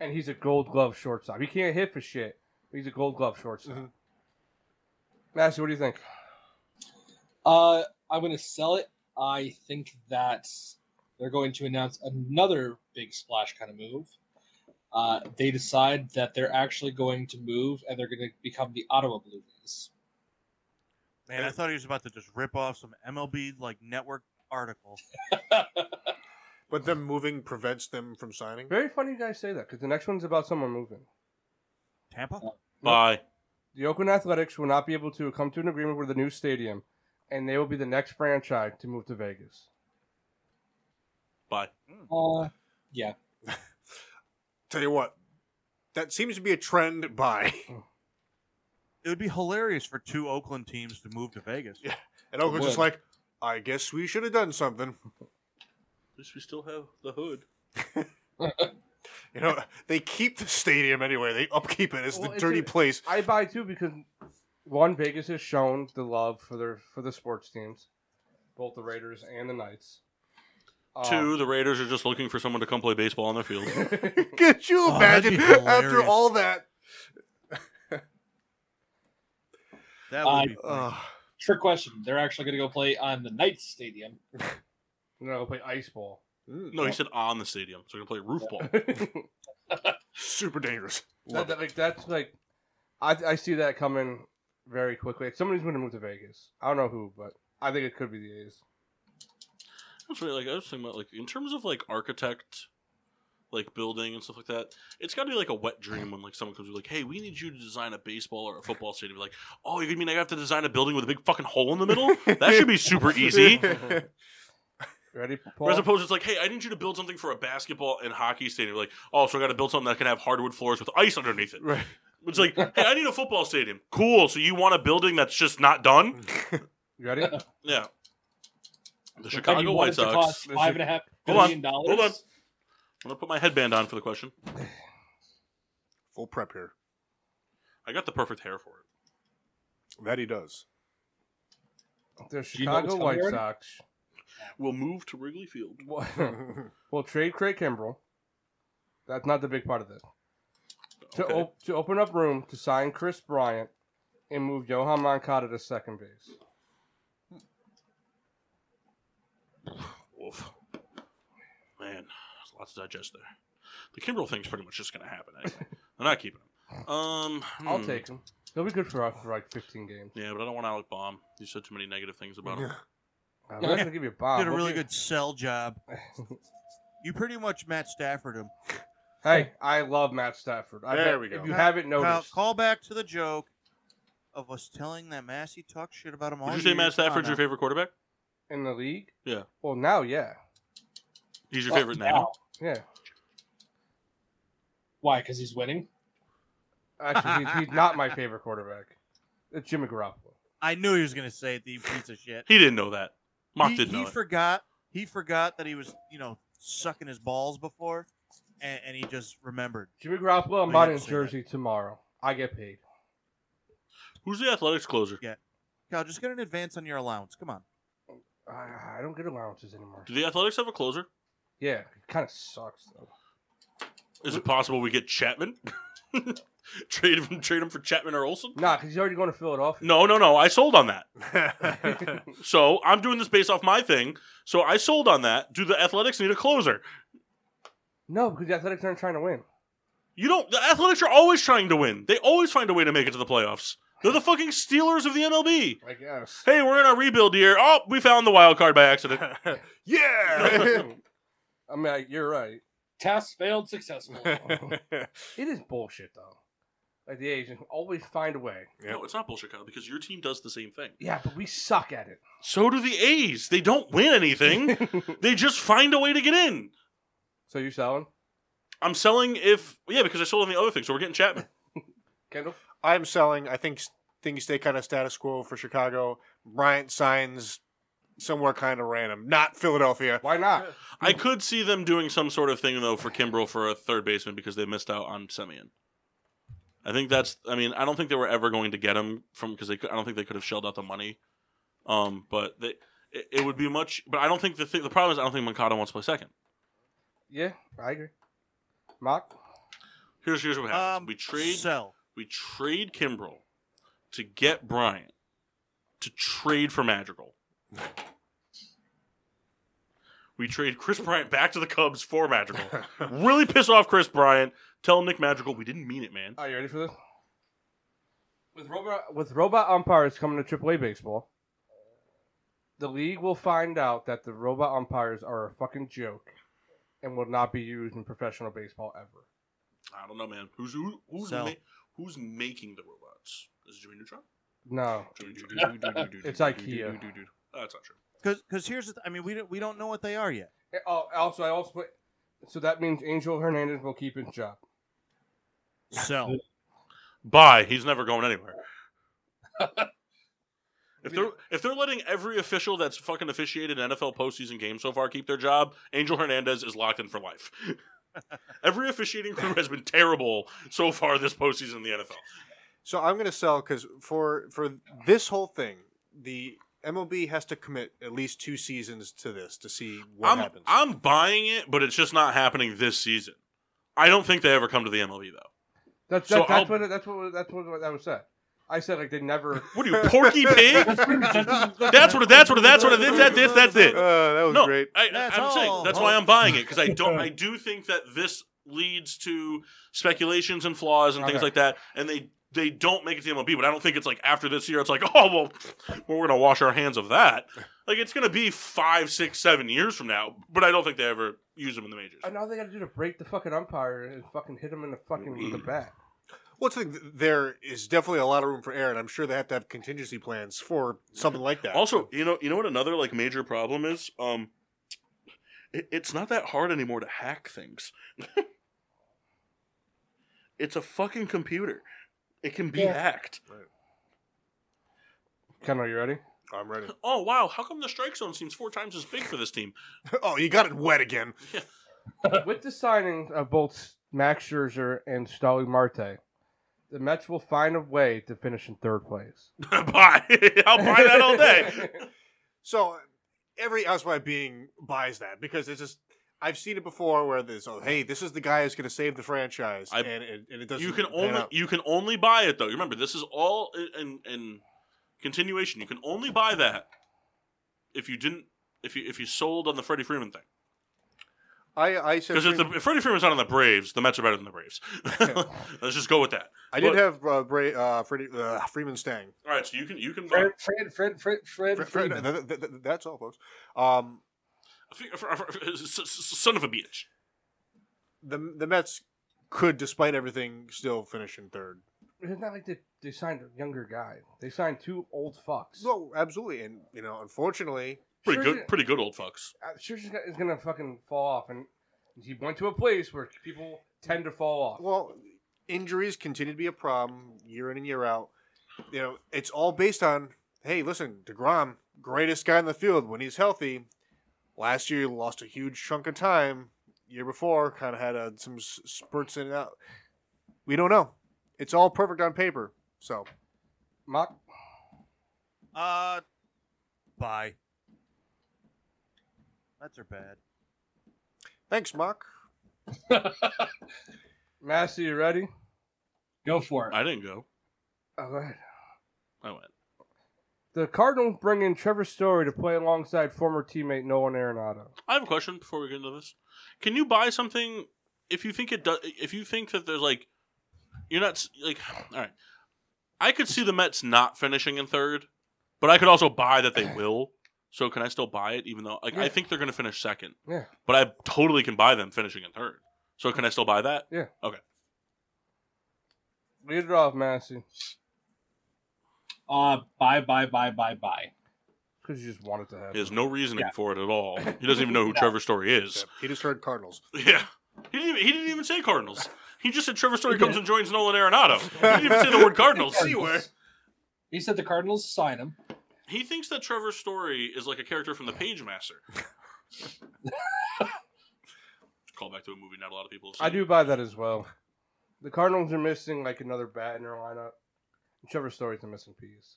Speaker 2: and he's a Gold Glove shortstop. He can't hit for shit. But he's a Gold Glove shortstop.
Speaker 3: Mhm.
Speaker 2: Massey, what do you think?
Speaker 6: Uh, I'm going to sell it. I think that they're going to announce another big splash kind of move. Uh, they decide that they're actually going to move and they're going to become the Ottawa Blue Jays.
Speaker 5: Man, I thought he was about to just rip off some MLB like network article.
Speaker 3: but them moving prevents them from signing.
Speaker 2: Very funny you guys say that because the next one's about someone moving.
Speaker 5: Tampa.
Speaker 1: Bye.
Speaker 2: The Oakland Athletics will not be able to come to an agreement with a new stadium, and they will be the next franchise to move to Vegas.
Speaker 1: Bye.
Speaker 5: Hmm.
Speaker 6: Uh, yeah.
Speaker 3: Tell you what, that seems to be a trend. By
Speaker 5: It would be hilarious for two Oakland teams to move to Vegas.
Speaker 3: Yeah. and Oakland's just
Speaker 6: would.
Speaker 3: like, I guess we should have done something.
Speaker 1: At least we still have the hood.
Speaker 3: You know, they keep the stadium anyway. They upkeep it. It's
Speaker 2: Well,
Speaker 3: the
Speaker 2: it's
Speaker 3: dirty
Speaker 2: a-
Speaker 3: place.
Speaker 2: I buy too because one Vegas has shown the love for their for the sports teams, both the Raiders and the Knights. Um,
Speaker 1: Two, the Raiders are just looking for someone to come play baseball on their field.
Speaker 3: Could you
Speaker 5: Oh, that'd
Speaker 3: imagine
Speaker 5: be
Speaker 3: after
Speaker 5: hilarious.
Speaker 3: all that?
Speaker 5: That would
Speaker 6: I-
Speaker 5: be. funny.
Speaker 3: Ugh.
Speaker 6: Trick question. They're actually going to go play on the Knights Stadium.
Speaker 2: you know, play ice ball.
Speaker 1: no, he said on the stadium. So we're going to play roof ball.
Speaker 2: that,
Speaker 3: super dangerous. Love
Speaker 2: that- like that's like, I I see that coming very quickly. Somebody's going to move to Vegas. I don't know who, but I think it could be the A's.
Speaker 1: That's right. Like I was thinking about, like in terms of like architect, like building and stuff like that. It's got to be like a wet dream when like someone comes with like, "Hey, we need you to design a baseball or a football stadium." Like, oh, you mean I have to design a building with a big fucking hole in the middle? That should be super easy.
Speaker 2: Ready, Paul?
Speaker 1: As opposed, to it's like, "Hey, I need you to build something for a basketball and hockey stadium." Like, oh, so I got to build something that can have hardwood floors with ice underneath it.
Speaker 3: Right.
Speaker 1: It's like, hey, I need a football stadium. Cool. So you want a building that's just not done?
Speaker 2: you ready?
Speaker 1: Yeah. The
Speaker 6: But then you
Speaker 1: Chicago
Speaker 6: want
Speaker 1: White
Speaker 6: it to
Speaker 1: Sox.
Speaker 6: cost
Speaker 2: This
Speaker 6: Five
Speaker 2: is-
Speaker 6: and a half
Speaker 1: Hold on,
Speaker 6: billion dollars.
Speaker 1: hold on. I'm gonna put my headband on for the question.
Speaker 3: Full prep here.
Speaker 1: I got the perfect hair for it.
Speaker 3: That he does.
Speaker 2: The
Speaker 6: Do you know
Speaker 2: Chicago
Speaker 6: what's coming
Speaker 2: White
Speaker 6: already?
Speaker 2: Sox
Speaker 1: We'll move to Wrigley Field.
Speaker 2: will, will trade Craig Kimbrell. That's not the big part of this. To,
Speaker 1: Okay.
Speaker 2: op- to open up room to sign Chris Bryant and move Johan Moncada to second base.
Speaker 1: Wolf. Man, there's lots to digest there. The Kimbrel thing's pretty much just going to happen anyway. They're not keeping him. Um,
Speaker 13: I'll
Speaker 1: hmm.
Speaker 13: take
Speaker 2: him. He'll be good for us for like 15 games.
Speaker 1: Yeah, but I don't want Alec Baum. You said too many negative things about him.
Speaker 2: I'm not gonna Uh, give you a bomb.
Speaker 5: Did a
Speaker 2: We'll
Speaker 5: really
Speaker 2: be-
Speaker 5: good sell job. you pretty much Matt Stafford him.
Speaker 2: Hey, I love Matt Stafford. I
Speaker 3: There
Speaker 2: bet-
Speaker 3: we go.
Speaker 2: If you haven't
Speaker 5: Now,
Speaker 2: noticed,
Speaker 5: call back to the joke of us telling that Massey talked shit about him all
Speaker 1: Would you say
Speaker 5: year.
Speaker 1: Matt
Speaker 5: Come on
Speaker 1: Stafford's your
Speaker 5: now.
Speaker 1: favorite quarterback?
Speaker 2: in the league,
Speaker 1: Yeah.
Speaker 2: well now, yeah,
Speaker 1: He's your
Speaker 6: Well,
Speaker 1: favorite
Speaker 6: now.
Speaker 1: now?
Speaker 2: yeah.
Speaker 6: Why? Because he's winning.
Speaker 2: Actually, he's, he's not my favorite quarterback. It's Jimmy Garoppolo.
Speaker 5: I knew he was going to say it, the piece of shit.
Speaker 1: He didn't know that. Mark
Speaker 5: he,
Speaker 1: didn't
Speaker 5: he
Speaker 1: know it.
Speaker 5: forgot. He forgot that he was, you know, sucking his balls before, and, and he just remembered.
Speaker 2: Jimmy Garoppolo. I'm
Speaker 5: I
Speaker 2: buying
Speaker 5: didn't
Speaker 2: his
Speaker 5: say that.
Speaker 2: jersey tomorrow. I get paid.
Speaker 1: Who's the athletics closer?
Speaker 5: Kyle, just get an advance on your allowance. Come on.
Speaker 2: I, I don't get allowances anymore.
Speaker 1: Do the athletics have a closer?
Speaker 2: Yeah, it kind of sucks though.
Speaker 1: Is it possible we get Chapman? trade him trade him for Chapman or Olson?
Speaker 2: Nah, because he's already going to Philadelphia.
Speaker 1: No, no, no. I sold on that.
Speaker 3: yeah.
Speaker 1: So I'm doing this based off my thing. So I sold on that. Do the athletics need a closer?
Speaker 2: No, because the Athletics aren't trying to win.
Speaker 1: You don't. The Athletics are always trying to win. They always find a way to make it to the playoffs. They're the fucking Steelers of the MLB.
Speaker 2: I guess.
Speaker 1: Hey, we're in our rebuild year. Oh, we found the wild card by accident.
Speaker 2: I mean, I- you're right.
Speaker 6: Test failed successfully.
Speaker 1: Oh.
Speaker 2: It is bullshit though. Like the agents always find a way.
Speaker 1: No, it's not bullshit, Kyle, because your team does the same thing.
Speaker 2: Yeah, but we suck at it.
Speaker 1: So do the A's. They don't win anything. they just find a way to get in.
Speaker 2: So you selling
Speaker 1: I'm selling if yeah, because I sold on the other thing. So we're getting Chapman.
Speaker 2: Kendall?
Speaker 3: I'm selling. I think s- things stay kind of status quo for Chicago. Bryant signs somewhere kind of random, not Philadelphia.
Speaker 2: Why not?
Speaker 1: I could see them doing some sort of thing though for Kimbrel for a third baseman because they missed out on Semyon. I think that's. I mean, I don't think they were ever going to get him from because they. could- I don't think they could have shelled out the money. Um, but they. It, it would be much. But I don't think the thing. The problem is I don't think Mankata wants to play second.
Speaker 2: Yeah, I agree. Mock.
Speaker 1: Here's here's what happens.
Speaker 5: Um,
Speaker 1: we trade.
Speaker 5: Sell.
Speaker 1: We trade Kimbrel to get Bryant to trade for Madrigal. We trade Chris Bryant back to the Cubs for Madrigal. really piss off Chris Bryant. Tell Nick Madrigal we didn't mean it, man.
Speaker 2: Are you ready for this? With robot with robot umpires coming to AAA baseball, the league will find out that the robot umpires are a fucking joke, and will not be used in professional baseball ever.
Speaker 1: I don't know, man. Who's who, who's
Speaker 5: Sell.
Speaker 1: ma- who's making the robots? Is it Jimmy Neutron?
Speaker 2: No,
Speaker 1: Jimmy Neutron.
Speaker 2: It's IKEA.
Speaker 1: That's not true.
Speaker 5: Because here's the th- I mean, we don't, we don't know what they are yet.
Speaker 2: Eh, Oh, also I also put. So that means Angel Hernandez will keep his job.
Speaker 5: Sell.
Speaker 1: Bye. He's never going anywhere. If they're if they're letting every official that's fucking officiated an NFL postseason game so far keep their job, Angel Hernandez is locked in for life. every officiating crew has been terrible so far this postseason in the NFL.
Speaker 3: So I'm going to sell because for for this whole thing, the MLB has to commit at least two seasons to this to see what
Speaker 1: I'm
Speaker 3: happens.
Speaker 1: I'm buying it, but it's just not happening this season. I don't think they ever come to the MLB though.
Speaker 2: That's
Speaker 1: So
Speaker 2: that, that's
Speaker 1: I'll-
Speaker 2: what that's what that's what that was said. I said like they never.
Speaker 1: What are you, Porky Pig? that's what it. That's what it. That's what it. That's that's, that's, that's it.
Speaker 3: Uh, that was
Speaker 1: no,
Speaker 3: great.
Speaker 1: I,
Speaker 5: That's
Speaker 1: am saying
Speaker 5: all.
Speaker 1: that's why I'm buying it because I don't. I do think that this leads to speculations and flaws and things
Speaker 2: Okay.
Speaker 1: like that, and they they don't make it to the MLB. But I don't think it's like after this year, it's like oh well, we're gonna wash our hands of that. Like it's gonna be five, six, seven years from now. But I don't think they ever use them in the majors.
Speaker 2: And all they got to do to break the fucking umpire and fucking hit him in the fucking with the bat.
Speaker 3: What's the thing? There is definitely a lot of room for error, and I'm sure they have to have contingency plans for something like that.
Speaker 1: Also, you know, you know what another like major problem is. Um, it, it's not that hard anymore to hack things. it's a fucking computer. It can be hacked.
Speaker 2: Kendall, you ready?
Speaker 3: I'm ready.
Speaker 1: Oh wow! How come the strike zone seems four times as big for this team?
Speaker 3: oh, you got it wet again.
Speaker 2: With the signing of both Max Scherzer and Starling Marte, the Mets will find a way to finish in third place.
Speaker 1: buy. I'll buy that all day.
Speaker 3: So every outside being buys that because it's just I've seen it before where there's oh hey this is the guy who's going to save the franchise
Speaker 1: I-
Speaker 3: and, it, and it doesn't.
Speaker 1: you can
Speaker 3: pan
Speaker 1: only e
Speaker 3: out.
Speaker 1: you can only buy it though. Remember, this is all in, in in continuation. You can only buy that if you didn't if you if you sold on the Freddie Freeman thing.
Speaker 3: I I said
Speaker 1: Because if, the-
Speaker 3: Freeman-
Speaker 1: if Freddie Freeman's not on the Braves, the Mets are better than the Braves. Let's just go with that.
Speaker 3: I did
Speaker 1: But-
Speaker 3: have uh, Bra- uh, Freddie, uh, Freeman Stang.
Speaker 1: All right, so you can you can.
Speaker 3: Fred-
Speaker 2: Fred, Fred, Fred, Fred,
Speaker 3: Fre- Fre- th- th- th- that's all, folks. Um,
Speaker 1: Son of a bitch.
Speaker 3: the the Mets could, despite everything, still finish in third.
Speaker 2: It's not like they, they signed a younger guy. They signed two old fucks.
Speaker 3: No, absolutely, and you know, unfortunately,
Speaker 1: Pretty
Speaker 2: Scherzer-
Speaker 1: good, pretty good old fucks.
Speaker 2: uh, Scherzer got- is gonna fucking fall off, and he went to a place where people tend to fall off.
Speaker 3: Well, injuries continue to be a problem year in and year out. You know, it's all based on hey, listen, Degrom, greatest guy in the field when he's healthy. Last year, he lost a huge chunk of time. Year before, kind of had uh, some s- spurts in and out. We don't know. It's all perfect on paper. So,
Speaker 2: Mock,
Speaker 5: Uh, bye. That's are bad.
Speaker 3: thanks, Mock.
Speaker 2: Massey, you ready?
Speaker 6: Go for it.
Speaker 1: I didn't go.
Speaker 2: Oh, go ahead.
Speaker 1: I went.
Speaker 2: The Cardinals bring in Trevor Story to play alongside former teammate Nolan Arenado.
Speaker 1: I have a question before we get into this. Can you buy something if you think it does? If you think that there's like, you're not s- like, all right. I could see the Mets not finishing in third, but I could also buy that they will. So can I still buy it? Even though like I
Speaker 2: Yeah.
Speaker 1: think they're going to finish second,
Speaker 2: Yeah,
Speaker 1: but I totally can buy them finishing in third. So can I still buy that?
Speaker 2: yeah.
Speaker 1: Okay.
Speaker 2: Lead it off, Massey,
Speaker 6: Uh, bye, bye, bye, bye, bye.
Speaker 2: because you just want it to happen.
Speaker 1: There's no reasoning
Speaker 6: Yeah.
Speaker 1: for it at all. He doesn't even know who Trevor Story is.
Speaker 3: He just heard Cardinals.
Speaker 1: Yeah. He didn't, even, he didn't even say Cardinals. He just said Trevor Story comes and joins Nolan Arenado. He didn't even say the word Cardinals anywhere.
Speaker 6: He said the Cardinals sign him.
Speaker 1: He thinks that Trevor Story is like a character from The Page Master. Call back to a movie not a lot of people have seen.
Speaker 2: I do buy that as well. The Cardinals are missing like another bat in their lineup. And Trevor Story's a missing piece.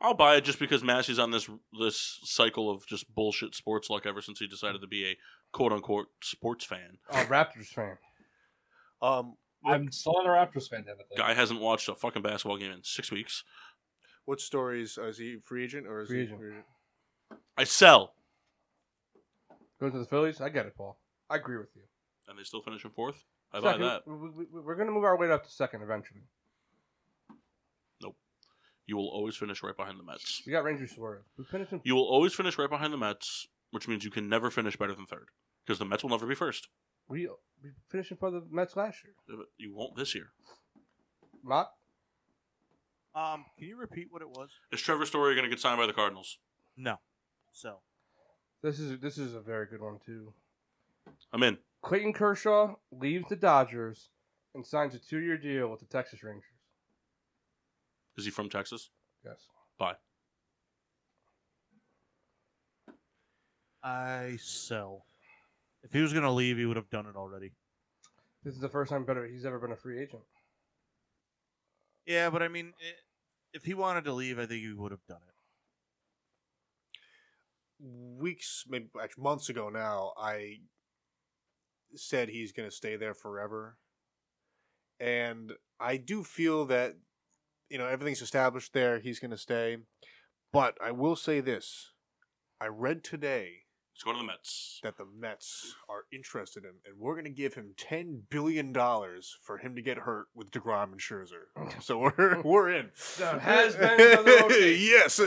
Speaker 1: I'll buy it just because Massey's on this this cycle of just bullshit sports luck ever since he decided to be a quote unquote sports fan.
Speaker 2: Oh, Raptors fan.
Speaker 3: Um,
Speaker 6: I'm still on a Raptors fan, technically.
Speaker 1: Guy hasn't watched a fucking basketball game in six weeks.
Speaker 3: what stories? uh, Is he free agent or is
Speaker 2: Free
Speaker 3: he
Speaker 2: agent.
Speaker 3: free agent?
Speaker 1: I sell.
Speaker 2: Going to the Phillies? I get it, Paul. I agree with you.
Speaker 1: And they still finish in fourth? I buy
Speaker 2: Second,
Speaker 1: that.
Speaker 2: We, we, we're going to move our way up to second eventually.
Speaker 1: You will always finish right behind the Mets.
Speaker 2: We got Ranger Suarez. We finished in
Speaker 1: You will always finish right behind the Mets, which means you can never finish better than third. Because the Mets will never be first.
Speaker 2: we, we finished in front of the Mets last year.
Speaker 1: You won't this year.
Speaker 2: Mott,
Speaker 5: Um, can you repeat what it was?
Speaker 1: Is Trevor Story going to get signed by the Cardinals?
Speaker 5: No. So
Speaker 2: this is this is a very good one too.
Speaker 1: I'm in.
Speaker 2: Clayton Kershaw leaves the Dodgers and signs a two-year deal with the Texas Rangers.
Speaker 1: Is he from Texas?
Speaker 2: Yes.
Speaker 1: Bye.
Speaker 5: I sell. If he was gonna leave, he would have done it already.
Speaker 2: This is the first time better he's ever been a free agent.
Speaker 5: Yeah, but I mean, i if he wanted to leave, I think he would have done it.
Speaker 3: weeks, maybe actually months ago now, I said he's going to stay there forever. And I do feel that, you know, everything's established there. He's going to stay. But I will say this I read today
Speaker 1: Let's go to the Mets.
Speaker 3: that the Mets are interested in, and we're going to give him $10 billion for him to get hurt with DeGrom and Scherzer. So we're, we're in.
Speaker 2: The has-beens of the rotation.
Speaker 3: yes.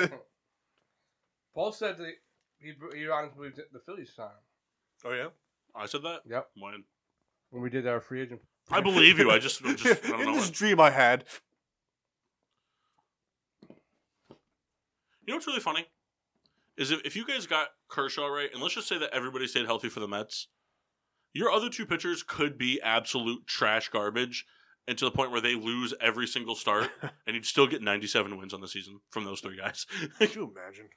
Speaker 2: Paul said that he, he honestly believed that the Phillies signed him.
Speaker 3: Oh, yeah?
Speaker 1: I said that?
Speaker 2: Yep.
Speaker 1: When?
Speaker 2: When we did our free agent.
Speaker 1: I believe you. I just, I'm just I don't
Speaker 3: in
Speaker 1: know.
Speaker 3: this dream I had.
Speaker 1: You know what's really funny? Is if, if you guys got Kershaw right, and let's just say that everybody stayed healthy for the Mets, your other two pitchers could be absolute trash garbage and to the point where they lose every single start, and you'd still get 97 wins on the season from those three guys.
Speaker 3: Could you imagine?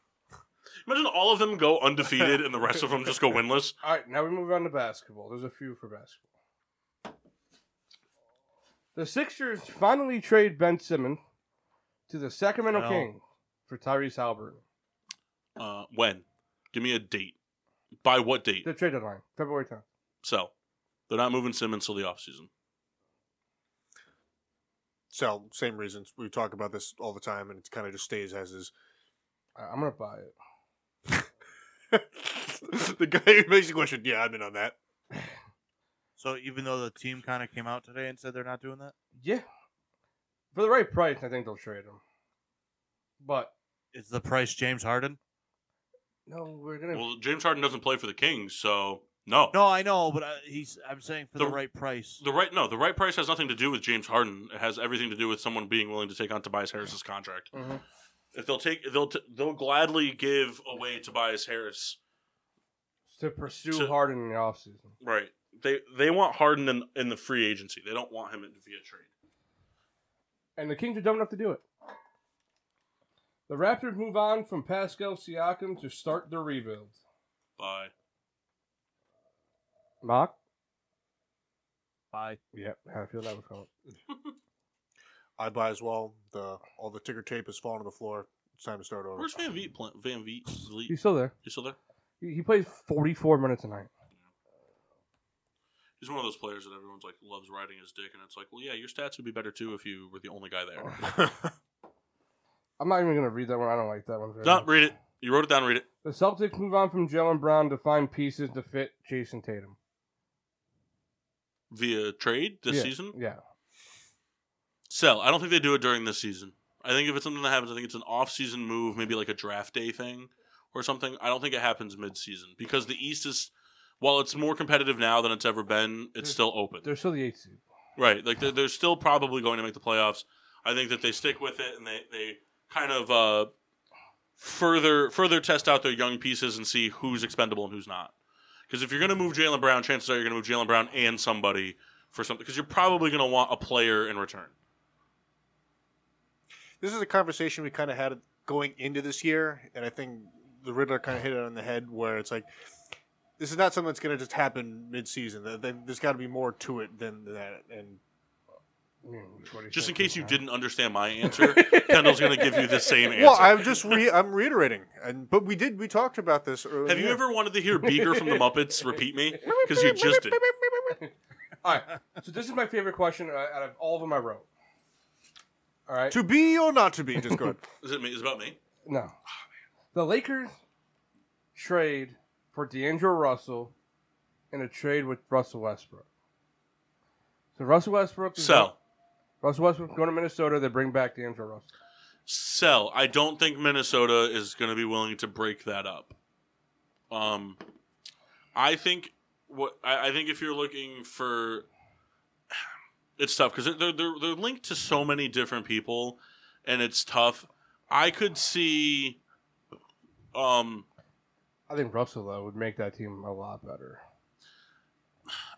Speaker 1: Imagine all of them go undefeated and the rest of them just go winless.
Speaker 2: All right, now we move on to basketball. There's a few for basketball. The Sixers finally trade Ben Simmons to the Sacramento
Speaker 5: No.
Speaker 2: Kings for Tyrese Halliburton.
Speaker 1: Uh, when? Give me a date. By what date?
Speaker 2: The trade deadline, February 10th.
Speaker 1: So, they're not moving Simmons till the offseason.
Speaker 3: So same reasons we talk about this all the time, and it kind of just stays as is.
Speaker 2: I- I'm gonna buy it.
Speaker 3: the guy who makes the question, yeah, I've been on that.
Speaker 7: So even though the team kind of came out today and said they're not doing that,
Speaker 2: Yeah. For the right price, I think they'll trade him. But
Speaker 7: is the price James Harden?
Speaker 2: no, we're gonna.
Speaker 1: Well, James Harden doesn't play for the Kings, so no.
Speaker 7: No, I know, but uh, he's. I'm saying for the,
Speaker 1: The-
Speaker 7: right price.
Speaker 1: The right no, the right price has nothing to do with James Harden. It has everything to do with someone being willing to take on Tobias Harris's contract.
Speaker 2: Mhm.
Speaker 1: If they'll take, they'll t- they'll gladly give away Tobias Harris.
Speaker 2: to pursue
Speaker 1: to-
Speaker 2: Harden in the offseason.
Speaker 1: Right. They they want Harden in, in the free agency. They don't want him in via trade.
Speaker 2: And the Kings are dumb enough to do it. The Raptors move on from Pascal Siakam to start their rebuild.
Speaker 1: Bye.
Speaker 2: Mock?
Speaker 7: Bye.
Speaker 2: Yep, I feel that was coming.
Speaker 3: I'd buy as well. The all the ticker tape has fallen to the floor. It's time to start over.
Speaker 1: Where's Van Vliet? Plant? Van Vliet? Vliet?
Speaker 2: He's still there.
Speaker 1: He's still there.
Speaker 2: He, he plays 44 minutes a night.
Speaker 1: He's one of those players that everyone's like loves riding his dick, and it's like, well, yeah, your stats would be better too if you were the only guy there.
Speaker 2: I'm not even going to read that one. I don't like that one. very
Speaker 1: no,
Speaker 2: much.
Speaker 1: read it. You wrote it down. Read it.
Speaker 2: The Celtics move on from Jalen Brown to find pieces to fit Jason Tatum.
Speaker 1: Via trade this
Speaker 2: Yeah,
Speaker 1: season.
Speaker 2: Yeah.
Speaker 1: Sell. I don't think they do it during this season. I think if it's something that happens, I think it's an off-season move, maybe like a draft day thing or something. I don't think it happens mid-season because the East is, while it's more competitive now than it's ever been, it's still open.
Speaker 2: They're still the eighth seed.
Speaker 1: Right. Like they're, they're still probably going to make the playoffs. I think that they stick with it and they, they kind of uh, further further test out their young pieces and see who's expendable and who's not. Because if you're going to move Jalen Brown, chances are you're going to move Jalen Brown and somebody for something. Because you're probably going to want a player in return.
Speaker 3: This is a conversation we kind of had going into this year, and I think the Riddler kind of hit it on the head where it's like, this is not something that's going to just happen mid-season. Th- th- There's got to be more to it than that. And
Speaker 2: I mean, what do
Speaker 1: Just in
Speaker 2: think,
Speaker 1: case you
Speaker 2: man?
Speaker 1: didn't understand my answer, Kendall's going to give you the same answer.
Speaker 3: well, I'm just re- I'm reiterating, and but we did we talked about this. Earlier.
Speaker 1: Have you ever wanted to hear Beaker from the Muppets repeat me? Because you just did.
Speaker 2: All right. So this is my favorite question uh, out of all of them I wrote. All right.
Speaker 3: to be or not to be? Just go ahead.
Speaker 1: Is it me? Is it about me?
Speaker 2: No. The Lakers trade for D'Angelo Russell in a trade with Russell Westbrook. So Russell Westbrook is
Speaker 1: Sell.
Speaker 2: Russell Westbrook going to Minnesota. They bring back D'Angelo Russell.
Speaker 1: sell. I don't think Minnesota is going to be willing to break that up. Um, I think what I, I think if you're looking for, it's tough because they're, they're they're linked to so many different people, and it's tough. I could see, um,
Speaker 2: I think Russell though would make that team a lot better.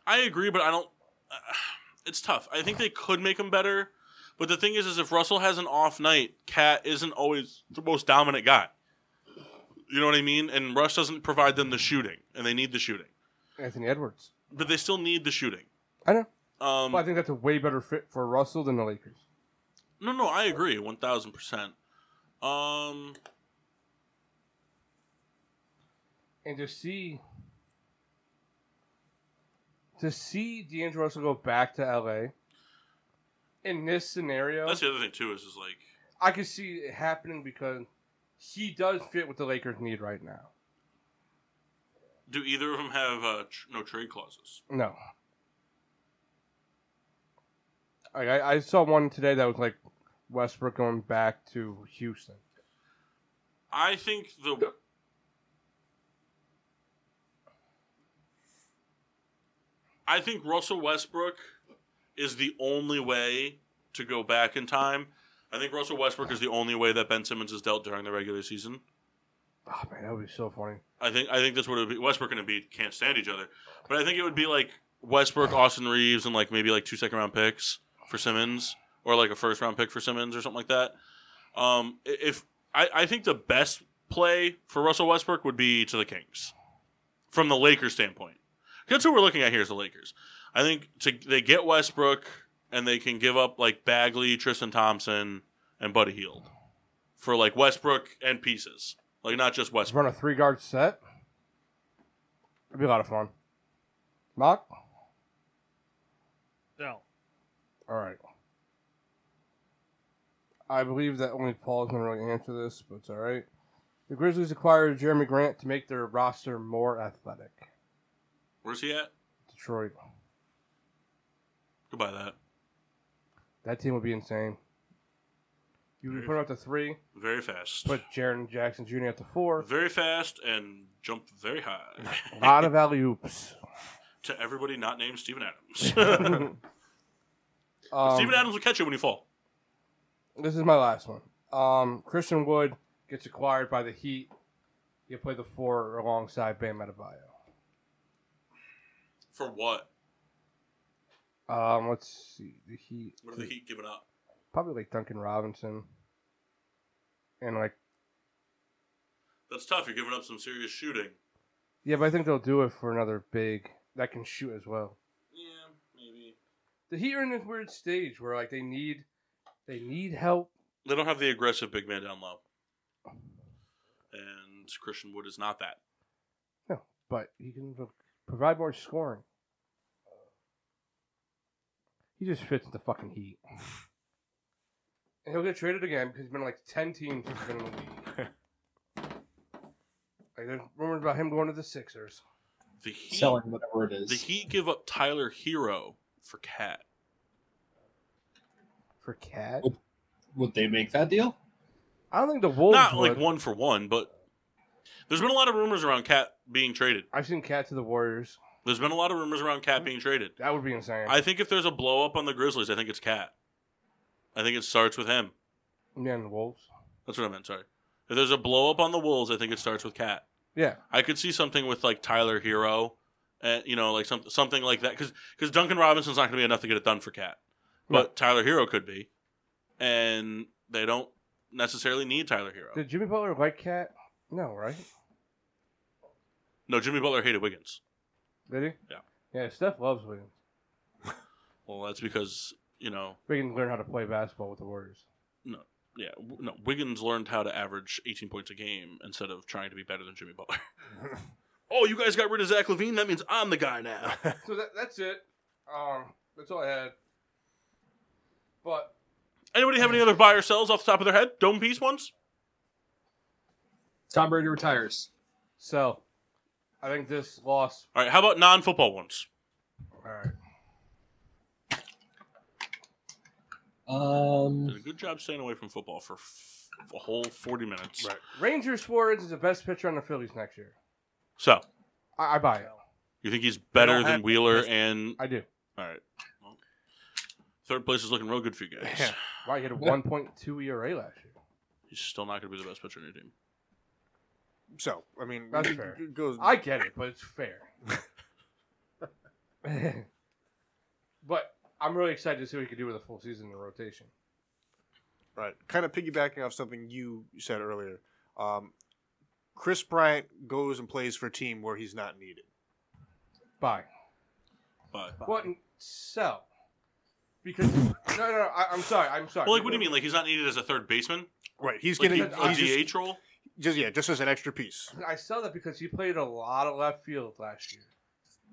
Speaker 1: I agree, but I don't. uh, it's tough. I think they could make him better, but the thing is, is if Russell has an off night, Cat isn't always the most dominant guy. You know what I mean? And Rush doesn't provide them the shooting, and they need the shooting,
Speaker 2: Anthony Edwards.
Speaker 1: but they still need the shooting.
Speaker 2: I know.
Speaker 1: Um,
Speaker 2: But I think that's a way better fit for Russell than the Lakers.
Speaker 1: no, no, I agree, one thousand percent. Um,
Speaker 2: And to see to see D'Angelo Russell go back to LA in this scenario.
Speaker 1: that's the other thing too. Is is like
Speaker 2: I can see it happening because he does fit what the Lakers need right now.
Speaker 1: Do either of them have uh, tr- no trade clauses?
Speaker 2: No. Like, I, I saw one today that was like Westbrook going back to Houston.
Speaker 1: I think the. I think Russell Westbrook is the only way to go back in time. I think Russell Westbrook is the only way that Ben Simmons is dealt during the regular season.
Speaker 2: Oh man, that would be so funny.
Speaker 1: I think I think this would be Westbrook and Embiid can't stand each other, but I think it would be like Westbrook, Austin Reeves, and like maybe like two second round picks for Simmons, or like a first round pick for Simmons or something like that. Um, i- if I, I think the best play for Russell Westbrook would be to the Kings, from the Lakers standpoint. That's who we're looking at here is the Lakers. I think to, they get Westbrook and they can give up like Bagley, Tristan Thompson, and Buddy Heald for like Westbrook and pieces, like not just Westbrook.
Speaker 2: Run a three guard set. It'd be a lot of fun. Mock?
Speaker 7: No.
Speaker 2: Alright. I believe that only Paul's gonna really answer this, but it's alright. The Grizzlies acquired Jeremy Grant to make their roster more athletic.
Speaker 1: Where's he at?
Speaker 2: Detroit.
Speaker 1: Goodbye that.
Speaker 2: That team would be insane. You would put him up to three,
Speaker 1: Very fast.
Speaker 2: put Jaron Jackson Jr. at the four.
Speaker 1: very fast and jump very high.
Speaker 2: A lot of alley oops.
Speaker 1: to everybody not named Steven Adams.
Speaker 2: Um,
Speaker 6: Um,
Speaker 1: Steven Adams will catch you when you fall.
Speaker 2: This is my last one. Um, Christian Wood gets acquired by the Heat. You play the four alongside Bam Adebayo.
Speaker 1: For what?
Speaker 2: Um, let's see. The Heat.
Speaker 1: What are the Heat giving up?
Speaker 2: Probably like Duncan Robinson. And like,
Speaker 1: That's tough. You're giving up some serious shooting.
Speaker 2: yeah, but I think they'll do it for another big that can shoot as well.
Speaker 1: Yeah, maybe.
Speaker 2: The Heat are in this weird stage where like they need, they need help.
Speaker 1: They don't have the aggressive big man down low. And Christian Wood is not that.
Speaker 2: No, but he can pro- provide more scoring. He just fits the fucking Heat. And he'll get traded again because he's been on, like 10 teams since he's been in the league. like, there's rumors about him going to the Sixers.
Speaker 1: The Heat,
Speaker 6: selling whatever it is.
Speaker 1: the Heat give up Tyler Hero for Cat.
Speaker 2: For Cat?
Speaker 6: Would they make that deal?
Speaker 2: I don't think the Wolves
Speaker 1: Not
Speaker 2: would.
Speaker 1: like one for one, but there's been a lot of rumors around Cat being traded.
Speaker 2: I've seen Cat to the Warriors.
Speaker 1: There's been a lot of rumors around
Speaker 6: Mm.
Speaker 1: Cat being traded.
Speaker 2: That would be insane.
Speaker 1: I think if there's a blow up on the Grizzlies, I think it's Cat. I think it starts with him.
Speaker 2: yeah, and the Wolves.
Speaker 1: That's what I meant. Sorry. If there's a blow up on the Wolves, I think it starts with Cat.
Speaker 2: Yeah.
Speaker 1: I could see something with like Tyler Hero, and you know, like some, something like that, because Duncan Robinson's not going to be enough to get it done for Cat, but Tyler Hero could be, and they don't necessarily need Tyler Hero.
Speaker 2: Did Jimmy Butler like Cat? No, right?
Speaker 1: no, Jimmy Butler hated Wiggins.
Speaker 2: Did he?
Speaker 1: Yeah.
Speaker 2: Yeah, Steph loves Wiggins.
Speaker 1: Well, that's because you know,
Speaker 2: Wiggins learned how to play basketball with the Warriors.
Speaker 1: yeah, w- no, Wiggins learned how to average 18 points a game instead of trying to be better than Jimmy Butler. oh, you guys got rid of Zach Levine. That means I'm the guy now.
Speaker 2: so that, that's it. Um, that's all I had. But
Speaker 1: Anybody have any other buy or sells off the top of their head? Dome piece ones.
Speaker 6: Tom Brady retires.
Speaker 2: so, I think this loss.
Speaker 1: All right. How about non football ones?
Speaker 2: All right,
Speaker 1: Did a
Speaker 6: Um,
Speaker 1: good job staying away from football for f- a whole 40 minutes.
Speaker 3: Right.
Speaker 2: Ranger Suarez is the best pitcher on the Phillies next year.
Speaker 1: So,
Speaker 2: I, I buy it.
Speaker 1: you think he's better
Speaker 7: don't
Speaker 1: than
Speaker 7: have-
Speaker 1: Wheeler and.
Speaker 2: I do.
Speaker 1: All right. Well, third place is looking real good for you guys.
Speaker 3: Yeah.
Speaker 2: Why he had a one point two ERA last year?
Speaker 1: He's still not going to be the best pitcher on your team.
Speaker 3: So I mean,
Speaker 2: That's
Speaker 3: it-
Speaker 2: fair.
Speaker 3: It goes.
Speaker 2: I get it, but it's fair. but I'm really excited to see what he can do with a full season in rotation.
Speaker 3: Right. Kind of piggybacking off something you said earlier. Um, Chris Bryant goes and plays for a team where he's not needed.
Speaker 2: Bye.
Speaker 1: But,
Speaker 2: What sell? Because no, no, no I, I'm sorry. I'm sorry.
Speaker 1: well, like, what do you mean? Like, he's not needed as a third baseman?
Speaker 3: Right. He's
Speaker 1: Like,
Speaker 3: getting
Speaker 1: he- a
Speaker 3: he's
Speaker 2: I-
Speaker 3: just-
Speaker 1: DH role?
Speaker 3: just yeah, just as an extra piece.
Speaker 2: I saw that because he played a lot of left field last year,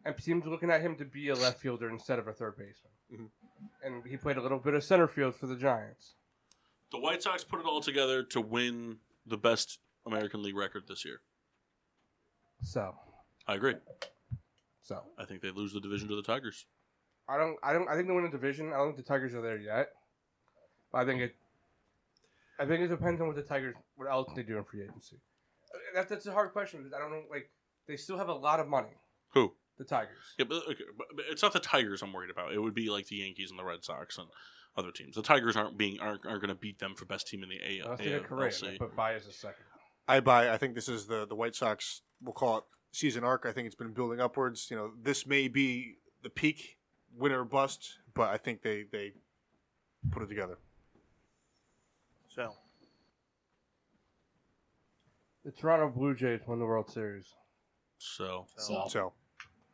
Speaker 2: and teams were looking at him to be a left fielder instead of a third baseman.
Speaker 3: Mhm.
Speaker 2: And he played a little bit of center field for the Giants.
Speaker 1: The White Sox put it all together to win the best American League record this year.
Speaker 2: So,
Speaker 1: I agree.
Speaker 2: so
Speaker 1: I think they lose the division to the Tigers.
Speaker 2: I don't, I don't, I think they win the division. I don't think the Tigers are there yet. But I think it, I think it depends on what the Tigers, what else they do in free agency. That, that's a hard question because I don't know. Like they still have a lot of money.
Speaker 1: Who?
Speaker 2: The Tigers.
Speaker 1: Yeah, but, okay, but but it's not the Tigers I'm worried about. It would be like the Yankees and the Red Sox and other teams. The Tigers aren't being aren't, aren't going to beat them for best team in the A-
Speaker 2: I was thinking Correa,
Speaker 1: AFLC.
Speaker 2: but Baez is second.
Speaker 3: I buy. I think this is the the White Sox. We'll call it season arc. I think it's been building upwards. You know, this may be the peak, win or bust. But I think they they put it together.
Speaker 7: So
Speaker 2: The Toronto Blue Jays won the World Series.
Speaker 1: So
Speaker 6: so
Speaker 3: So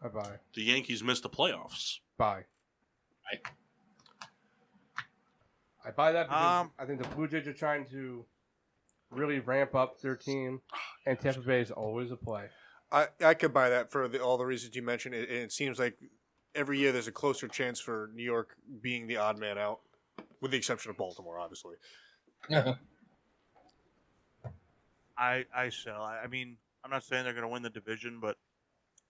Speaker 2: Bye bye.
Speaker 1: the Yankees missed the playoffs.
Speaker 2: Bye.
Speaker 6: Bye.
Speaker 2: I buy that because
Speaker 7: Um,
Speaker 2: I think the Blue Jays are trying to really ramp up their team, and Tampa Bay is always a play.
Speaker 3: I I could buy that for the, all the reasons you mentioned. It, it seems like every year there's a closer chance for New York being the odd man out, with the exception of Baltimore, obviously.
Speaker 7: I I sell. I, I mean, I'm not saying they're going to win the division, but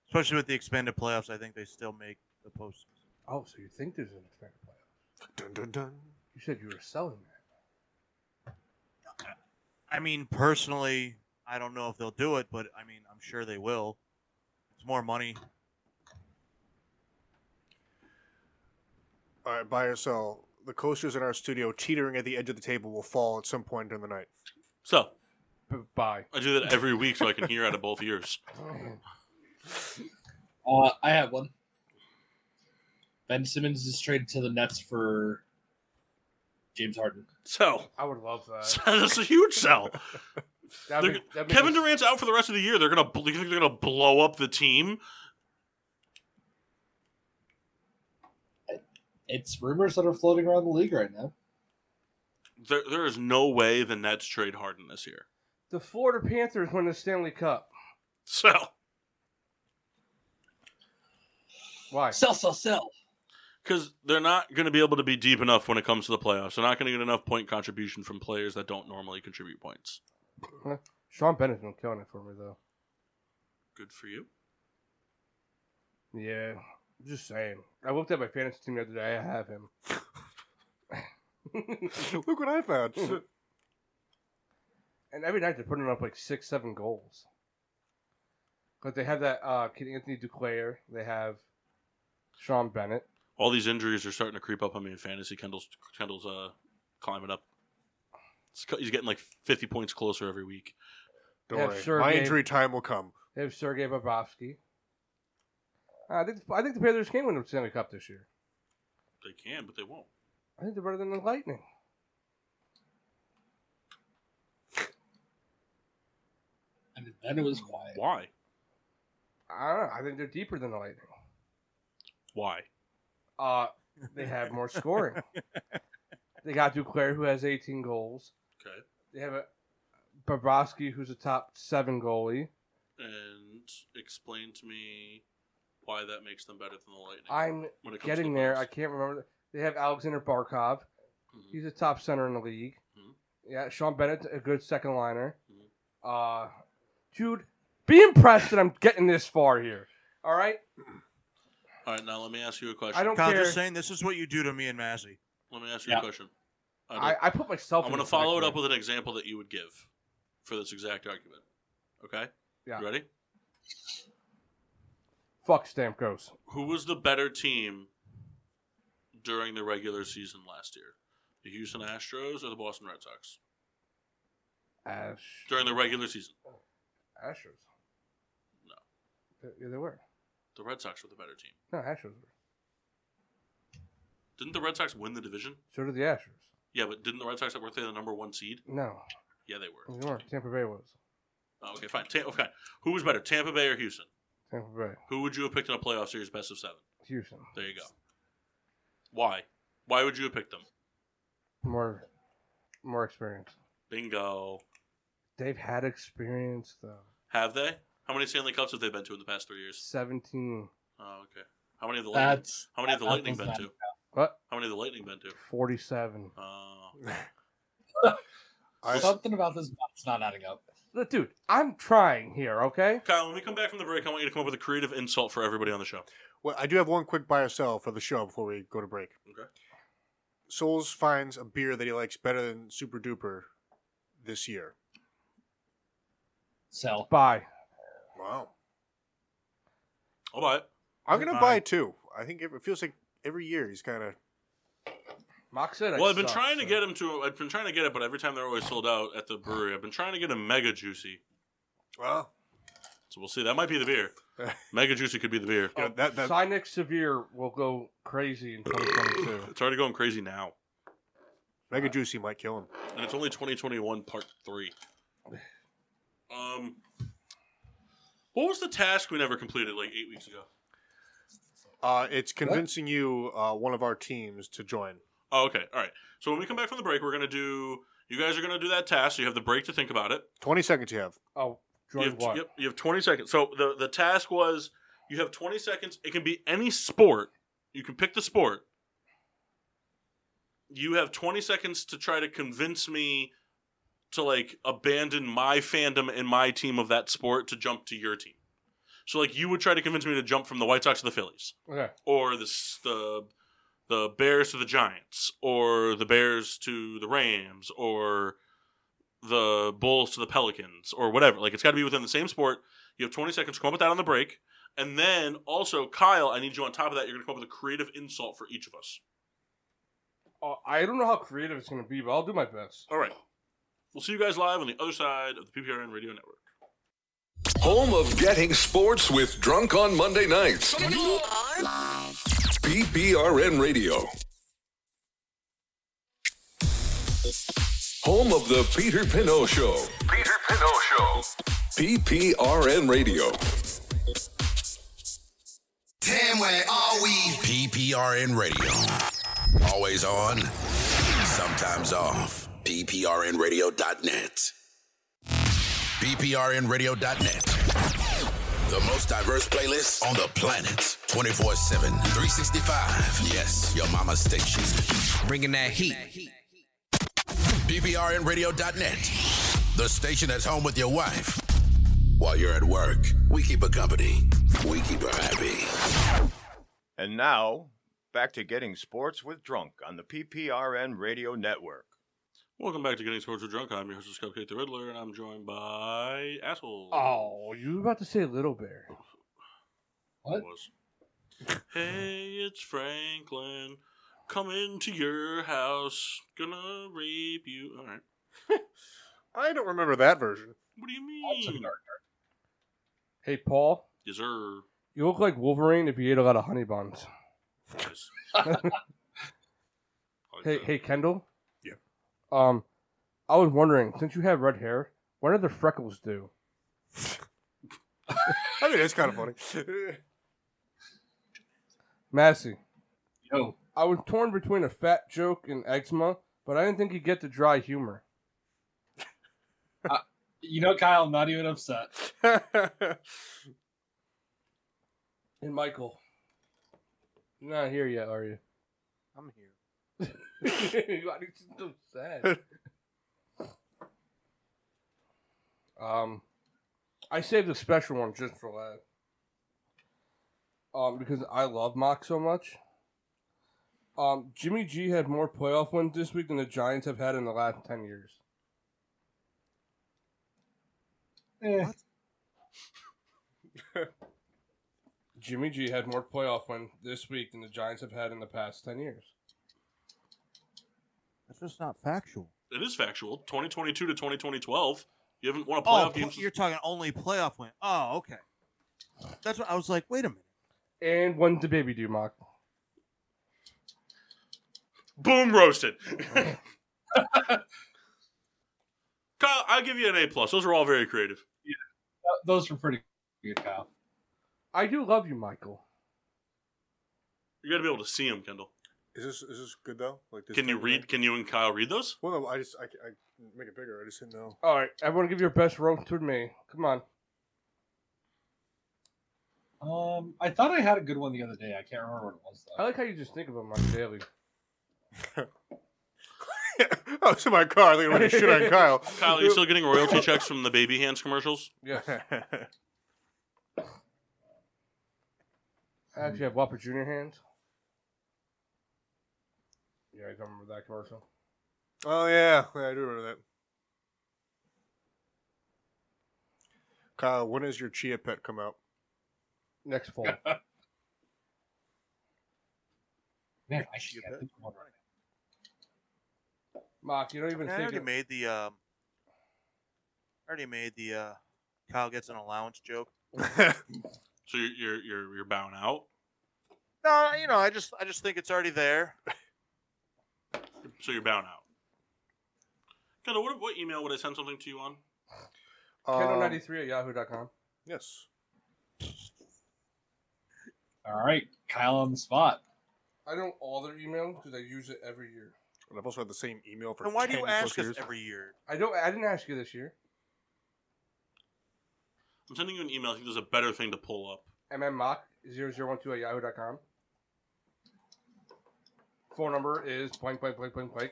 Speaker 7: especially with the expanded playoffs, I think they still make the postseason.
Speaker 2: Oh, so you think there's an expanded playoffs?
Speaker 3: Dun dun dun.
Speaker 2: You said you were selling that.
Speaker 7: I mean, personally, I don't know if they'll do it, but I mean, I'm sure they will. It's more money.
Speaker 3: All right, buy or sell. The coasters in our studio teetering at the edge of the table will fall at some point during the night.
Speaker 1: So,
Speaker 2: bye.
Speaker 1: I do that every week so I can hear out of both ears.
Speaker 6: Uh, I have one. Ben Simmons is traded to the Nets for James Harden.
Speaker 1: So
Speaker 2: I would love that.
Speaker 1: that's a huge sell.
Speaker 2: That'd
Speaker 1: They're-
Speaker 2: be- that'd be
Speaker 1: Kevin
Speaker 2: just-
Speaker 1: Durant's out for the rest of the year. They're gonna bl- you think they're gonna blow up the team.
Speaker 6: It's rumors that are floating around the league right now.
Speaker 1: There, there is no way the Nets trade Harden this year.
Speaker 2: The Florida Panthers win the Stanley Cup.
Speaker 1: So
Speaker 2: Why?
Speaker 6: Sell, sell, sell.
Speaker 1: because they're not going to be able to be deep enough when it comes to the playoffs. They're not going to get enough point contribution from players that don't normally contribute points.
Speaker 2: Sean Bennett's been killing it for me though.
Speaker 1: Good for you.
Speaker 2: Yeah, just saying. I looked at my fantasy team the other day. I have him.
Speaker 3: Look what I found.
Speaker 2: and every night they're putting up like six, seven goals. But they have that uh, kid Anthony Duclair. They have Sean Bennett.
Speaker 1: All these injuries are starting to creep up on me in fantasy. Kendall's Kendall's uh climbing up. It's co- He's getting like fifty points closer every week.
Speaker 3: Don't
Speaker 2: Yeah,
Speaker 3: worry.
Speaker 2: sure,
Speaker 3: My
Speaker 2: Gabe.
Speaker 3: injury time will come.
Speaker 2: They have Sergei Bobrovsky. Uh, I think I think the Panthers can win the Stanley Cup this year.
Speaker 1: They can, but they won't.
Speaker 2: I think they're better than the Lightning.
Speaker 6: And then it was
Speaker 2: Hmm.
Speaker 6: quiet.
Speaker 1: Why?
Speaker 2: I don't know. I think they're deeper than the Lightning.
Speaker 1: Why?
Speaker 2: Uh, they have more scoring. they got Duclair, who has 18 goals.
Speaker 1: Okay.
Speaker 2: They have a Bobrovsky, who's a top seven goalie.
Speaker 1: And explain to me why that makes them better than the Lightning.
Speaker 2: I'm
Speaker 1: when it comes to
Speaker 2: getting
Speaker 1: the
Speaker 2: there.
Speaker 1: playoffs.
Speaker 2: I can't remember. They have Alexander Barkov.
Speaker 1: Mhm.
Speaker 2: He's a top center in the league.
Speaker 1: Mhm.
Speaker 2: Yeah, Sean Bennett, a good second liner.
Speaker 1: Mhm.
Speaker 2: Uh, dude, be impressed that I'm getting this far here. All right,
Speaker 1: All right, now let me ask you a question.
Speaker 2: I don't
Speaker 7: Kyle,
Speaker 2: care.
Speaker 7: just saying, this is what you do to me and Massey.
Speaker 1: Let me ask you
Speaker 6: Yeah.
Speaker 1: a question. I
Speaker 2: I, I put myself.
Speaker 1: am
Speaker 2: in
Speaker 1: going to
Speaker 2: the
Speaker 1: follow it
Speaker 2: back
Speaker 1: up with an example that you would give for this exact argument. Okay?
Speaker 2: Yeah.
Speaker 1: You ready?
Speaker 2: fuck Stamkos.
Speaker 1: Who was the better team during the regular season last year? The Houston Astros or the Boston Red Sox?
Speaker 2: Ash,
Speaker 1: During the regular season,
Speaker 2: Ashers.
Speaker 1: No.
Speaker 2: They- Yeah, they were.
Speaker 1: the Red Sox were the better team.
Speaker 2: No, Ashers were.
Speaker 1: Didn't the Red Sox win the division?
Speaker 2: So did the Ashers.
Speaker 1: Yeah, but didn't the Red Sox weren't they the number one seed?
Speaker 2: No,
Speaker 1: Yeah, they were.
Speaker 2: they weren't. Tampa Bay was.
Speaker 1: Oh, okay, fine. Ta- okay, who was better, Tampa Bay or Houston?
Speaker 2: Tampa Bay,
Speaker 1: Who would you have picked in a playoff series, best of seven?
Speaker 2: Houston,
Speaker 1: There you go. Why? Why would you have picked them?
Speaker 2: more, more experience.
Speaker 1: Bingo.
Speaker 2: They've had experience though.
Speaker 1: Have they? How many Stanley Cups have they been to in the past three years?
Speaker 2: Seventeen.
Speaker 1: Oh, okay. How many of the lightning?
Speaker 6: That's
Speaker 1: How many have the
Speaker 6: that
Speaker 1: lightning
Speaker 6: was
Speaker 1: been
Speaker 6: not-
Speaker 1: to?
Speaker 2: What?
Speaker 1: How many have the lightning been to?
Speaker 2: Forty-seven.
Speaker 1: Oh,
Speaker 3: I,
Speaker 6: Something about this box not adding up.
Speaker 2: Look, Dude, I'm trying here. Okay.
Speaker 1: Kyle, when we come back from the break, I want you to come up with a creative insult for everybody on the show.
Speaker 3: well, I do have one quick buy or sell for the show before we go to break.
Speaker 1: Okay.
Speaker 3: Souls finds a beer that he likes better than Super Duper this year.
Speaker 6: Sell.
Speaker 2: Bye.
Speaker 3: Wow.
Speaker 1: I'll buy it.
Speaker 3: I'm gonna
Speaker 7: Bye.
Speaker 3: buy two. I think it, it feels like every year he's kind of
Speaker 2: Mock said. I
Speaker 1: Well, I've been
Speaker 2: suck,
Speaker 1: trying to
Speaker 2: so-
Speaker 1: get him to. I've been trying to get it, but every time they're always sold out at the brewery. I've been trying to get a mega juicy.
Speaker 3: well.
Speaker 1: So we'll see. That might be the beer. Mega juicy could be the beer.
Speaker 3: Yeah, that, that,
Speaker 2: Cynic Severe will go crazy in 2022.
Speaker 1: It's already going crazy now,
Speaker 3: mega juicy might kill him.
Speaker 1: and it's only 2021 part three. Um, what was the task we never completed like eight weeks ago?
Speaker 3: Uh, it's convincing you, uh, one of our teams, to join.
Speaker 1: Oh, okay. All right. So when we come back from the break, we're gonna do. You guys are gonna do that task. So you have the break to think about it.
Speaker 3: Twenty seconds you have.
Speaker 2: oh,
Speaker 1: You
Speaker 2: Jordan
Speaker 1: have,
Speaker 2: what?
Speaker 1: Yep. You have 20 seconds. So the the task was you have 20 seconds. It can be any sport. You can pick the sport. You have 20 seconds to try to convince me to like abandon my fandom and my team of that sport to jump to your team. So like you would try to convince me to jump from the White Sox to the Phillies,
Speaker 2: Okay.
Speaker 1: or the s- the the Bears to the Giants, or the Bears to the Rams, or the Bulls to the Pelicans, or whatever. Like it's got to be within the same sport. You have 20 seconds to come up with that on the break, and then also Kyle, I need you on top of that. You're gonna come up with a creative insult for each of us.
Speaker 2: Uh, I don't know how creative it's going to be, but I'll do my best.
Speaker 1: All right. We'll see you guys live on the other side of the PPRN Radio Network.
Speaker 9: Home of getting sports with Drunk on Monday nights. PPRN Radio. Home of the Peter Pinot Show. Peter Pinot Show. PPRN Radio.
Speaker 10: Damn, where are we? PPRN Radio. Always on, sometimes off. PPRNradio.net. PPRNradio.net. The most diverse playlist on the planet. 24 7, 365. Yes, your mama's station. Bringing that heat. PPRNradio.net. The station that's home with your wife. While you're at work, we keep her company. We keep her happy.
Speaker 14: And now, back to getting sports with Drunk on the PPRN Radio Network.
Speaker 1: Welcome back to Getting Sports with Drunk. I'm your host, Cupcake the Riddler, and I'm joined by Asshole.
Speaker 2: Oh, you were about to say Little Bear.
Speaker 1: What? Was. hey, it's Franklin. Come into your house. Gonna rape you. All right.
Speaker 3: I don't remember that version.
Speaker 1: What do you mean?
Speaker 2: Hey, Paul,
Speaker 1: Yes, sir.
Speaker 2: you look like Wolverine if you ate a lot of honey buns.
Speaker 1: Yes.
Speaker 2: Hey, hey, Kendall.
Speaker 3: Yeah.
Speaker 2: Um, I was wondering, since you have red hair, what do the freckles do?
Speaker 3: I mean, it's kind of funny.
Speaker 2: Massey,
Speaker 6: Yo,
Speaker 2: I was torn between a fat joke and eczema, but I didn't think you'd get the dry humor.
Speaker 6: you know, Kyle, I'm not even upset.
Speaker 2: And Michael, you're not here yet, are you?
Speaker 15: I'm here.
Speaker 2: Why do you seem so sad? um, I saved a special one just for last. Um, because I love Mock so much. Um, Jimmy G had more playoff wins this week than the Giants have had in the last ten years.
Speaker 6: Eh,
Speaker 2: Jimmy G had more playoff wins this week than the Giants have had in the past ten years.
Speaker 15: That's just not factual.
Speaker 1: It is factual. 2022 to 2012. You haven't won a
Speaker 5: Oh,
Speaker 1: playoff
Speaker 5: pl-
Speaker 1: game. since-
Speaker 5: you're talking only playoff win. Oh, okay. That's what I was like. Wait a minute.
Speaker 2: And when did Baby do Mock?
Speaker 1: Boom roasted. Kyle, I'll give you an A plus. Those were all very creative.
Speaker 6: Uh, those were pretty good, Kyle.
Speaker 2: I do love you, Michael.
Speaker 1: You got to be able to see them, Kendall.
Speaker 3: is this is this good though? Like, this
Speaker 1: Can you
Speaker 3: thing-
Speaker 1: read? Can you and Kyle read those?
Speaker 3: Well, no, I just I, I make it bigger. I just didn't know.
Speaker 2: All right, everyone, give your best roast to me. Come on.
Speaker 6: Um, I thought I had a good one the other day. I can't remember what it was
Speaker 2: I
Speaker 6: though.
Speaker 2: like how you just think of him on daily.
Speaker 3: I was in my car. I think I'm gonna shit on Kyle.
Speaker 1: Kyle, are you still getting royalty checks from the baby hands commercials?
Speaker 2: Yes. I actually have Whopper Junior hands. Yeah, I don't remember that commercial.
Speaker 3: Oh yeah, yeah, I do remember that. Kyle, when does your chia pet come out?
Speaker 2: Next Uh, fall.
Speaker 6: Man, I should get this one right.
Speaker 2: Mark, you don't even
Speaker 5: I
Speaker 2: think.
Speaker 5: already
Speaker 2: Of...
Speaker 5: made the. Um, I already made the. Uh, Kyle gets an allowance joke.
Speaker 1: So you're you're you're, you're bowing out.
Speaker 5: No, you know, I just, I just think it's already there.
Speaker 1: So you're bowing out. Kendall, what, what email would I send something to you on?
Speaker 3: Um,
Speaker 2: Kendall93 at yahoo.com.
Speaker 3: Yes.
Speaker 6: All right, Kyle on the spot.
Speaker 2: I know all their emails because I use it every year.
Speaker 3: And I've also had the same email for.
Speaker 5: And why do you
Speaker 3: 10 plus
Speaker 5: ask us
Speaker 3: years.
Speaker 5: every year?
Speaker 2: I don't. I didn't ask you this year.
Speaker 1: I'm sending you an email. I think there's a better thing to pull up.
Speaker 2: mmmock0012 at yahoo.com. Phone number is blank, blank, blank, blank, blank.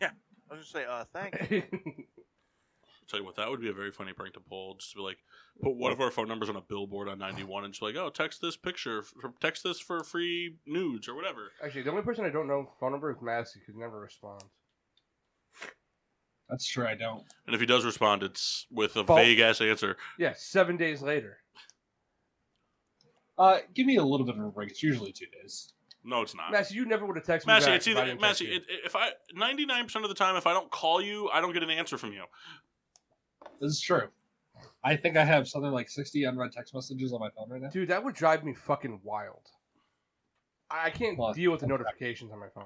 Speaker 5: Yeah, I I was just say, uh, thank you.
Speaker 1: tell you what, that would be a very funny prank to pull. Just to be like, put one of our phone numbers on a billboard on 91 and just be like, oh, text this picture, f- text this for free nudes or whatever.
Speaker 2: Actually, the only person I don't know phone number is Massey because never responds.
Speaker 6: That's true. I don't.
Speaker 1: And if he does respond, it's with a
Speaker 2: False.
Speaker 1: vague ass answer.
Speaker 2: Yeah, seven days later.
Speaker 6: Uh, give me a little bit of a break. It's usually two days.
Speaker 1: No, it's not.
Speaker 2: Massey, you never would have texted
Speaker 1: Uh, Massey, it's either
Speaker 2: me. back if I didn't text
Speaker 1: Massey.
Speaker 2: you.
Speaker 1: It, it- if I 99% of the time, if I don't call you, I don't get an answer from you.
Speaker 6: This is true. I think I have something like 60 unread text messages on my phone right now.
Speaker 2: Dude, that would drive me fucking wild. I I can't
Speaker 6: Well,
Speaker 2: deal with the notifications on my phone.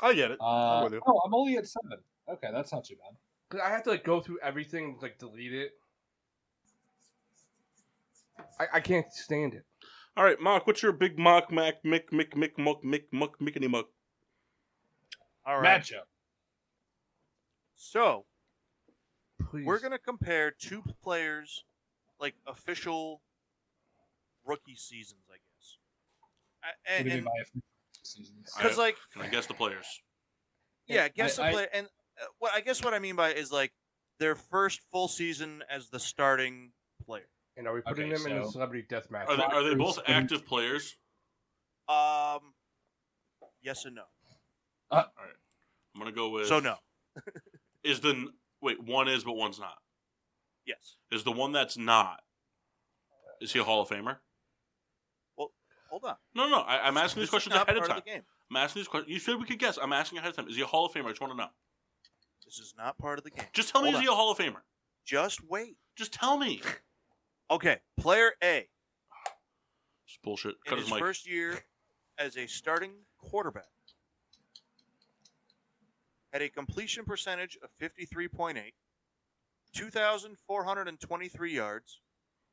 Speaker 3: I get it.
Speaker 6: Uh,
Speaker 2: I'm with you.
Speaker 6: Oh, I'm only at seven. Okay, that's not too bad.
Speaker 2: 'Cause I have to like go through everything and like delete it. I, I can't stand it.
Speaker 1: All right, Mock, what's your big mock, Mac, Mick, Mick, Mick, Muck, Mick, Muck, Mickety Muck?
Speaker 5: All right.
Speaker 6: Matchup.
Speaker 5: So,
Speaker 2: Please.
Speaker 5: we're going to compare two players, like official rookie seasons, I guess. A-
Speaker 6: What
Speaker 5: And,
Speaker 6: do you mean
Speaker 5: and,
Speaker 6: by seasons?
Speaker 5: Because,
Speaker 1: I-
Speaker 5: like-
Speaker 1: Can I guess the players?
Speaker 5: yeah, guess
Speaker 6: I-
Speaker 5: the
Speaker 6: I-
Speaker 5: player. And uh, what I guess what I mean by it is like their first full season as the starting player.
Speaker 2: And are we putting
Speaker 6: Okay,
Speaker 2: them in a
Speaker 6: so-
Speaker 2: celebrity death match?
Speaker 1: Are they, are they both
Speaker 6: Rockers and-
Speaker 1: active players?
Speaker 5: Um, yes and no.
Speaker 1: I'm going to go with.
Speaker 5: So no.
Speaker 1: Is the. Wait, one is, but one's not.
Speaker 5: Yes.
Speaker 1: Is the one that's not. Is he a Hall of Famer?
Speaker 5: Hold on.
Speaker 1: No, no. I, I'm asking
Speaker 5: This
Speaker 1: these
Speaker 5: is
Speaker 1: questions
Speaker 5: not
Speaker 1: ahead of
Speaker 5: part
Speaker 1: time.
Speaker 5: of the game.
Speaker 1: I'm asking these questions. You said we could guess. I'm asking ahead of time. Is he a Hall of Famer? I just want to know.
Speaker 5: This is not part of the game.
Speaker 1: Just tell me,
Speaker 5: Hold
Speaker 1: is he
Speaker 5: on.
Speaker 1: a Hall of Famer?
Speaker 5: Just wait.
Speaker 1: Just tell me.
Speaker 5: Okay, player A
Speaker 1: It's bullshit.
Speaker 5: in
Speaker 1: Cut
Speaker 5: his
Speaker 1: his mic.
Speaker 5: first year as a starting quarterback had a completion percentage of 53.8, 2,423 yards,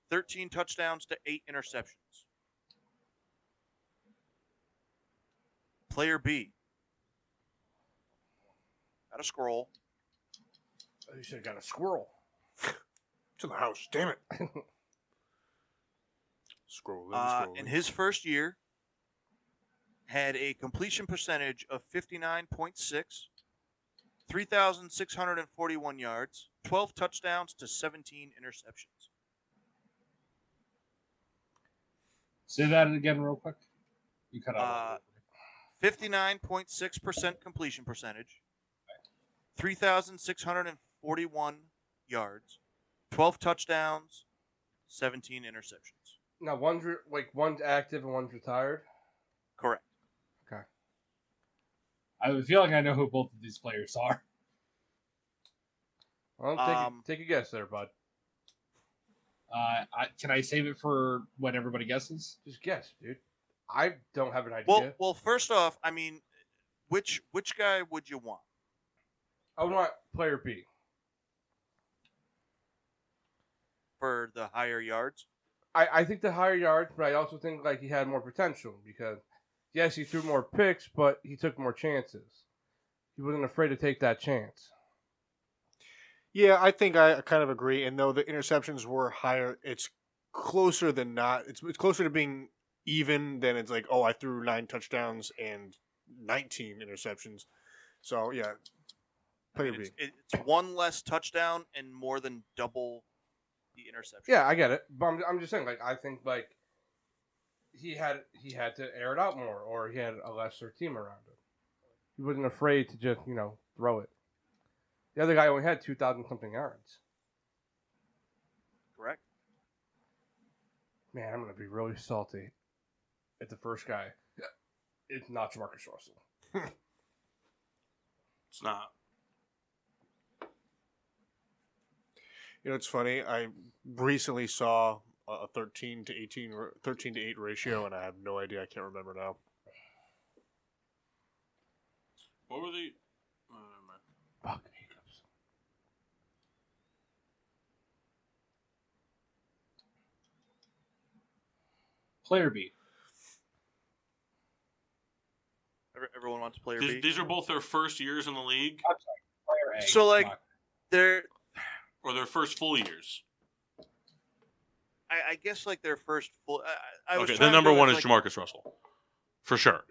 Speaker 5: 13 touchdowns to 8 interceptions. Player B. Got a scroll.
Speaker 2: You should have got a squirrel.
Speaker 3: To the house. Damn it. Scroll.
Speaker 5: uh,
Speaker 3: scroll.
Speaker 5: in his first year had a completion percentage of 59.6 3641 yards 12 touchdowns to 17 interceptions
Speaker 6: Say that again, real quick. You
Speaker 2: Oh,
Speaker 6: cut
Speaker 5: Uh,
Speaker 6: out.
Speaker 5: 59.6% completion percentage 3641 yards 12 touchdowns 17 interceptions
Speaker 2: Now one's re- like one's active and one's retired.
Speaker 5: correct
Speaker 6: I have a feeling I know who both of these players are.
Speaker 2: Well, take,
Speaker 5: Um,
Speaker 2: a, take a guess there, bud.
Speaker 6: Uh, I, can I save it for when everybody guesses?
Speaker 2: Just guess, dude. I don't have an idea.
Speaker 5: well well first off i mean which which guy would you want
Speaker 2: I want player B.
Speaker 5: for the higher yards
Speaker 2: I, I think the higher yards, but I also think like he had more potential because yes, he threw more picks, but he took more chances. He wasn't afraid to take that chance.
Speaker 3: Yeah, I think I kind of agree. And though the interceptions were higher, it's closer than not. It's, it's closer to being even than it's like, oh, I threw nine touchdowns and 19 interceptions. So, yeah. Player B.
Speaker 5: It's, it- it's one less touchdown and more than double the interception.
Speaker 2: Yeah, I get it, but I'm, I'm just saying like I think like he had he had to air it out more, or he had a lesser team around him. He wasn't afraid to just you know throw it. The other guy only had two thousand something yards.
Speaker 5: correct.
Speaker 2: Man, I'm gonna be really salty at the first guy. It's not Jamarcus Russell.
Speaker 1: It's not.
Speaker 3: You know, it's funny. I recently saw a a 13 to 18, ra- 13 to 8 ratio, and I have no idea. I can't remember now.
Speaker 1: What were the. oh, never mind.
Speaker 2: Fuck hiccups.
Speaker 6: Player B.
Speaker 5: Every- Everyone wants player
Speaker 1: These,
Speaker 5: B.
Speaker 1: these are both their first years in the league
Speaker 6: Player A.
Speaker 5: So, like-
Speaker 6: Come on.
Speaker 5: They're,
Speaker 1: or their first full years.
Speaker 5: I, I guess, like their first full. I- I, I was
Speaker 1: Okay,
Speaker 5: trying
Speaker 1: then
Speaker 5: to
Speaker 1: number
Speaker 5: go
Speaker 1: one
Speaker 5: with,
Speaker 1: is
Speaker 5: like,
Speaker 1: Jamarcus Russell. For sure.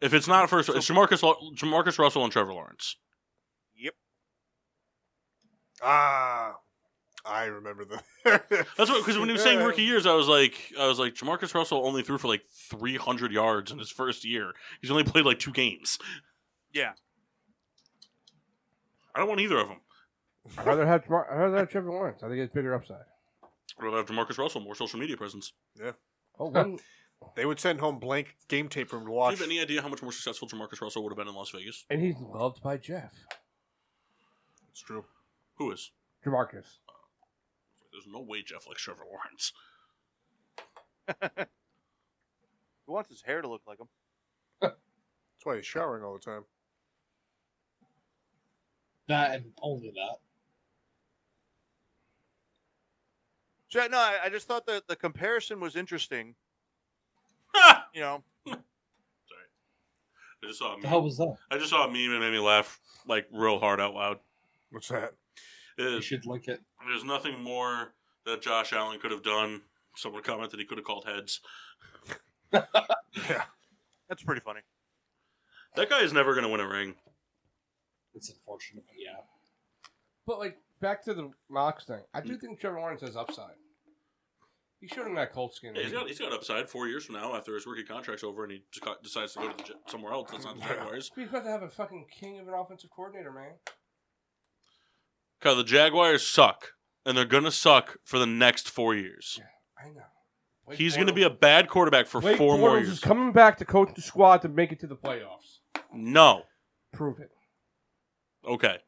Speaker 1: If it's not first, it's Jamarcus, Lu- Jamarcus Russell and Trevor Lawrence.
Speaker 3: Ah, I remember the.
Speaker 1: That's what because when he was saying rookie years, I was like, I was like, Jamarcus Russell only threw for like 300 yards in his first year. He's only played like two games.
Speaker 5: Yeah.
Speaker 1: I don't want either of them.
Speaker 16: I'd rather have Jamar- I'd rather have Trevor Lawrence. I think it's bigger upside.
Speaker 1: I'd rather have Jamarcus Russell more social media presence.
Speaker 3: Yeah.
Speaker 16: Oh, one-
Speaker 3: they would send home blank game tape for him to
Speaker 1: Do you
Speaker 3: watch.
Speaker 1: have any idea how much more successful Jamarcus Russell would have been in Las Vegas?
Speaker 16: And he's loved by Jeff.
Speaker 3: It's true.
Speaker 1: Who is?
Speaker 16: Jamarcus.
Speaker 1: There's no way Jeff likes Trevor Lawrence.
Speaker 5: Who wants his hair to look like him?
Speaker 3: That's why he's showering all the time.
Speaker 6: That and only that.
Speaker 5: So, no, I, I just thought that the comparison was interesting. you know,
Speaker 1: I just saw a meme.
Speaker 6: The hell was that?
Speaker 1: I just saw a meme and made me laugh like real hard out loud.
Speaker 3: What's that?
Speaker 1: It
Speaker 6: You
Speaker 1: is-
Speaker 6: should link it.
Speaker 1: There's nothing more that Josh Allen could have done. Someone commented he could have called heads.
Speaker 3: Yeah.
Speaker 5: that's pretty funny.
Speaker 1: That guy is never going to win a ring.
Speaker 6: It's unfortunate, but yeah.
Speaker 2: But like back to the Mox thing, I do think Trevor Lawrence has upside. He showed him that Colts skin.
Speaker 1: Yeah, he's got he's got upside. Four years from now, after his rookie contract's over, and he dec- decides to go to the, Jet- somewhere else that's not the Jaguars.
Speaker 2: He's about to have a fucking king of an offensive coordinator, man.
Speaker 1: Kyle, the Jaguars suck, and they're gonna suck for the next four years.
Speaker 2: I know. Blake
Speaker 1: he's gonna
Speaker 2: Bortles-
Speaker 1: be a bad quarterback for
Speaker 2: Blake
Speaker 1: four more
Speaker 2: Bortles
Speaker 1: years.
Speaker 2: is coming back to coach the squad to make it to the playoffs.
Speaker 1: no,
Speaker 2: Prove it.
Speaker 1: okay.